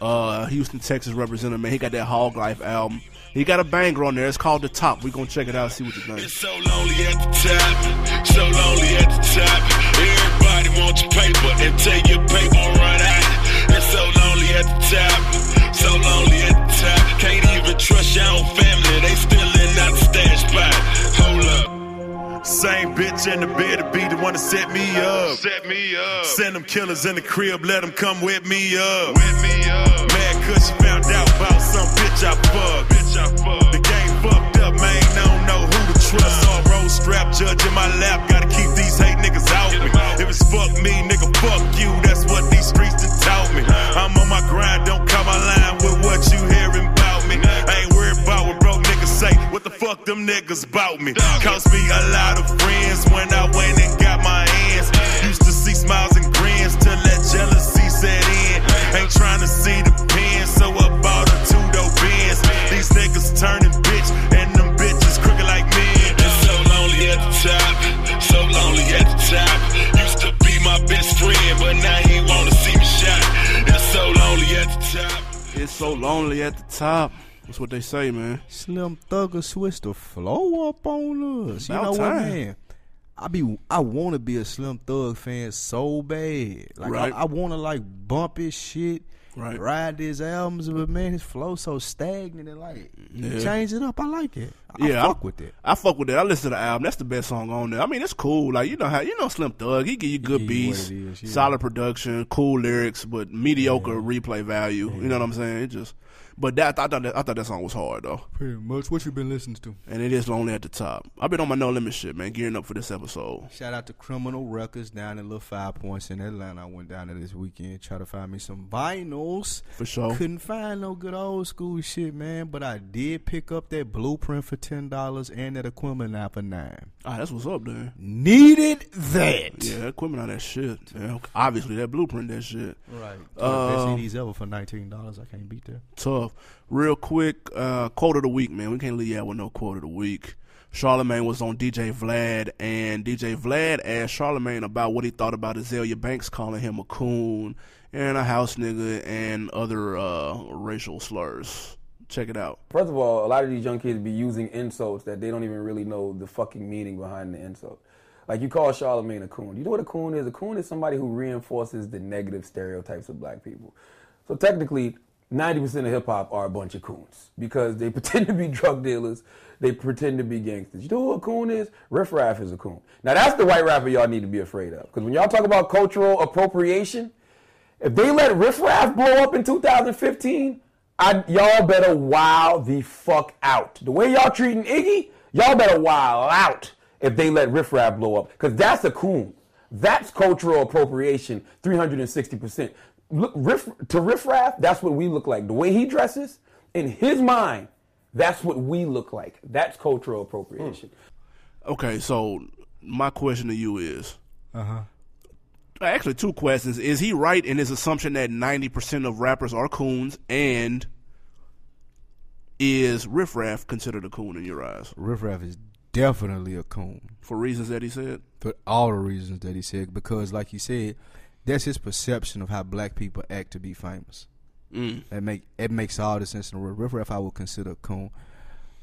B: Uh, Houston, Texas representative, man. He got that Hog Life album. He got a banger on there. It's called The Top. We gonna check it out. See what you think.
F: It's so lonely at the top, so lonely at the top. Everybody wants your paper until your paper run out. It's so lonely at the top, so lonely at the top. Can't even trust your own family, they still in that stash spot. Hold up. Same bitch in the bed to be the one to set me up.
D: Set me up.
F: Send them killers in the crib, let them come whip me up.
D: Set me up.
F: Mad cause she found out about some bitch I fucked.
D: Bitch, I fuck.
F: The game fucked up, man. Don't know who to trust. Saw a road strap judge in my lap. Gotta keep these hate niggas out me. If it's fuck me, nigga, fuck you. That's what these streets done taught me. I'm on my grind. Don't come my line with what you hearing about me. I ain't worried about what broke niggas say. What the fuck them niggas bout me? Cost me a lot of friends when I went and got my hands. Used to see smiles and grins till that jealousy set in. Ain't trying to see the pen, so I bought a two dope bins. These niggas turning bitch, and them bitches crooked like men.
E: It's so lonely at the top, so lonely at the top. Used to be my best friend, but now he wanna see me shot. It's so lonely at the top.
B: It's so lonely at the top. That's what they say, man.
A: Slim Thugger switched the flow up on us. You
B: About
A: know what,
B: time.
A: man? I be I want to be a Slim Thug fan so bad. Like
B: Right.
A: I, I want to like bump his shit,
B: Right.
A: ride his albums, but man, his flow so stagnant and like change it up. I like it. I
B: Yeah,
A: fuck with it.
B: I fuck with that. I listen to the album. That's the best song on there. I mean, it's cool. Like you know how you know Slim Thug. He give you good
A: give you what
B: beats,
A: it is, yeah.
B: solid production, cool lyrics, but mediocre replay value. You know what I'm saying? It just. But that I thought that, I thought that song was hard though,
A: Pretty much what you been listening to.
B: and it is lonely at the top. I've been on my no limit shit, man, gearing up for this episode.
A: Shout out to Criminal Records down in Little Five Points in Atlanta. I went down there this weekend, try to find me some vinyls.
B: For sure.
A: Couldn't find no good old school shit, man. But I did pick up that blueprint for ten dollars and that equipment out for nine.
B: Ah, that's what's up, dude.
A: Needed that.
B: Yeah, that equipment on that shit. Yeah, obviously that blueprint, that shit.
A: Right.
B: Um,
A: best CDs ever for nineteen dollars. I can't beat that.
B: tough. Real quick, uh, quote of the week, man. We can't leave out with no quote of the week. Charlemagne was on DJ Vlad, and DJ Vlad asked Charlemagne about what he thought about Azalea Banks calling him a coon and a house nigga and other uh, racial slurs. Check it out.
I: First of all, a lot of these young kids be using insults that they don't even really know the fucking meaning behind the insult. Like you call Charlemagne a coon. You know what a coon is? A coon is somebody who reinforces the negative stereotypes of black people. So technically, 90% of hip hop are a bunch of coons because they *laughs* pretend to be drug dealers, they pretend to be gangsters. You know who a coon is? Riff Raff is a coon. Now that's the white rapper y'all need to be afraid of. Because when y'all talk about cultural appropriation, if they let Riff Raff blow up in 2015, I, y'all better wow the fuck out. The way y'all treating Iggy, y'all better wow out if they let Riff Raff blow up. Because that's a coon. That's cultural appropriation 360%. Look, Riff, to Riff Raff, that's what we look like. The way he dresses, in his mind, that's what we look like. That's cultural appropriation.
B: Okay, so my question to you is.
A: Uh-huh.
B: Uh huh. Actually, two questions. Is he right in his assumption that 90% of rappers are coons? And is Riff Raff considered a coon in your eyes?
A: Riff Raff is definitely a coon.
B: For reasons that he said?
A: for all the reasons that he said because like you said that's his perception of how black people act to be famous that make it makes all the sense in the world Riff Raff I would consider coon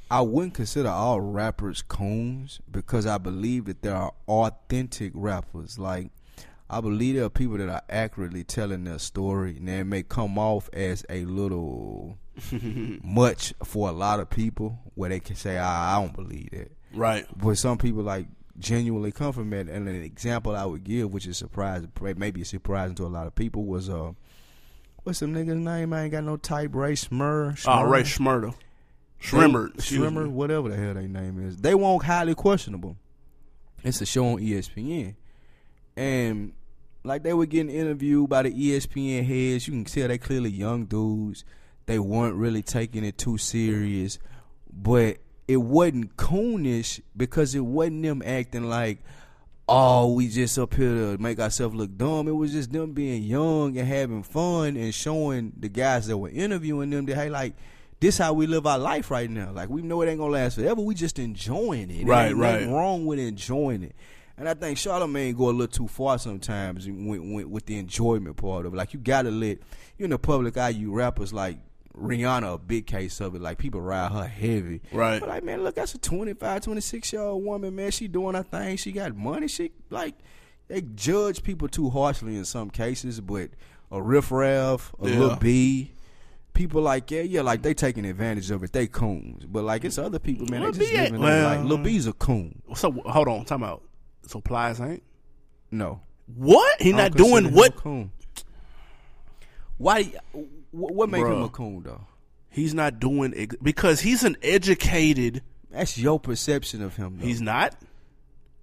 A: I wouldn't consider all rappers coons because I believe that there are authentic rappers like I believe there are people that are accurately telling their story and it may come off as a little much for a lot of people where they can say "Ah, I, I don't believe that
B: Right.
A: but some people like genuinely come from it. And an example I would give, which is surprising, maybe surprising to a lot of people, was uh, what's some nigga's name? I ain't got no type. Ray Smur.
B: Ah,
A: Smurr?
B: Ray Schmurda. Shrimmer.
A: They- Schrimmer, whatever the hell they name is. They won't highly questionable. It's a show on E ESPN. And like they were getting interviewed by the E ESPN heads. You can tell they clearly young dudes. They weren't really taking it too serious. But it wasn't coonish because it wasn't them acting like Oh, we just up here to make ourselves look dumb. It was just them being young and having fun and showing the guys that were interviewing them that hey, like this how we live our life right now. Like we know it ain't gonna last forever. We just enjoying it. It
B: Right,
A: ain't nothing
B: right.
A: Wrong with enjoying it. And I think Charlamagne go a little too far sometimes when, when, with the enjoyment part of it. Like you gotta let you in the public eye, you rappers like Rihanna a big case of it. Like people ride her heavy.
B: Right.
A: But like, man, look, that's a 25, 26 year old woman, man. She doing her thing. She got money. She, like, they judge people too harshly in some cases, but a Riff Raff, a
B: Yeah.
A: Lil B, people like yeah, yeah, like they taking advantage of it. They coons, but like it's other people, man.
B: Lil
A: they just
B: B ain't-
A: living their
B: well-
A: life. Lil B's a coon.
B: So hold on, time out. So Plies ain't
A: No,
B: what? He
A: I
B: not
A: don't consider
B: doing
A: him
B: what?
A: A coon. Why? wh- What make him
B: Bruh.
A: a coon though?
B: He's not doing ex- because he's an educated.
A: That's your perception of him. Though.
B: He's not.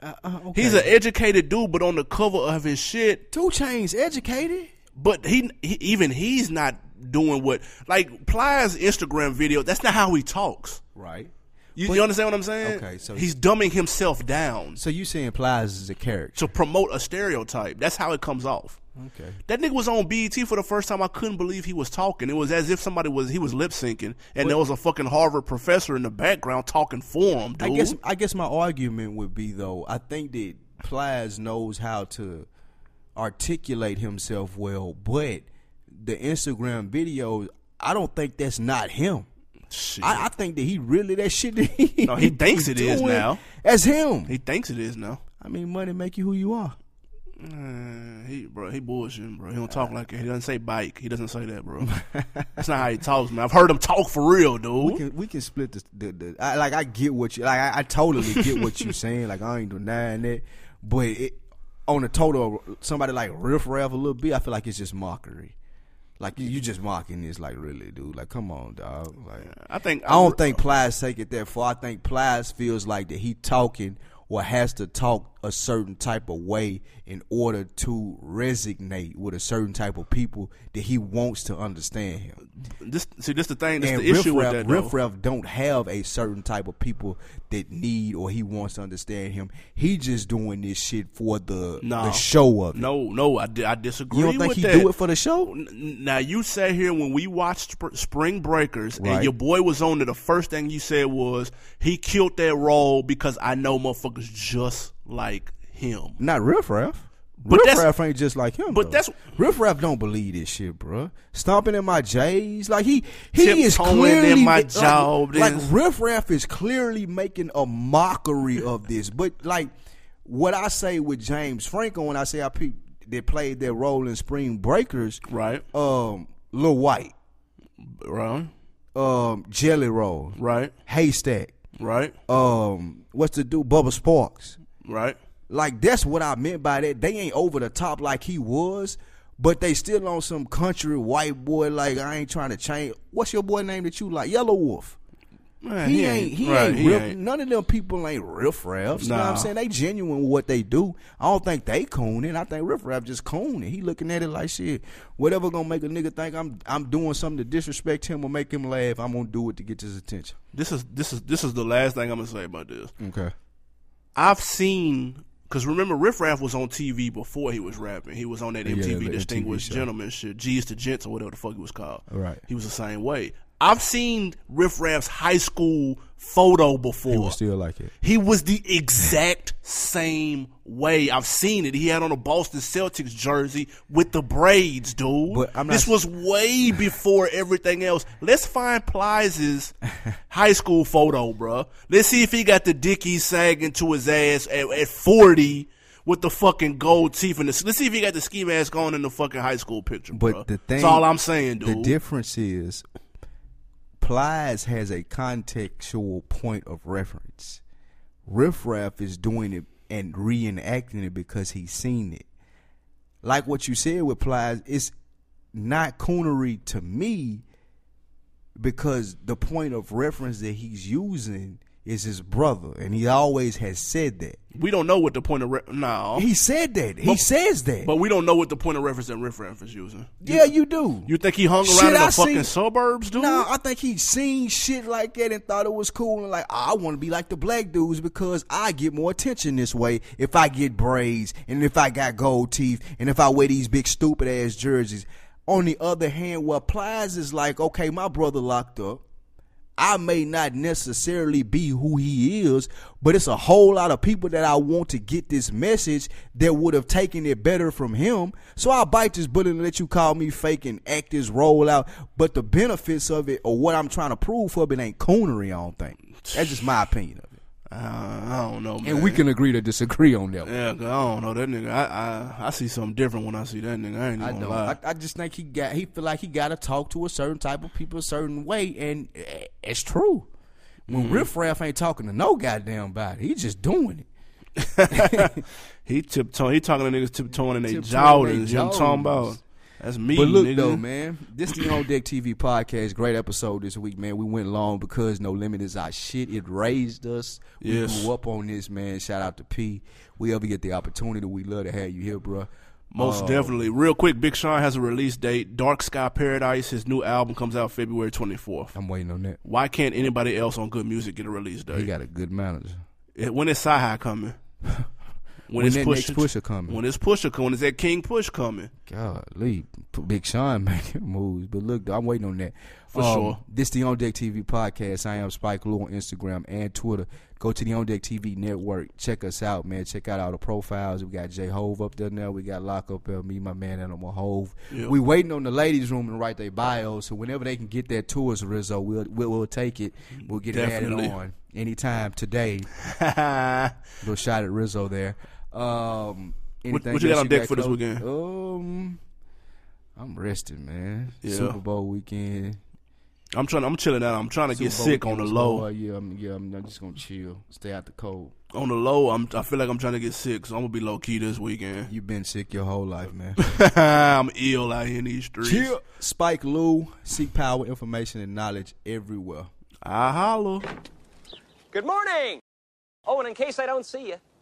A: uh, uh, okay.
B: He's an educated dude, but on the cover of his shit,
A: two chains educated.
B: but he, he even he's not doing what like Plies Instagram video. That's not how he talks.
A: Right.
B: You,
A: But-
B: you understand what I'm saying?
A: Okay, so-
B: he's dumbing himself down
A: So you saying Plies is a character?
B: to promote a stereotype. That's how it comes off.
A: Okay.
B: That nigga was on BET for the first time. I couldn't believe he was talking. It was as if somebody was he was lip syncing, and there was a fucking Harvard professor in the background talking for him, dude.
A: I guess I guess my argument would be though I think that Plies knows how to articulate himself well, but the Instagram videos I don't think that's not him.
B: Shit.
A: I, I think that he really that shit. That *laughs* he,
B: No, he thinks
A: he's
B: it is
A: doing,
B: now.
A: That's him.
B: he thinks it is now.
A: I mean, money make you who you are.
B: Uh, he bro, he bullshitting, bro. He don't
A: Uh,
B: talk like that. He doesn't say bike. He doesn't say that, bro. That's not how he talks, man. I've heard him talk for real,
A: We
B: dude.
A: can we can split the the, the I, like I get what you like I, I totally get what
B: *laughs*
A: you're saying like I ain't denying that but it, on a total somebody like riff raff a little bit I feel like it's just mockery like you, you just mocking this like really dude like come on dog like
B: I think
A: I don't think Plies take it that far I think Plies feels like that he talking or has to talk a certain type of way in order to resonate with a certain type of people that he wants to understand him
B: this. See, this the thing. This
A: and
B: the issue
A: Riff
B: with
A: Raff,
B: that. though.
A: Riff Raff don't have a certain type of people that need or he wants to understand him. He just doing this shit for the
B: No.
A: the show of it.
B: No, no, I, di- I disagree.
A: You don't think
B: with
A: he
B: that.
A: do it for the show?
B: N- n- Now you sat here when we watched Spr- Spring Breakers, and
A: Right.
B: your boy was on there. The first thing you said was he killed that role because I know motherfuckers just like him.
A: Not Riff Raff.
B: But
A: Riff
B: that's-
A: Raff ain't just like him.
B: but
A: though.
B: that's-
A: Riff Raff don't believe this shit, bruh. Stomping in my J's, like he he is
B: Tiptoeing
A: clearly
B: in my
A: like-
B: jaw,
A: Like,
B: this-
A: Riff Raff is clearly making a mockery of this. But like what I say with James Franco when I say I pe- that played their role in Spring Breakers,
B: Right,
A: um, Lil White,
B: right,
A: um, Jelly Roll,
B: right,
A: Haystack,
B: right,
A: um, what's the dude, Bubba Sparks.
B: right.
A: Like that's what I meant by that. They ain't over the top like he was, but they still on some country white boy. Like I ain't trying to change. What's your boy name that you like? Yellow Wolf.
B: Man,
A: He, ain't. He
B: right,
A: ain't. riff,
B: ain't.
A: None of them people ain't riff raps. You know what
B: Nah.
A: I'm saying? They genuine with what they do. I don't think they cooning. I think riff rap just cooning. He looking at it like shit. Whatever gonna make a nigga think I'm I'm doing something to disrespect him or make him laugh. I'm gonna do it to get his attention.
B: This is this is this is the last thing I'm gonna say about this.
A: Okay.
B: I've seen because remember Riff Raff was on TV before he was rapping. He was on that MTV
A: the MTV
B: Distinguished
A: show.
B: Gentleman shit, G's to Gents or whatever the fuck it was called.
A: Right.
B: He was the same way. I've seen Riff Raff's high school photo before.
A: like it.
B: He was the exact same way. I've seen it. He had on a Boston Celtics jersey with the braids, dude.
A: But I'm not-
B: this
A: *laughs*
B: was way before everything else. Let's find Plies' high school photo, bruh. Let's see if he got the dickies sagging to his ass at, at 40 with the fucking gold teeth. And the, let's see if he got the ski mask on in the fucking high school picture,
A: But
B: bruh.
A: the thing,
B: That's all I'm saying, dude.
A: The difference is, Plies has a contextual point of reference. Riff Raff is doing it and reenacting it because he's seen it. Like what you said with Plies, it's not coonery to me because the point of reference that he's using is his brother, and he always has said that.
B: we don't know what the point of... Re- no.
A: He said that. He
B: But-
A: says that.
B: But we don't know what the point of reference that Riff Raff is using.
A: yeah, you do.
B: You think he hung around
A: Shit,
B: in the
A: I
B: fucking
A: seen-
B: suburbs, dude?
A: No, I think he seen shit like that and thought it was cool and like I want to be like the black dudes because I get more attention this way if I get braids and if I got gold teeth and if I wear these big stupid ass jerseys. On the other hand, what Plies is like, okay, my brother locked up. I may not necessarily be who he is, but it's a whole lot of people that I want to get this message that would have taken it better from him. So I'll bite this bullet and let you call me fake and act this role out. But the benefits of it or what I'm trying to prove for it ain't coonery, I don't think. That's just my opinion of it.
B: Uh, I don't know, man.
A: And we can agree to disagree on that. one.
B: Yeah, 'cause I don't know that nigga. I, I I see something different when I see that nigga. I ain't
A: I
B: even gonna
A: don't.
B: lie.
A: I, I just think he got. He feel like he got to talk to a certain type of people a certain way, and eh, it's true. When Riff Raff ain't talking to no goddamn body, he just doing it.
B: he tiptoeing. He talking to niggas tiptoeing in their
A: Tiptoeing in
B: Jordans.
A: they
B: You know what I'm talking
A: Jordans.
B: about? That's me,
A: But look
B: nigga.
A: though, man, this the On Deck TV podcast. Great episode this week, man. We went long because No Limit is our shit. It raised us. We
B: Yes.
A: grew up on this, man. Shout out to P. We ever get the opportunity, we love to have you here, bro.
B: Most
A: uh,
B: definitely. Real quick, Big Sean has a release date. Dark Sky Paradise. His new album comes out February 24th.
A: I'm waiting on that.
B: Why can't anybody else on Good Music get a release
A: He
B: date?
A: got a good manager.
B: It- when is Sci High
A: *laughs*
B: coming? When,
A: that next Pusha coming?
B: When is Pusher coming? When is that King Push coming?
A: Golly, P- Big Sean *laughs* making moves. But look, though, I'm waiting on that. Um,
B: For sure.
A: This the On Deck TV podcast. I am Spike Lou on Instagram and Twitter. Go to the On Deck TV network. Check us out, man. Check out all the profiles. We got J Hove up there now. We got Lock Up there. Me, my man, Animal Hove. We waiting on the ladies' room to write their bios. So whenever they can get that to us, Rizzo, we'll, we'll, we'll take it. We'll get
B: Definitely.
A: it added on anytime today.
B: *laughs*
A: Little shot at Rizzo there. Um, anything
B: what you got
A: else
B: on deck for this
A: Cole?
B: weekend?
A: Um, I'm rested, man.
B: Yeah.
A: Super Bowl weekend.
B: I'm trying. I'm chilling out. I'm trying to get
A: Super Bowl
B: sick on
A: weekend
B: the
A: was
B: low.
A: hard. Yeah, I'm, yeah, I'm, I'm just gonna chill, stay out the cold.
B: On the low, I'm. I feel like I'm trying to get sick, so I'm gonna be low key this weekend.
A: You've been sick your whole life,
B: *laughs*
A: man.
B: I'm ill out here in these streets.
A: chill. Spike Lou, seek power, information, and knowledge everywhere.
B: I holler.
D: Good morning! Oh, and in case I don't see you,